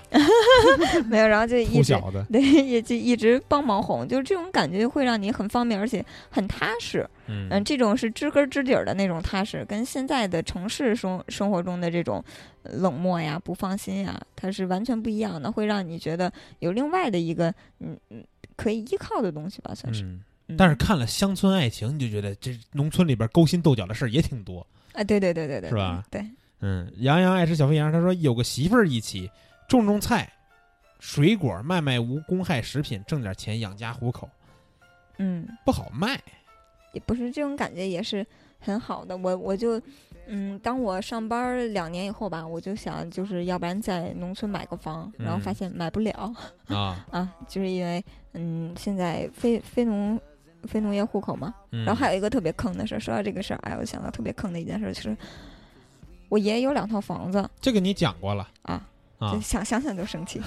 [SPEAKER 5] 没有，然后就一
[SPEAKER 4] 兔
[SPEAKER 5] 直
[SPEAKER 4] 小子，
[SPEAKER 5] 对，也就一直帮忙哄，就是这种感觉会让你很方便，而且很踏实。嗯，
[SPEAKER 4] 嗯
[SPEAKER 5] 这种是知根知底儿的那种踏实，跟现在的城市生生活中的这种呃冷漠呀、不放心呀，它是完全不一样的，会让你觉得有另外的一个嗯嗯可以依靠的东西吧，算是。
[SPEAKER 4] 嗯。
[SPEAKER 5] 嗯
[SPEAKER 4] 但是看了《乡村爱情》，你就觉得这农村里边勾心斗角的事儿也挺多。
[SPEAKER 5] 啊，对对对对对，
[SPEAKER 4] 是吧
[SPEAKER 5] 对，
[SPEAKER 4] 嗯，杨洋爱吃小肥羊，他说有个媳妇儿一起种种菜、水果，卖卖无公害食品，挣点钱养家糊口，
[SPEAKER 5] 嗯，
[SPEAKER 4] 不好卖。
[SPEAKER 5] 也不是这种感觉，也是很好的。我我就，嗯，当我上班儿两年以后吧，我就想，就是要不然在农村买个房，然后发
[SPEAKER 4] 嗯
[SPEAKER 5] 现买不了、
[SPEAKER 4] 啊，
[SPEAKER 5] 啊，就是因为，嗯，现在非非农非农业户口嘛。
[SPEAKER 4] 嗯、
[SPEAKER 5] 然后还有一个特别坑的事儿，说到这个事儿，哎，我想到特别坑的一件事，就是我爷爷有两套房子，
[SPEAKER 4] 这个你讲过了
[SPEAKER 5] 啊
[SPEAKER 4] 啊
[SPEAKER 5] 就，想想想就生气，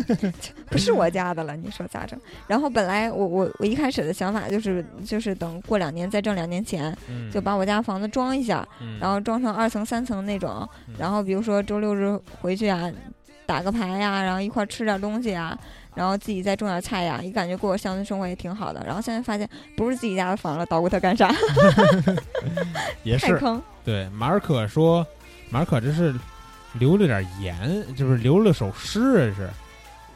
[SPEAKER 5] 不是我家的了，你说咋整？然后本来我我我一开始的想法就是就是等过两年再挣两年钱，
[SPEAKER 4] 嗯
[SPEAKER 5] 就把我家房子装一下，
[SPEAKER 4] 嗯
[SPEAKER 5] 然后装成二层三层那种，然后比如说周六日回去啊，打个牌呀、然后一块儿吃点东西啊，然后自己再种点菜呀、也感觉过乡村生活也挺好的。然后现在发现不是自己家的房了，捣鼓它干啥？
[SPEAKER 4] 也
[SPEAKER 5] 太
[SPEAKER 4] 是
[SPEAKER 5] 坑。
[SPEAKER 4] 对马尔可说，马尔可这是留了点言，就是留了首诗，这是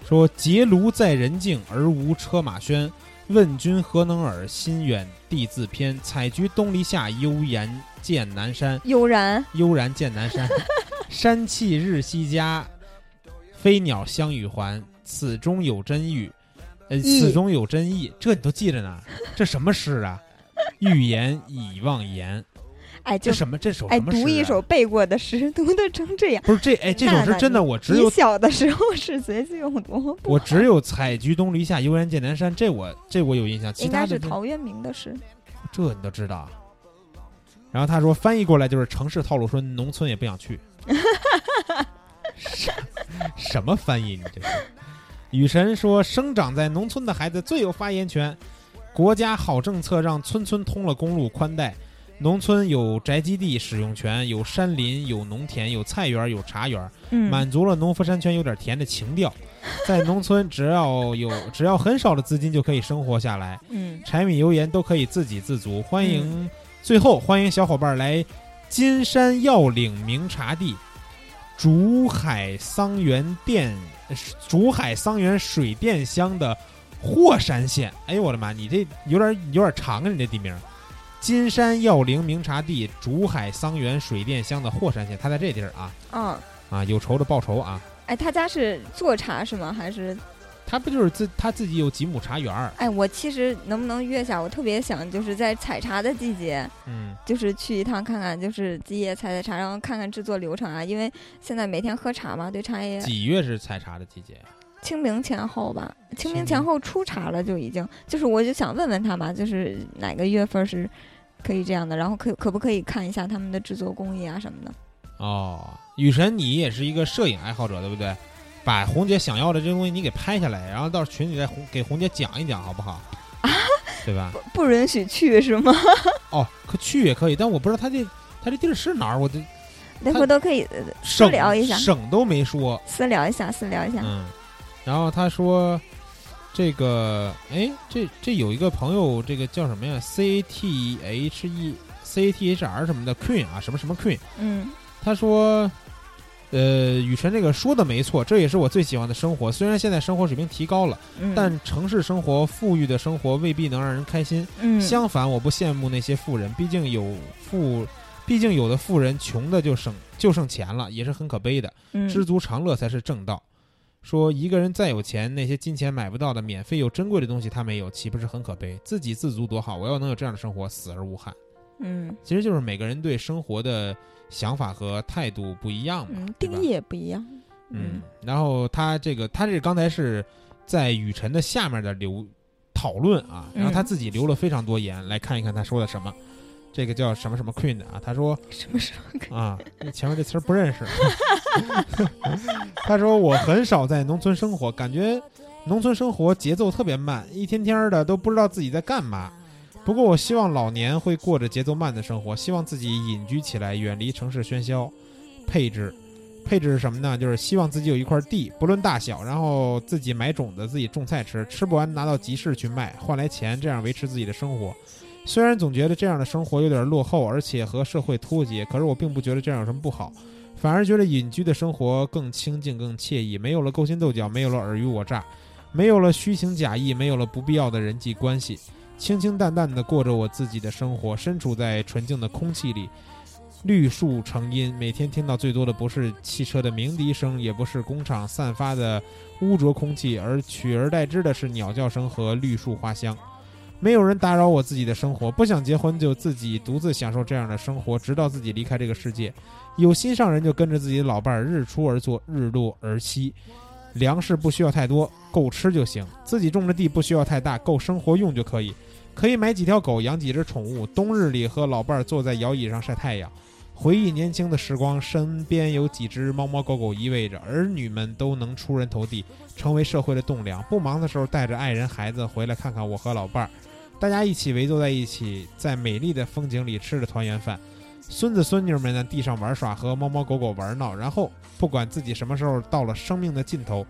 [SPEAKER 4] 说结庐在人境，而无车马喧。问君何能尔？心远地自偏。采菊东篱下，悠然见南山。
[SPEAKER 5] 悠然，
[SPEAKER 4] 悠然见南 山，山气日夕佳，飞鸟相与还。此中有真意，呃，
[SPEAKER 5] 意
[SPEAKER 4] 此中有真意，这你都记着呢？这什么诗啊？欲言已忘言，
[SPEAKER 5] 哎，
[SPEAKER 4] 这
[SPEAKER 5] 就
[SPEAKER 4] 什么？这首
[SPEAKER 5] 哎，
[SPEAKER 4] 什么诗、啊？
[SPEAKER 5] 读一首背过的 诗，读的成这样。
[SPEAKER 4] 不是这哎，这首诗真的，我只
[SPEAKER 5] 你
[SPEAKER 4] 有
[SPEAKER 5] 小的时候是随机用读，不
[SPEAKER 4] 我只有“采菊东篱下，悠然见南山”，这我这我有印象，其
[SPEAKER 5] 应
[SPEAKER 4] 他
[SPEAKER 5] 该
[SPEAKER 4] 的
[SPEAKER 5] 是
[SPEAKER 4] 这
[SPEAKER 5] 陶渊明的诗。
[SPEAKER 4] 这你都知道啊。然后他说翻译过来就是城市套路，说农村也不想去。什什么翻译？你这是？雨神说，生长在农村的孩子最有发言权。国家好政策让村村通了公路宽带，农村有宅基地使用权，有山林，有农田，有菜园，有茶园。
[SPEAKER 5] 嗯
[SPEAKER 4] 满足了农夫山泉有点甜的情调。在农村，只要有只要很少的资金就可以生活下来，
[SPEAKER 5] 嗯，
[SPEAKER 4] 柴米油盐都可以自给自足。欢迎，最后欢迎小伙伴来金山药岭名茶地、竹海桑园店、呃竹海桑园水电乡的霍山县。哎呦我的妈，你这有点有点长啊，你这地名。金山药岭名茶地、竹海桑园水电乡的霍山县，他在这地儿啊
[SPEAKER 5] 哦，
[SPEAKER 4] 啊，有仇的报仇啊。
[SPEAKER 5] 哎，他家是做茶是吗？还是
[SPEAKER 4] 他不就是自他自己有几亩茶园儿？
[SPEAKER 5] 哎，我其实能不能约下？我特别想就是在采茶的季节，
[SPEAKER 4] 嗯
[SPEAKER 5] 就是去一趟看看，就是基业采采茶，然后看看制作流程啊。因为现在每天喝茶嘛，对茶叶。
[SPEAKER 4] 几月是采茶的季节呀？
[SPEAKER 5] 清明前后吧，清明
[SPEAKER 4] 明
[SPEAKER 5] 前后出茶了就已经。就是我就想问问他嘛，就是哪个月份是可以这样的，然后可可不可以看一下他们的制作工艺啊什么的。
[SPEAKER 4] 哦，雨神，你也是一个摄影爱好者，对不对？把红姐想要的这些东西你给拍下来，然后到群里来红给红姐讲一讲，好不 好？对吧？
[SPEAKER 5] 不不允许去是吗？
[SPEAKER 4] 哦，可去也可以，但我不知道他这他这地儿是哪儿，我这
[SPEAKER 5] 那回头可以呃
[SPEAKER 4] 省
[SPEAKER 5] 聊一下
[SPEAKER 4] 省都没说，
[SPEAKER 5] 私聊一下，私聊一下。
[SPEAKER 4] 嗯。然后他说，这个，哎，这这有一个朋友，这个叫什么呀？C T H E C T H R 什么的 Queen 啊，什么什么 Queen。
[SPEAKER 5] 嗯
[SPEAKER 4] 他说，呃，雨辰这个说的没错，这也是我最喜欢的生活。虽然现在生活水平提高了，
[SPEAKER 5] 嗯，
[SPEAKER 4] 但城市生活、富裕的生活未必能让人开心。
[SPEAKER 5] 嗯
[SPEAKER 4] 相反，我不羡慕那些富人，毕竟有富，毕竟有的富人穷的就剩就剩钱了，也是很可悲的。
[SPEAKER 5] 嗯
[SPEAKER 4] 知足常乐才是正道。说一个人再有钱，那些金钱买不到的免费又珍贵的东西他没有，岂不是很可悲？自给自足多好！我要能有这样的生活，死而无憾。
[SPEAKER 5] 嗯
[SPEAKER 4] 其实就是每个人对生活的想法和态度不一样嘛，
[SPEAKER 5] 嗯，
[SPEAKER 4] 对
[SPEAKER 5] 定
[SPEAKER 4] 吧
[SPEAKER 5] 义也不一样。
[SPEAKER 4] 嗯，然后他这个，他这刚才是在雨辰的下面的留讨论啊，然后他
[SPEAKER 5] 嗯
[SPEAKER 4] 自己留了非常多言，来看一看他说的什么。这个叫什么什么 Queen 的啊？他说
[SPEAKER 5] 什么时候可以？
[SPEAKER 4] 啊，那前面这词儿不认识。 他说我很少在农村生活，感觉农村生活节奏特别慢，一天天儿的都不知道自己在干嘛。不过我希望老年会过着节奏慢的生活，希望自己隐居起来，远离城市喧嚣。配置，配置是什么呢？就是希望自己有一块地，不论大小，然后自己买种子，自己种菜吃，吃不完拿到集市去卖，换来钱，这样维持自己的生活。虽然总觉得这样的生活有点落后，而且和社会脱节，可是我并不觉得这样有什么不好，反而觉得隐居的生活更清静、更惬意，没有了勾心斗角，没有了尔虞我诈，没有了虚情假意，没有了不必要的人际关系，清清淡淡的过着我自己的生活，身处在纯净的空气里，绿树成荫，每天听到最多的不是汽车的鸣笛声，也不是工厂散发的污浊空气，而取而代之的是鸟叫声和绿树花香。没有人打扰我自己的生活，不想结婚就自己独自享受这样的生活，直到自己离开这个世界。有心上人就跟着自己的老伴儿日出而作，日落而息。粮食不需要太多，够吃就行。自己种的地不需要太大，够生活用就可以。可以买几条狗，养几只宠物。冬日里和老伴儿坐在摇椅上晒太阳，回忆年轻的时光。身边有几只猫猫狗狗依偎着，儿女们都能出人头地，成为社会的栋梁。不忙的时候，带着爱人孩子回来看看我和老伴儿，大家一起围坐在一起，在美丽的风景里吃着团圆饭。孙子孙女们在地上玩耍，和猫猫狗狗玩闹，然后不管自己什么时候到了生命的尽头，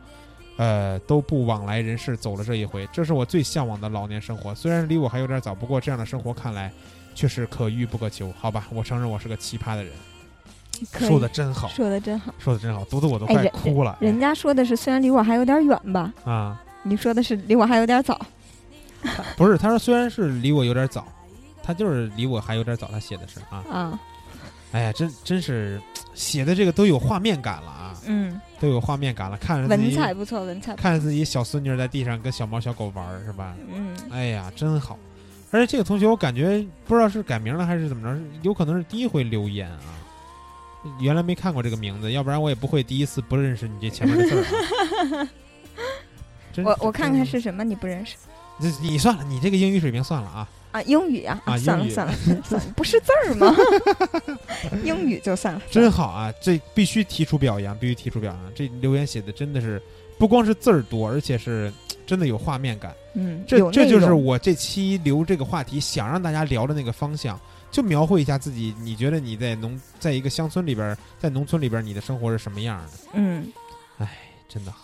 [SPEAKER 4] 呃，都不往来人世，走了这一回。这是我最向往的老年生活，虽然离我还有点早，不过这样的生活看来却是可遇不可求。好吧，我承认我是个奇葩的人，
[SPEAKER 5] 可以
[SPEAKER 4] 说的真好，嗯
[SPEAKER 5] 说的真好。
[SPEAKER 4] 说的真好，读的我都
[SPEAKER 5] 哎
[SPEAKER 4] 快
[SPEAKER 5] 人
[SPEAKER 4] 哭了。
[SPEAKER 5] 人家说的是虽然离我还有点远吧，
[SPEAKER 4] 啊，
[SPEAKER 5] 你说的是离我还有点早。
[SPEAKER 4] 不是，他说虽然是离我有点早，他就是离我还有点早，他写的是啊，
[SPEAKER 5] 啊，
[SPEAKER 4] 哎呀，真真是写的这个都有画面感了啊，
[SPEAKER 5] 嗯，
[SPEAKER 4] 都有画面感了，看着自
[SPEAKER 5] 文
[SPEAKER 4] 己
[SPEAKER 5] 采不错，文采不错，
[SPEAKER 4] 看着自己小孙女在地上跟小猫小狗玩儿是吧？
[SPEAKER 5] 嗯，
[SPEAKER 4] 哎呀，真好！而且这个同学我感觉不知道是改名了还是怎么着，有可能是第一回留言啊。原来没看过这个名字，要不然我也不会第一次不认识你这前面的字儿啊、 真
[SPEAKER 5] 我我
[SPEAKER 4] 嗯
[SPEAKER 5] 看看是什么，你不认识
[SPEAKER 4] 这你算了，你这个英语水平算了啊。
[SPEAKER 5] 啊？英语啊？
[SPEAKER 4] 啊
[SPEAKER 5] 算
[SPEAKER 4] 英
[SPEAKER 5] 了
[SPEAKER 4] 语
[SPEAKER 5] 算了算了，不识字儿吗？ 英语就算了，
[SPEAKER 4] 真好啊！这必须提出表扬，必须提出表扬。这留言写的真的是不光是字儿多，而且是真的有画面感。
[SPEAKER 5] 嗯，
[SPEAKER 4] 这
[SPEAKER 5] 有
[SPEAKER 4] 这
[SPEAKER 5] 内
[SPEAKER 4] 就是
[SPEAKER 5] 容
[SPEAKER 4] 我这期留这个话题想让大家聊的那个方向，就描绘一下自己，你觉得你在农，在一个乡村里边儿，在农村里边儿，你的生活是什么样的？
[SPEAKER 5] 嗯，
[SPEAKER 4] 真的好，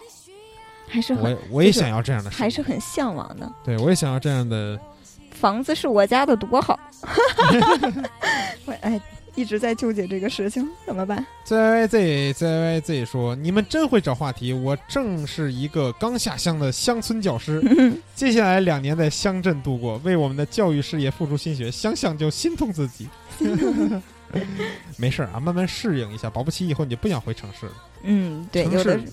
[SPEAKER 5] 还是很
[SPEAKER 4] 我我也
[SPEAKER 5] 就是
[SPEAKER 4] 想要这样的生活，
[SPEAKER 5] 还是很向往的。
[SPEAKER 4] 对我也想要这样的。
[SPEAKER 5] 房子是我家的多好， 我哎一直在纠结这个事情怎么办？
[SPEAKER 4] ZYZ ZYZ 说：“你们真会找话题，我正是一个刚下乡的乡村教师，接下来两年在乡镇度过，为我们的教育事业付出心血，想想就心痛自己。没事儿啊，慢慢适应一下，保不齐以后你就不想回城市了。
[SPEAKER 5] 嗯，对，
[SPEAKER 4] 城
[SPEAKER 5] 有的
[SPEAKER 4] 市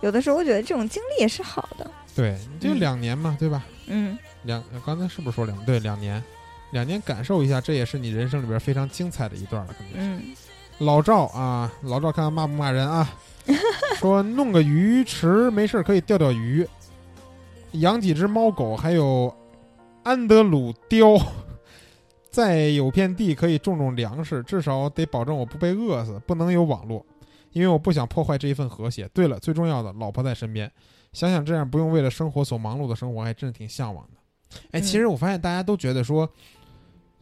[SPEAKER 5] 有的时候我觉得这种经历也是好的，
[SPEAKER 4] 对，你就
[SPEAKER 5] 嗯
[SPEAKER 4] 两年嘛，对吧？
[SPEAKER 5] 嗯
[SPEAKER 4] 两刚才是不是说两对两年？两年感受一下，这也是你人生里边非常精彩的一段了，肯定是。
[SPEAKER 5] 嗯，
[SPEAKER 4] 老赵啊，老赵看看骂不骂人啊？说弄个鱼池，没事儿可以钓钓鱼，养几只猫狗，还有安德鲁雕。 再有片地可以种种粮食，至少得保证我不被饿死，不能有网络，因为我不想破坏这一份和谐。对了，最重要的，老婆在身边，想想这样不用为了生活所忙碌的生活，还真挺向往的。哎，
[SPEAKER 5] 嗯
[SPEAKER 4] 其实我发现大家都觉得说，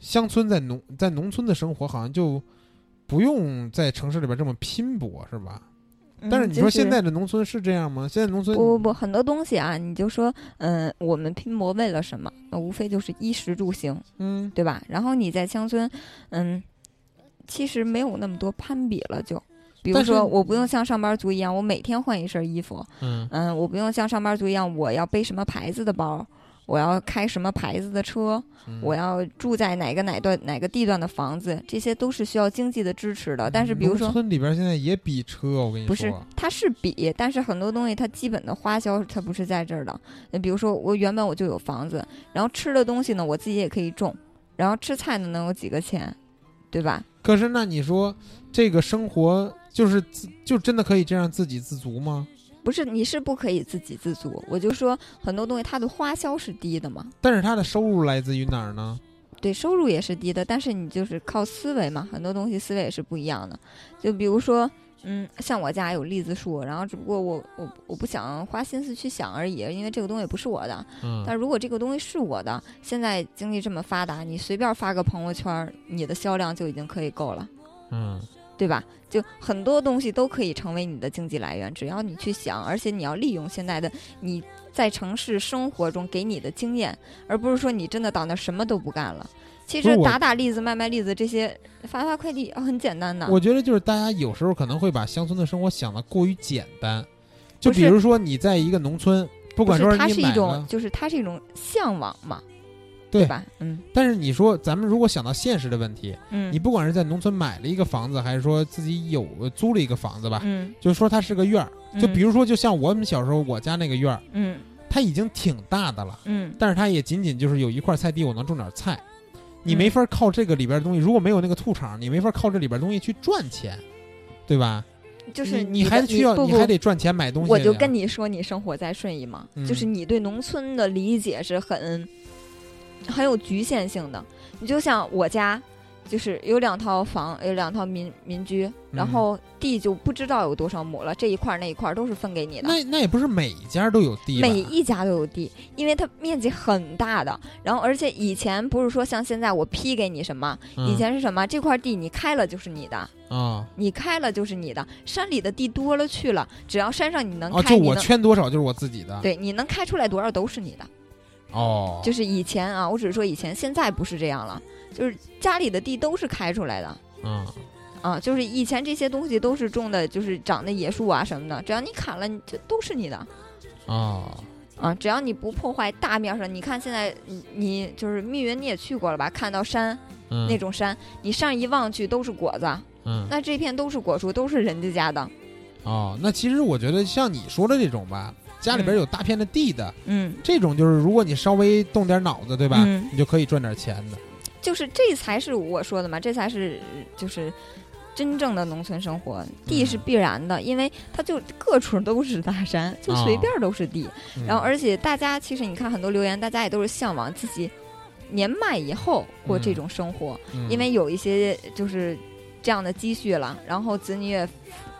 [SPEAKER 4] 乡村在农在农村的生活好像就不用在城市里边这么拼搏，是吧？
[SPEAKER 5] 嗯
[SPEAKER 4] 但是你
[SPEAKER 5] 就
[SPEAKER 4] 说现在的农村是这样吗？现在农村
[SPEAKER 5] 不不不，很多东西啊，你就说，嗯、我们拼搏为了什么？那无非就是衣食住行，
[SPEAKER 4] 嗯，
[SPEAKER 5] 对吧？然后你在乡村，嗯，其实没有那么多攀比了就。比如
[SPEAKER 4] 但是
[SPEAKER 5] 说，我不用像上班族一样，我每天换一身衣服。
[SPEAKER 4] 嗯
[SPEAKER 5] 嗯，我不用像上班族一样，我要背什么牌子的包，我要开什么牌子的车，
[SPEAKER 4] 嗯
[SPEAKER 5] 我要住在哪个哪段哪个地段的房子，这些都是需要经济的支持的。但是，比如说
[SPEAKER 4] 农，村里边现在也比车，我跟你说，
[SPEAKER 5] 不是，它是比，但是很多东西它基本的花销它不是在这儿的。那比如说，我原本我就有房子，然后吃的东西呢，我自己也可以种，然后吃菜呢能有几个钱，对吧？
[SPEAKER 4] 可是那你说这个生活就是自就真的可以这样自给自足吗？
[SPEAKER 5] 不是，你是不可以自给自足。我就说很多东西它的花销是低的嘛，
[SPEAKER 4] 但是他的收入来自于哪儿呢？
[SPEAKER 5] 对，收入也是低的，但是你就是靠思维嘛，很多东西思维也是不一样的。就比如说，嗯，像我家有栗子树，然后只不过我我我不想花心思去想而已，因为这个东西不是我的。
[SPEAKER 4] 嗯，
[SPEAKER 5] 但如果这个东西是我的，现在经济这么发达，你随便发个朋友圈儿，你的销量就已经可以够了。
[SPEAKER 4] 嗯，
[SPEAKER 5] 对吧？就很多东西都可以成为你的经济来源，只要你去想，而且你要利用现在的你在城市生活中给你的经验，而不是说你真的到那儿什么都不干了。其
[SPEAKER 4] 不
[SPEAKER 5] 实
[SPEAKER 4] 是我
[SPEAKER 5] 打打栗子、卖卖栗子这些，发发快递、啊很简单的。
[SPEAKER 4] 我觉得就是大家有时候可能会把乡村的生活想得过于简单，就
[SPEAKER 5] 不
[SPEAKER 4] 比
[SPEAKER 5] 是
[SPEAKER 4] 如说你在一个农村，不
[SPEAKER 5] 不
[SPEAKER 4] 管说
[SPEAKER 5] 是，它
[SPEAKER 4] 你
[SPEAKER 5] 是一
[SPEAKER 4] 买
[SPEAKER 5] 种
[SPEAKER 4] 了，，
[SPEAKER 5] 就是它是一种向往嘛，
[SPEAKER 4] 对
[SPEAKER 5] 吧？嗯
[SPEAKER 4] 但是你说咱们如果想到现实的问题，
[SPEAKER 5] 嗯，
[SPEAKER 4] 你不管是在农村买了一个房子，还是说自己有呃租了一个房子吧，
[SPEAKER 5] 嗯，
[SPEAKER 4] 就是说它是个院儿，就
[SPEAKER 5] 嗯
[SPEAKER 4] 比如说就像我们小时候我家那个院儿，
[SPEAKER 5] 嗯
[SPEAKER 4] 它已经挺大的了，
[SPEAKER 5] 嗯
[SPEAKER 4] 但是它也仅仅就是有一块菜地，我能种点菜。你
[SPEAKER 5] 嗯
[SPEAKER 4] 没法靠这个里边的东西，如果没有那个兔场，你没法靠这里边东西去赚钱，对吧？
[SPEAKER 5] 就是
[SPEAKER 4] 你
[SPEAKER 5] 的
[SPEAKER 4] 还需要，
[SPEAKER 5] 不
[SPEAKER 4] 你
[SPEAKER 5] 不
[SPEAKER 4] 还得赚钱买东西呀。
[SPEAKER 5] 我就跟你说，你生活在顺义嘛，
[SPEAKER 4] 嗯
[SPEAKER 5] 就是你对农村的理解是很很有局限性的。你就像我家，就是有两套房，有两套民民居，然
[SPEAKER 4] 嗯
[SPEAKER 5] 后地就不知道有多少亩了，这一块儿那一块儿都是分给你的。
[SPEAKER 4] 那那也不是每一家都有地吧，
[SPEAKER 5] 每一家都有地，因为它面积很大的，然后而且以前不是说像现在我批给你什么，
[SPEAKER 4] 嗯
[SPEAKER 5] 以前是什么这块地你开了就是你的，
[SPEAKER 4] 啊
[SPEAKER 5] 你开了就是你的，山里的地多了去了，只要山上你能
[SPEAKER 4] 哦，
[SPEAKER 5] 开，
[SPEAKER 4] 就
[SPEAKER 5] 你
[SPEAKER 4] 我
[SPEAKER 5] 能
[SPEAKER 4] 圈多少就是我自己的，
[SPEAKER 5] 对，你能开出来多少都是你的。
[SPEAKER 4] 哦，
[SPEAKER 5] 就是以前啊，我只是说以前，现在不是这样了，就是家里的地都是开出来的
[SPEAKER 4] 嗯
[SPEAKER 5] 啊，就是以前这些东西都是种的，就是长的野树啊什么的，只要你砍了，你就都是你的
[SPEAKER 4] 哦，
[SPEAKER 5] 啊，只要你不破坏大面上，你看现在你你就是密云你也去过了吧？看到山
[SPEAKER 4] 嗯
[SPEAKER 5] 那种山，你上一望去都是果子，
[SPEAKER 4] 嗯
[SPEAKER 5] 那这片都是果树，都是人家家的，
[SPEAKER 4] 哦，那其实我觉得像你说的这种吧，家里边
[SPEAKER 5] 嗯
[SPEAKER 4] 有大片的地的
[SPEAKER 5] 嗯，
[SPEAKER 4] 这种，就是如果你稍微动点脑子，对吧？
[SPEAKER 5] 嗯
[SPEAKER 4] 你就可以赚点钱的。
[SPEAKER 5] 就是这才是我说的嘛，这才是就是真正的农村生活。地
[SPEAKER 4] 嗯
[SPEAKER 5] 是必然的，因为它就各处都是大山，就
[SPEAKER 4] 哦
[SPEAKER 5] 随便都是地。
[SPEAKER 4] 嗯
[SPEAKER 5] 然后，而且大家其实你看很多留言，大家也都是向往自己年迈以后过这种生活，
[SPEAKER 4] 嗯
[SPEAKER 5] 因为有一些就是这样的积蓄了，然后子女也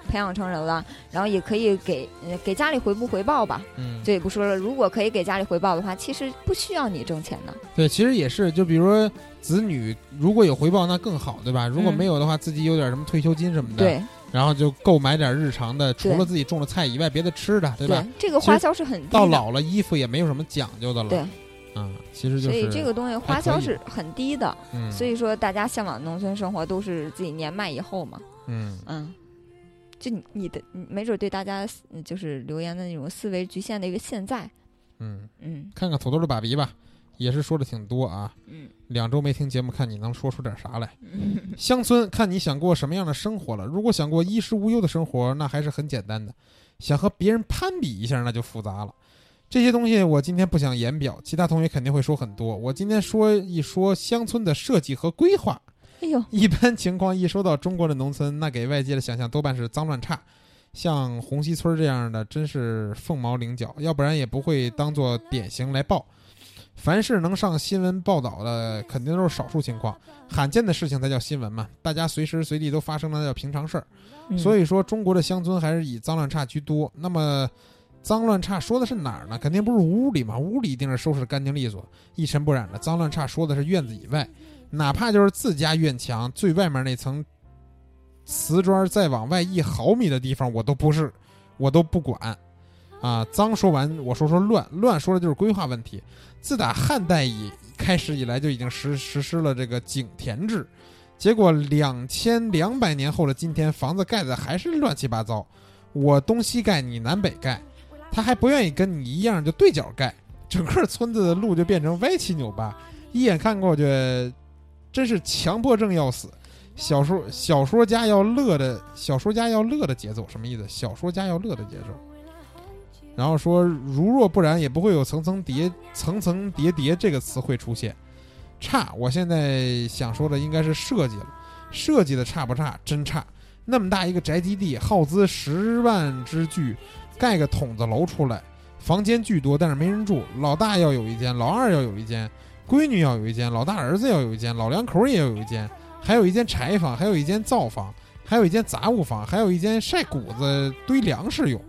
[SPEAKER 5] 培养成人了，然后也可以给呃给家里回不回报吧。
[SPEAKER 4] 嗯
[SPEAKER 5] 这也不说了，如果可以给家里回报的话，其实不需要你挣钱的。
[SPEAKER 4] 对，其实也是，就比如说子女如果有回报，那更好，对吧？如果
[SPEAKER 5] 嗯
[SPEAKER 4] 没有的话，自己有点什么退休金什么的，，
[SPEAKER 5] 对
[SPEAKER 4] 然后就购买点日常的，除
[SPEAKER 5] 对
[SPEAKER 4] 了自己种的菜以外，别的吃的，对吧？
[SPEAKER 5] 这个
[SPEAKER 4] 其实
[SPEAKER 5] 花销是很低
[SPEAKER 4] 到
[SPEAKER 5] 的
[SPEAKER 4] 老了衣服也没有什么讲究的了。
[SPEAKER 5] 对，
[SPEAKER 4] 嗯，其实就
[SPEAKER 5] 所
[SPEAKER 4] 是
[SPEAKER 5] 以这个东西花
[SPEAKER 4] 可
[SPEAKER 5] 销
[SPEAKER 4] 以
[SPEAKER 5] 是很低的，
[SPEAKER 4] 嗯，
[SPEAKER 5] 所以说大家向往农村生活都是自己年迈以后嘛，
[SPEAKER 4] 嗯，
[SPEAKER 5] 嗯，就你你的你没准对大家嗯就是留言的那种思维局限的一个现在，
[SPEAKER 4] 嗯，
[SPEAKER 5] 嗯
[SPEAKER 4] 看看土豆的爸比吧，也是说的挺多啊。
[SPEAKER 5] 嗯
[SPEAKER 4] 两周没听节目，看你能说出点啥来。
[SPEAKER 5] 嗯
[SPEAKER 4] 乡村，看你想过什么样的生活了。如果想过衣食无忧的生活，那还是很简单的；想和别人攀比一下，那就复杂了。这些东西我今天不想言表，其他同学肯定会说很多。我今天说一说乡村的设计和规划。
[SPEAKER 5] 哎呦，
[SPEAKER 4] 一般情况，一说到中国的农村，那给外界的想象多半是脏乱差。像红溪村这样的，真是凤毛麟角，要不然也不会当做典型来报。凡是能上新闻报道的，肯定都是少数情况，罕见的事情才叫新闻嘛。大家随时随地都发生的那叫平常事儿。所
[SPEAKER 5] 以
[SPEAKER 4] 以说，中国的乡村还是以脏乱差居多。那么，脏乱差说的是哪儿呢？肯定不是屋里嘛，屋里一定是收拾得干净利索、一尘不染的。脏乱差说的是院子以外，哪怕就是自家院墙最外面那层瓷砖再往外一毫米的地方，我都不是，我都不管。啊，脏说完，我说说乱，乱说的就是规划问题。自打汉代以开始以来，就已经实实施了这个井田制，结果两千两百年后的今天，房子盖的还是乱七八糟。我东西盖，你南北盖，他还不愿意跟你一样就对角盖，整个村子的路就变成歪七扭八，一眼看过去，真是强迫症要死。小说小说家要乐的，小说家要乐的节奏什么意思？小说家要乐的节奏。然后说，如若不然，也不会有层层叠层层叠叠这个词汇出现。差，我现在想说的应该是设计了，设计的差不差？真差！那么大一个宅基地，耗资十万之巨，盖个筒子楼出来，房间巨多，但是没人住。老大要有一间，老二要有一间，闺女要有一间，老大儿子要有一间，老两口也要有一间，还有一间柴房，还有一间灶房，还有一间杂物房，还有一间晒谷子堆粮食用。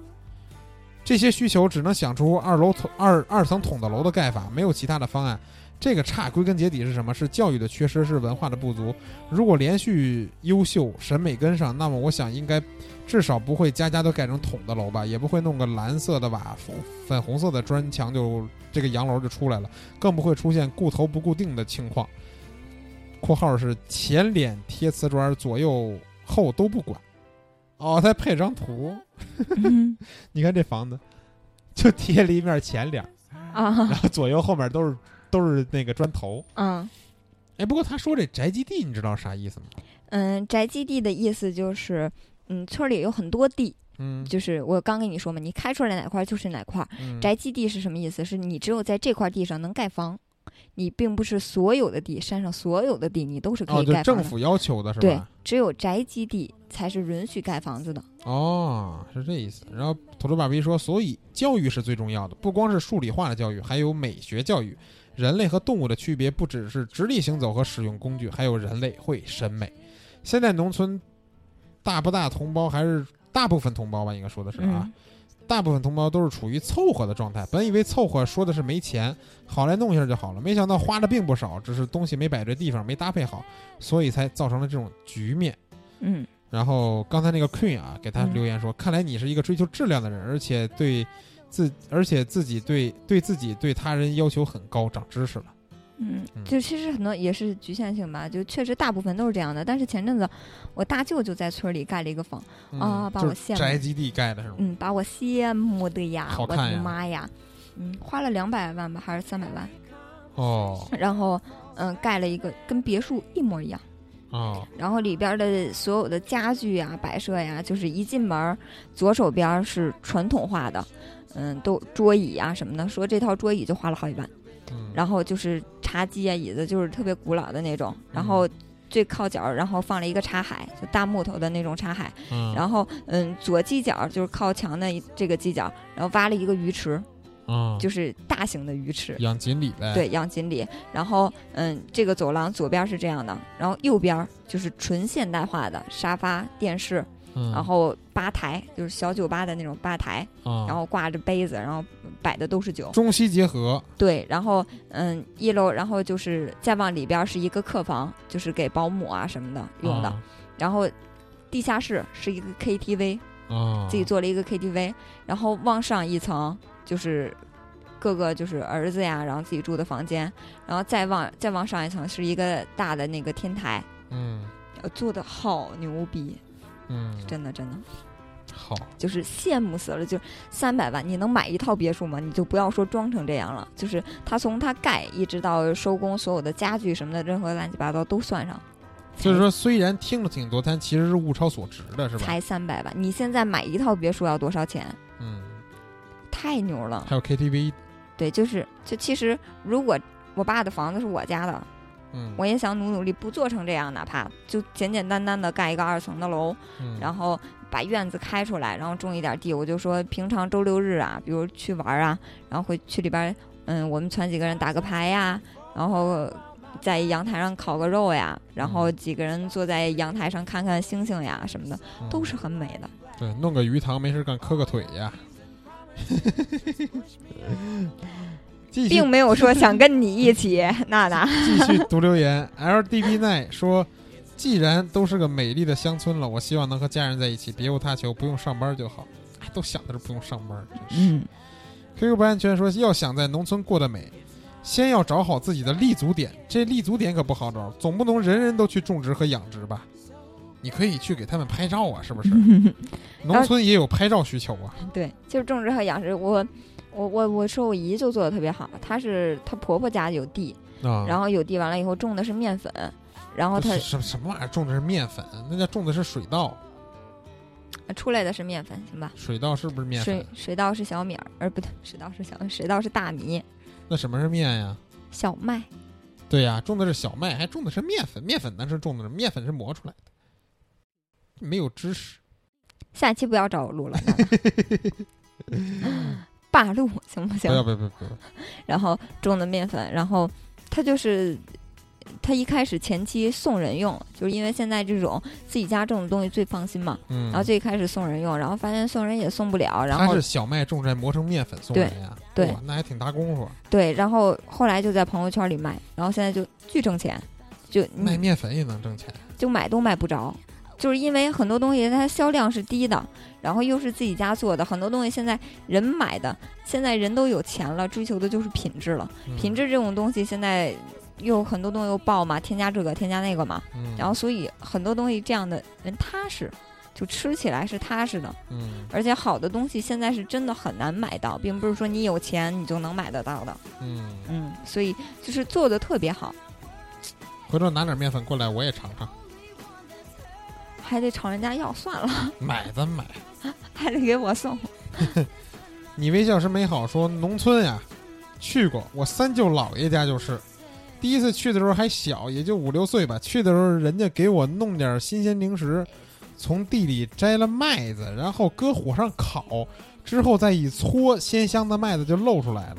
[SPEAKER 4] 这些需求只能想出二楼筒二二层筒子楼的盖法，没有其他的方案。这个差归根结底是什么？是教育的缺失，是文化的不足。如果连续优秀，审美跟上，那么我想应该至少不会家家都盖成筒的楼吧，也不会弄个蓝色的瓦、粉粉红色的砖墙就这个洋楼就出来了，更不会出现顾头不顾腚的情况。（括号是前脸贴瓷砖，左右后都不管。）哦，再配张图，
[SPEAKER 5] 嗯
[SPEAKER 4] 你看这房子就贴了一面前脸，
[SPEAKER 5] 啊，
[SPEAKER 4] 然后左右后面都是都是那个砖头。
[SPEAKER 5] 嗯
[SPEAKER 4] 哎，不过他说这宅基地，你知道啥意思吗？
[SPEAKER 5] 嗯，宅基地的意思就是，嗯，村里有很多地，
[SPEAKER 4] 嗯，
[SPEAKER 5] 就是我刚跟你说嘛，你开出来哪块儿就是哪块儿。
[SPEAKER 4] 嗯
[SPEAKER 5] 宅基地是什么意思？是你只有在这块地上能盖房，你并不是所有的地，山上所有的地你都是可
[SPEAKER 4] 哦，
[SPEAKER 5] 以
[SPEAKER 4] 就
[SPEAKER 5] 盖房
[SPEAKER 4] 政
[SPEAKER 5] 的。
[SPEAKER 4] 府要求的是
[SPEAKER 5] 对
[SPEAKER 4] 吧？，
[SPEAKER 5] 只有宅基地才是允许盖房子的。
[SPEAKER 4] 哦，是这意思。然后土豆爸比说，所以教育是最重要的，不光是数理化的教育，还有美学教育。人类和动物的区别不只是直立行走和使用工具，还有人类会审美。现在农村大不大同胞还是大部分同胞吧，应该说的是啊，
[SPEAKER 5] 嗯
[SPEAKER 4] 大部分同胞都是处于凑合的状态。本以为凑合说的是没钱，好来弄一下就好了，没想到花的并不少，只是东西没摆对地方，没搭配好，所以才造成了这种局面。
[SPEAKER 5] 嗯
[SPEAKER 4] 然后刚才那个 Queen 啊，给他留言说：“看来你是一个追求质量的人，而且对自，而且自己对对自己对他人要求很高，长知识了。
[SPEAKER 5] 嗯
[SPEAKER 4] 嗯，
[SPEAKER 5] 就其实很多也是局限性吧，就确实大部分都是这样的。但是前阵子我大舅就在村里盖了一个房，
[SPEAKER 4] 嗯”
[SPEAKER 5] 啊把
[SPEAKER 4] 就
[SPEAKER 5] 我
[SPEAKER 4] 是
[SPEAKER 5] 羡慕
[SPEAKER 4] 宅基地盖的是吗？
[SPEAKER 5] 嗯，把我羡慕的呀，
[SPEAKER 4] 好
[SPEAKER 5] 我
[SPEAKER 4] 看
[SPEAKER 5] 的
[SPEAKER 4] 呀
[SPEAKER 5] 妈呀，嗯，花了两百万吧，还是三百万，
[SPEAKER 4] 哦
[SPEAKER 5] 然后嗯、盖了一个跟别墅一模一样。
[SPEAKER 4] 哦，
[SPEAKER 5] 然后里边儿的所有的家具呀、摆设呀，就是一进门儿，左手边儿是传统化的，嗯，都桌椅啊什么的。说这套桌椅就花了好几万，
[SPEAKER 4] 嗯，
[SPEAKER 5] 然后就是茶几啊、椅子，就是特别古老的那种。
[SPEAKER 4] 嗯
[SPEAKER 5] 然后最靠角儿，然后放了一个茶海，就大木头的那种茶海。
[SPEAKER 4] 嗯
[SPEAKER 5] 然后嗯，左犄角儿就是靠墙的一这个犄角儿，然后挖了一个鱼池，
[SPEAKER 4] 嗯
[SPEAKER 5] 就是大型的鱼池。
[SPEAKER 4] 养锦鲤呗，，
[SPEAKER 5] 对，养锦鲤。然后，嗯，这个走廊左边是这样的，然后右边儿就是纯现代化的沙发、电视，
[SPEAKER 4] 嗯、
[SPEAKER 5] 然后吧台，就是小酒吧的那种吧台，
[SPEAKER 4] 嗯
[SPEAKER 5] 然后挂着杯子，然后摆的都是酒。
[SPEAKER 4] 中西结合，
[SPEAKER 5] 对，然后，嗯，一楼，然后就是再往里边儿是一个客房，就是给保姆啊什么的用的。
[SPEAKER 4] 啊
[SPEAKER 5] 然后，地下室是一个 KTV，
[SPEAKER 4] 啊，
[SPEAKER 5] 自己做了一个 KTV，然后往上一层就是各个就是儿子呀，然后自己住的房间，然后再往再往上一层是一个大的那个天台，
[SPEAKER 4] 嗯
[SPEAKER 5] 呃做的好牛逼，
[SPEAKER 4] 嗯，
[SPEAKER 5] 真的真的
[SPEAKER 4] 好，
[SPEAKER 5] 就是羡慕死了，就是三百万你能买一套别墅吗？你就不要说装成这样了，就是他从他盖一直到收工，所有的家具什么的，任何乱七八糟都算上，
[SPEAKER 4] 就是说虽然听了挺多，但其实是物超所值的，是吧？
[SPEAKER 5] 才三百万，你现在买一套别墅要多少钱？
[SPEAKER 4] 嗯，
[SPEAKER 5] 太牛了！
[SPEAKER 4] 还有 KTV，
[SPEAKER 5] 对，就是就其实如果我爸的房子是我家的，
[SPEAKER 4] 嗯，
[SPEAKER 5] 我也想努努力不做成这样，哪怕就简简单单的盖一个二层的楼，
[SPEAKER 4] 嗯
[SPEAKER 5] 然后把院子开出来，然后种一点地。我就说平常周六日啊，比如去玩啊，然后会去里边儿，嗯，我们团几个人打个牌呀，然后。在阳台上烤个肉呀，然后几个人坐在阳台上看看星星呀什么的，
[SPEAKER 4] 嗯
[SPEAKER 5] 都是很美的。
[SPEAKER 4] 对，弄个鱼塘没事干，磕个腿 呀。继续
[SPEAKER 5] 并没有说想跟你一起， 娜娜。
[SPEAKER 4] 继续读留言，LDB 奈说，既然都是个美丽的乡村了，我希望能和家人在一起，别无他求，不用上班就好。哎，都想的是不用上班，真是。
[SPEAKER 5] 嗯
[SPEAKER 4] QQ 不安全说，要想在农村过得美，先要找好自己的立足点。这立足点可不好找，总不能人人都去种植和养殖吧？你可以去给他们拍照啊，是不是？
[SPEAKER 5] 嗯
[SPEAKER 4] 农村也有拍照需求啊。
[SPEAKER 5] 对，就是种植和养殖。我我我我说我姨就做的特别好，她是她婆婆家有地，
[SPEAKER 4] 啊，
[SPEAKER 5] 然后有地完了以后种的是面粉，然后她
[SPEAKER 4] 这是什么什么玩意儿种的是面粉，那叫种的是水稻，
[SPEAKER 5] 出来的是面粉，行吧？
[SPEAKER 4] 水稻是不是面
[SPEAKER 5] 水
[SPEAKER 4] 粉？
[SPEAKER 5] 水稻是小米儿，呃，不对，水稻是小水稻是大米、
[SPEAKER 4] 那什么是面呀？
[SPEAKER 5] 小麦。
[SPEAKER 4] 对呀、种的是小麦，还种的是面粉。面粉那是种的是面粉是磨出来的，没有知识。
[SPEAKER 5] 下期不要找我录了，娜娜 霸录行不
[SPEAKER 4] 不
[SPEAKER 5] 行？
[SPEAKER 4] 要不要不要不要！
[SPEAKER 5] 然后种的面粉，然后他就是他一开始前期送人用，就是因为现在这种自己家种的东西最放心嘛。
[SPEAKER 4] 嗯，
[SPEAKER 5] 然后最开始送人用，然后发现送人也送不了，然
[SPEAKER 4] 它
[SPEAKER 5] 后
[SPEAKER 4] 是小麦种出来磨成面粉送
[SPEAKER 5] 对
[SPEAKER 4] 人呀、
[SPEAKER 5] 对
[SPEAKER 4] 哇那还挺大功夫，
[SPEAKER 5] 对，然后后来就在朋友圈里卖，然后现在就巨挣钱，就
[SPEAKER 4] 卖面粉也能挣钱。
[SPEAKER 5] 就买都买不着，就是因为很多东西它销量是低的，然后又是自己家做的，很多东西现在人买的，现在人都有钱了，追求的就是品质了。
[SPEAKER 4] 嗯
[SPEAKER 5] 品，质这种东西现在又很多东西又爆嘛，添加这个添加那个嘛，
[SPEAKER 4] 嗯
[SPEAKER 5] 然后所以很多东西这样的人踏实，就吃起来是踏实的，
[SPEAKER 4] 嗯
[SPEAKER 5] 而且好的东西现在是真的很难买到，并不是说你有钱你就能买得到的。
[SPEAKER 4] 嗯，
[SPEAKER 5] 嗯，所以就是做的特别好，
[SPEAKER 4] 回头拿点面粉过来，我也尝尝，
[SPEAKER 5] 还得朝人家要，算了，
[SPEAKER 4] 买咱买。
[SPEAKER 5] 还得给我送。
[SPEAKER 4] 你微笑是美好说农村呀，去过，我三舅姥爷家就是。第一次去的时候还小，也就五六岁吧。去的时候，人家给我弄点新鲜零食，从地里摘了麦子，然后搁火上烤，之后再一搓，鲜香的麦子就露出来了。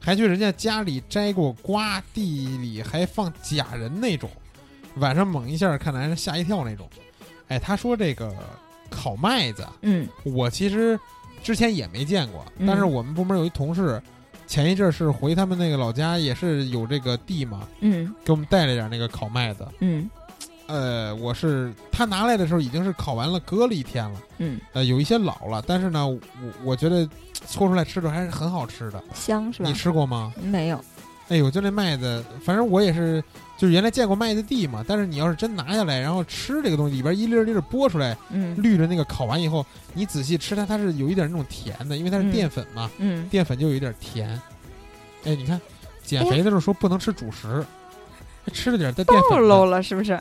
[SPEAKER 4] 还去人家家里摘过瓜，地里还放假人那种，晚上猛一下看男人吓一跳那种。哎，他说这个烤麦子啊，
[SPEAKER 5] 嗯
[SPEAKER 4] 我其实之前也没见过，
[SPEAKER 5] 嗯
[SPEAKER 4] 但是我们部门有一同事，前一阵儿是回他们那个老家，也是有这个地嘛，
[SPEAKER 5] 嗯
[SPEAKER 4] 给我们带了点那个烤麦子。
[SPEAKER 5] 嗯
[SPEAKER 4] 呃，我是他拿来的时候已经是烤完了，隔了一天了，
[SPEAKER 5] 嗯，
[SPEAKER 4] 呃，有一些老了，但是呢，我我觉得搓出来吃着还是很好吃的。
[SPEAKER 5] 香是吧
[SPEAKER 4] 你？吃过吗？
[SPEAKER 5] 没有，
[SPEAKER 4] 哎呦，就那麦子，反正我也是，就是原来见过麦子地嘛，但是你要是真拿下来，然后吃这个东西，里边一粒儿粒儿剥出来，
[SPEAKER 5] 嗯
[SPEAKER 4] 绿的那个烤完以后，你仔细吃它，它是有一点那种甜的，因为它是
[SPEAKER 5] 嗯
[SPEAKER 4] 淀粉嘛，
[SPEAKER 5] 嗯，
[SPEAKER 4] 淀粉就有一点甜。哎，你看，减
[SPEAKER 5] 哎
[SPEAKER 4] 肥的时候说不能吃主食，还吃了点带淀
[SPEAKER 5] 暴
[SPEAKER 4] 粉的
[SPEAKER 5] 露了是不 是？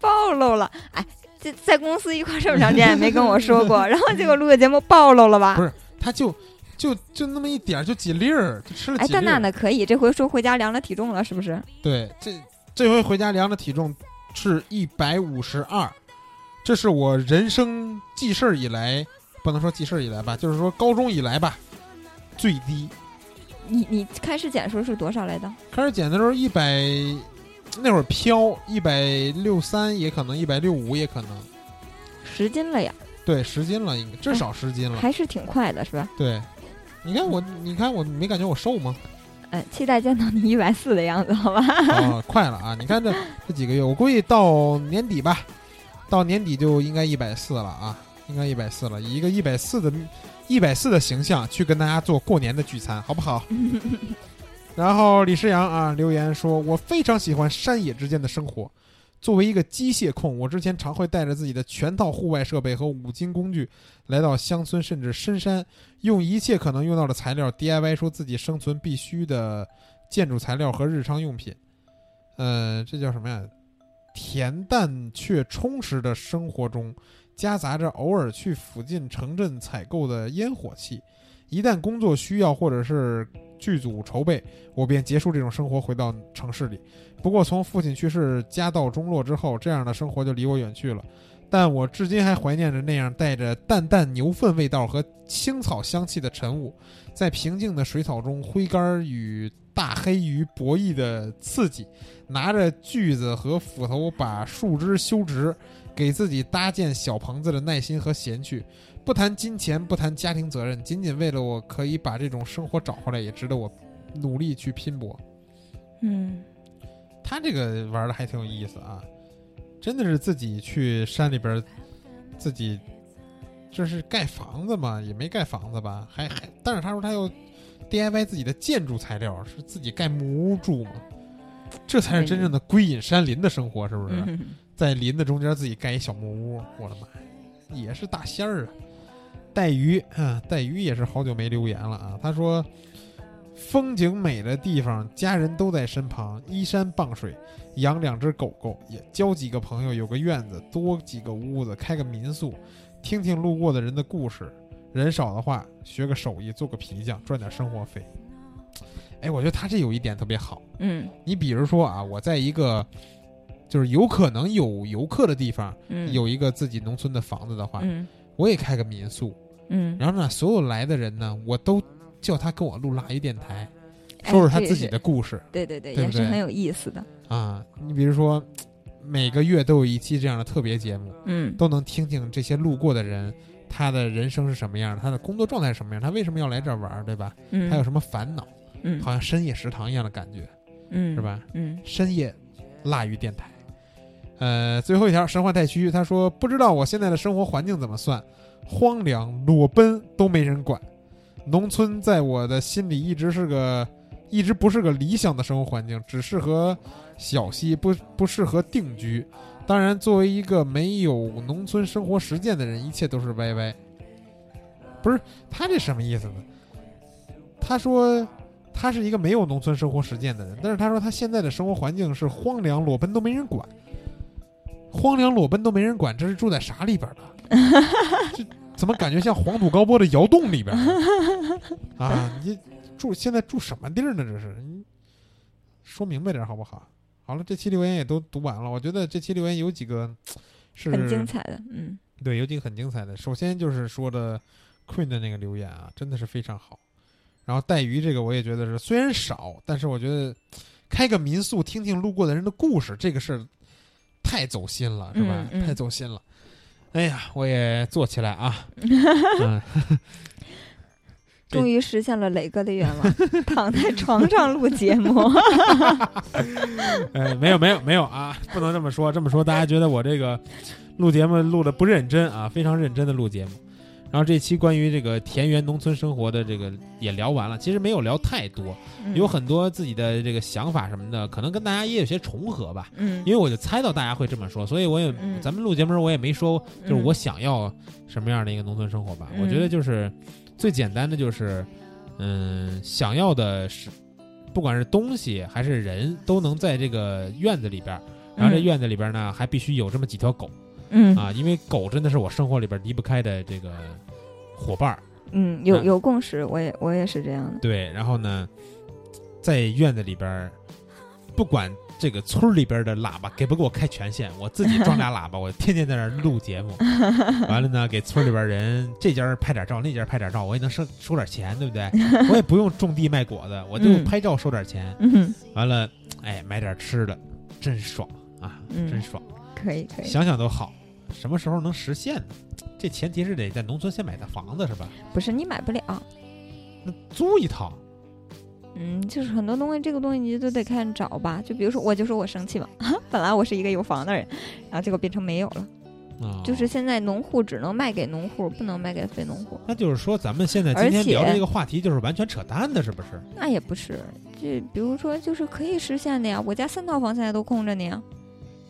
[SPEAKER 5] 暴露了，哎。这在公司一块儿这么长时间也没跟我说 过，然后结果录个节目暴露了吧
[SPEAKER 4] 不？是它就就就那么一点儿，就几粒儿，就吃了
[SPEAKER 5] 哎，
[SPEAKER 4] 几
[SPEAKER 5] 但
[SPEAKER 4] 粒
[SPEAKER 5] 那
[SPEAKER 4] 儿。
[SPEAKER 5] 那可以，这回说回家量了体重了，是不是？
[SPEAKER 4] 对，这这回回家量的体重是一百五十二，这是我人生记事儿以来，不能说记事儿以来吧，就是说高中以来吧，最低。
[SPEAKER 5] 你你开始减的时候是多少来的？
[SPEAKER 4] 开始减的时候一百，那会儿飘一百六三，也可能一百六五，也可能
[SPEAKER 5] 十斤了呀，
[SPEAKER 4] 对十斤了，应该至少十斤了。
[SPEAKER 5] 还是挺快的，是吧？
[SPEAKER 4] 对，你看我，你看我没感觉我瘦吗？
[SPEAKER 5] 嗯，期待见到你一百四的样子，好吧？
[SPEAKER 4] 啊，快了啊！你看这这几个月，我估计到年底吧，到年底就应该一百四了啊，应该一百四了，以一个一百四的一百四的形象去跟大家做过年的聚餐，好不好？然后李世阳啊留言说：“我非常喜欢山野之间的生活。作为一个机械控，我之前常会带着自己的全套户外设备和五金工具，来到乡村甚至深山，用一切可能用到的材料 DIY 出自己生存必须的建筑材料和日常用品。呃，这叫什么呀？恬淡却充实的生活中，夹杂着偶尔去附近城镇采购的烟火气。一旦工作需要或者是剧组筹备，我便结束这种生活，回到城市里。不过从父亲去世、家道中落之后，这样的生活就离我远去了。但我至今还怀念着那样带着淡淡牛粪味道和青草香气的晨雾，在平静的水草中，挥杆与大黑鱼博弈的刺激。拿着锯子和斧头把树枝修直，给自己搭建小棚子的耐心和闲趣。不谈金钱，不谈家庭责任，仅仅为了我可以把这种生活找回来，也值得我努力去拼搏。
[SPEAKER 5] 嗯，
[SPEAKER 4] 他这个玩的还挺有意思啊，真的是自己去山里边儿，自己这是盖房子嘛，也没盖房子吧，还还，但是他说他要 DIY 自己的建筑材料，是自己盖木屋住嘛，这才是真正的归隐山林的生活，是啊不是？
[SPEAKER 5] 嗯
[SPEAKER 4] 在林子中间自己盖一小木屋，我的妈呀，也是大仙儿啊！带鱼，啊，带鱼也是好久没留言了啊。他说，风景美的地方，家人都在身旁，依山傍水，养两只狗狗，也交几个朋友，有个院子，多几个屋子，开个民宿，听听路过的人的故事。人少的话，学个手艺，做个皮匠，赚点生活费。哎，我觉得他这有一点特别好。
[SPEAKER 5] 嗯
[SPEAKER 4] 你比如说啊，我在一个就是有可能有游客的地方，
[SPEAKER 5] 嗯，
[SPEAKER 4] 有一个自己农村的房子的话，
[SPEAKER 5] 嗯
[SPEAKER 4] 我也开个民宿，
[SPEAKER 5] 嗯，
[SPEAKER 4] 然后呢，所有来的人呢，我都叫他跟我录腊鱼电台，说说他
[SPEAKER 5] 哎这也
[SPEAKER 4] 自己
[SPEAKER 5] 是
[SPEAKER 4] 的故事
[SPEAKER 5] 对对对，
[SPEAKER 4] 对不
[SPEAKER 5] 也是
[SPEAKER 4] 对
[SPEAKER 5] 很有意思的。
[SPEAKER 4] 啊。你比如说，每个月都有一期这样的特别节目，
[SPEAKER 5] 嗯
[SPEAKER 4] 都能听听这些路过的人
[SPEAKER 9] 他的人生是什么样的，他的工作状态是什么样，他为什么要来这儿玩儿，对吧？
[SPEAKER 5] 嗯，
[SPEAKER 9] 他有什么烦恼？
[SPEAKER 5] 嗯
[SPEAKER 9] 好像深夜食堂一样的感觉，
[SPEAKER 5] 嗯
[SPEAKER 9] 是？吧？
[SPEAKER 5] 嗯
[SPEAKER 9] 深夜腊鱼电台。呃，最后一条神话太虚，他说不知道我现在的生活环境怎么算，荒凉裸奔都没人管，农村在我的心里一直是个，一直不是个理想的生活环境，只适合小溪，不不适合定居。当然，作为一个没有农村生活实践的人，一切都是歪歪。不是他这什么意思呢？他说他是一个没有农村生活实践的人，但是他说他现在的生活环境是荒凉裸奔都没人管，荒凉裸奔都没人管，这是住在啥里边的？ 这怎么感觉像黄土高坡的窑洞里边呢？啊，你住现在住什么地儿呢？这是，你说明白点好不好？好了，这期留言也都读完了，我觉得这期留言有几个是
[SPEAKER 5] 很精彩的，嗯
[SPEAKER 9] 对，有几个很精彩的。首先就是说的 Queen 的那个留言啊，真的是非常好。然后带鱼这个我也觉得是，虽然少，但是我觉得开个民宿听听路过的人的故事，这个事儿太走心了，是吧？
[SPEAKER 5] 嗯嗯
[SPEAKER 9] 太走心了。哎呀，我也做起来 啊！嗯，对
[SPEAKER 5] 终于实现了磊哥的愿望， 躺在床上录节 目。
[SPEAKER 4] 呃，没有没有没有啊，不能这么说，这么说大家觉得我这个录节目录的不认真啊，非常认真的录节目。然后这期关于这个田园农村生活的这个也聊完了，其实没有聊太多，
[SPEAKER 5] 嗯
[SPEAKER 4] 有很多自己的这个想法什么的，可能跟大家也有些重合吧。
[SPEAKER 5] 嗯，
[SPEAKER 4] 因为我就猜到大家会这么说，所以我也、
[SPEAKER 5] 嗯
[SPEAKER 4] 咱们录节目时候我也没说
[SPEAKER 5] 嗯
[SPEAKER 4] 就是我想要什么样的一个农村生活吧。
[SPEAKER 5] 嗯
[SPEAKER 4] 我觉得就是最简单的就是，嗯，想要的是不管是东西还是人都能在这个院子里边儿，然后这
[SPEAKER 5] 嗯
[SPEAKER 4] 院子里边呢还必须有这么几条狗
[SPEAKER 5] 嗯
[SPEAKER 4] 啊，因为狗真的是我生活里边离不开的这个伙伴儿。
[SPEAKER 5] 嗯有
[SPEAKER 4] 嗯
[SPEAKER 5] 有共识，我也我也是这样的。
[SPEAKER 4] 对，然后呢，在院子里边儿，不管这个村儿里边儿的喇叭给不给我开权限，我自己装俩喇叭，我天天在那儿录节 目。完了呢，给村儿里边儿人这家儿拍点照，那家儿拍点照，我也能收收点钱，对不对？我也不用种地卖果子，我就
[SPEAKER 5] 嗯
[SPEAKER 4] 拍照收点钱。
[SPEAKER 5] 嗯，
[SPEAKER 4] 完了，哎，买点吃的，真爽啊，
[SPEAKER 5] 嗯
[SPEAKER 4] 真爽！
[SPEAKER 5] 可以可以，
[SPEAKER 4] 想想都好。什么时候能实现呢？这前提是得在农村先买套房子是吧？
[SPEAKER 5] 不是你买不了，
[SPEAKER 4] 那租一套，
[SPEAKER 5] 嗯，就是很多东西，这个东西你就得看找吧。就比如说，我就说我生气嘛， 本来我是一个有房的人，然后结果变成没有了。
[SPEAKER 4] 啊、
[SPEAKER 5] 就是现在农户只能卖给农户，不能卖给非农户。
[SPEAKER 4] 那就是说，咱们现在今
[SPEAKER 5] 而
[SPEAKER 4] 天
[SPEAKER 5] 且
[SPEAKER 4] 聊的这个话题就是完全扯淡的，是不是？
[SPEAKER 5] 那也不是，这比如说就是可以实现的呀。我家三套房现在都空着呢呀，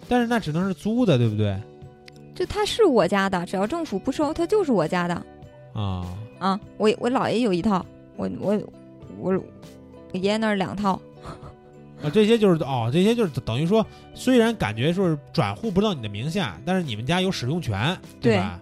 [SPEAKER 4] 但是那只能是租的，对不对？
[SPEAKER 5] 就它是我家的，只要政府不收，它就是我家的
[SPEAKER 4] 啊，
[SPEAKER 5] 啊。我我姥爷有一套，我我我我爷爷那儿两套，
[SPEAKER 4] 啊，这些就是哦，这些就是等于说，虽然感觉说是转户不到你的名下，但是你们家有使用权，
[SPEAKER 5] 对
[SPEAKER 4] 吧？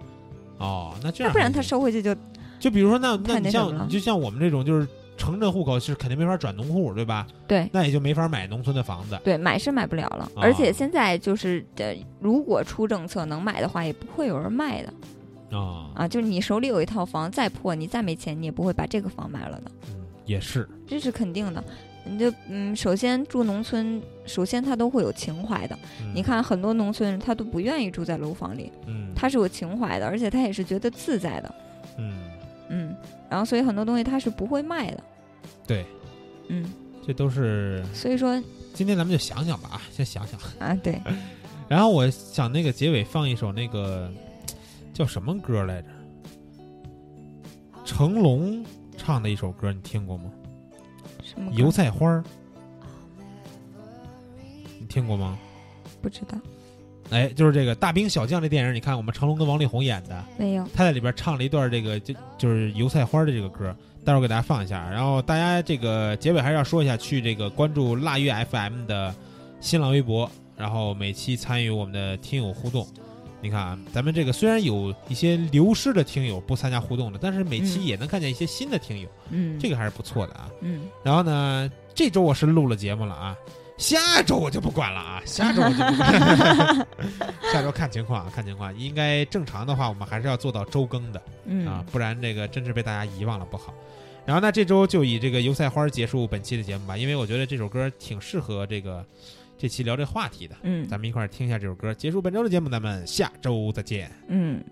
[SPEAKER 4] 哦，那这
[SPEAKER 5] 要
[SPEAKER 4] 样
[SPEAKER 5] 不然
[SPEAKER 4] 还
[SPEAKER 5] 他
[SPEAKER 4] 行
[SPEAKER 5] 收回去就
[SPEAKER 4] 就比如说那
[SPEAKER 5] 太
[SPEAKER 4] 那
[SPEAKER 5] 那
[SPEAKER 4] 你
[SPEAKER 5] 什么
[SPEAKER 4] 像
[SPEAKER 5] 了
[SPEAKER 4] 你就像我们这种就是城镇户口是肯定没法转农户，对吧？
[SPEAKER 5] 对
[SPEAKER 4] 那也就没法买农村的房子。
[SPEAKER 5] 对，买是买不了了，
[SPEAKER 4] 啊
[SPEAKER 5] 而且现在就是呃，如果出政策能买的话，也不会有人卖的
[SPEAKER 4] 啊，
[SPEAKER 5] 啊。就是你手里有一套房，再破你再没钱，你也不会把这个房卖了的，
[SPEAKER 4] 嗯，也是，
[SPEAKER 5] 这是肯定的。你就嗯，首先住农村，首先他都会有情怀的。
[SPEAKER 4] 嗯
[SPEAKER 5] 你，看很多农村人，他都不愿意住在楼房里，
[SPEAKER 4] 嗯，
[SPEAKER 5] 他是有情怀的，而且他也是觉得自在的，
[SPEAKER 4] 嗯，
[SPEAKER 5] 嗯。然后所以很多东西他是不会卖的，
[SPEAKER 4] 对，
[SPEAKER 5] 嗯。
[SPEAKER 4] 这都是
[SPEAKER 5] 所以说
[SPEAKER 4] 今天咱们就想想吧啊，先想想。
[SPEAKER 5] 啊，对，
[SPEAKER 4] 然后我想那个结尾放一首那个叫什么歌来着？成龙唱的一首歌，你听过吗？
[SPEAKER 5] 什么
[SPEAKER 4] 油
[SPEAKER 5] 歌
[SPEAKER 4] 菜花儿，你听过吗？
[SPEAKER 5] 不知道，
[SPEAKER 4] 哎，就是这个《大兵小将》这电影，你看我们成龙跟王力宏演的，
[SPEAKER 5] 没有，
[SPEAKER 4] 他在里边唱了一段这个就就是油菜花的这个歌，待会儿给大家放一下。然后大家这个结尾还是要说一下，去这个关注腊月 FM 的新浪微博，然后每期参与我们的听友互动。你看啊，咱们这个虽然有一些流失的听友不参加互动了，但是每期
[SPEAKER 5] 嗯
[SPEAKER 4] 也能看见一些新的听友，
[SPEAKER 5] 嗯，
[SPEAKER 4] 这个还是不错的啊。
[SPEAKER 5] 嗯，
[SPEAKER 4] 然后呢，这周我是录了节目了啊，下周我就不管了啊，下周我就不管了， 下周看情况啊，看情况，应该正常的话，我们还是要做到周更的
[SPEAKER 5] 嗯
[SPEAKER 4] 啊，不然这个真是被大家遗忘了不好。然后呢，这周就以这个油菜花结束本期的节目吧，因为我觉得这首歌挺适合这个这期聊这话题的，
[SPEAKER 5] 嗯
[SPEAKER 4] 咱们一块儿听一下这首歌，结束本周的节目，咱们下周再见。
[SPEAKER 5] 嗯。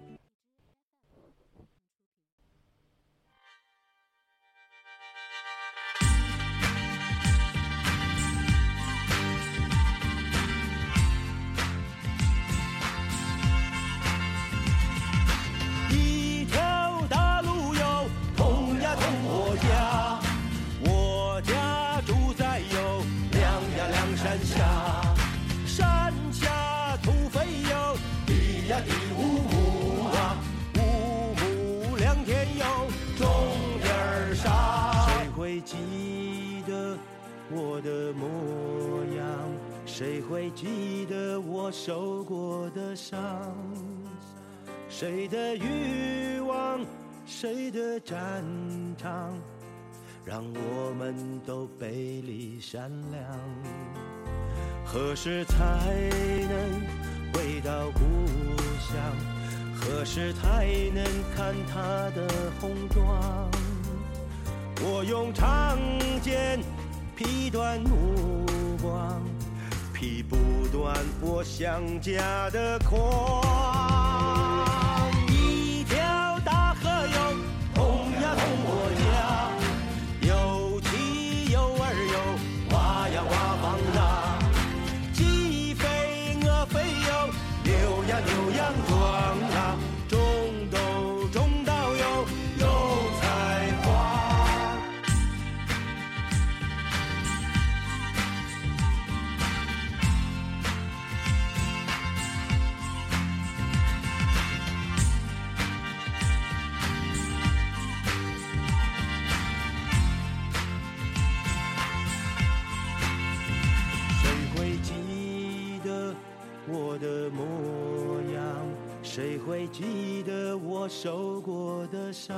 [SPEAKER 6] 啊过的模样，谁会记得我受过的伤？谁的欲望，谁的战场，让我们都背离善良。何时才能回到故乡？何时才能看它的红妆？我用长剑劈断目光，劈不断我想家的狂。一条大河哟，通呀通我家，有妻有儿哟，娃呀娃放大，鸡飞鹅飞哟，牛呀牛羊壮啊，种豆种稻哟，有才华。谁会记得我的模样？谁会记得我受过的伤？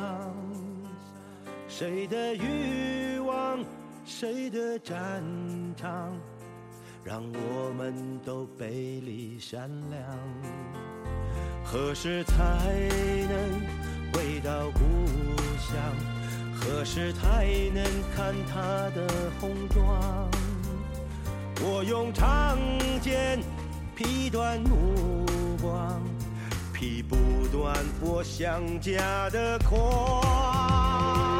[SPEAKER 6] 谁的欲望，谁的战场，让我们都背离善良。何时才能回到故乡？何时才能看它的红妆？我用长剑劈断目光，劈不断我想家的狂。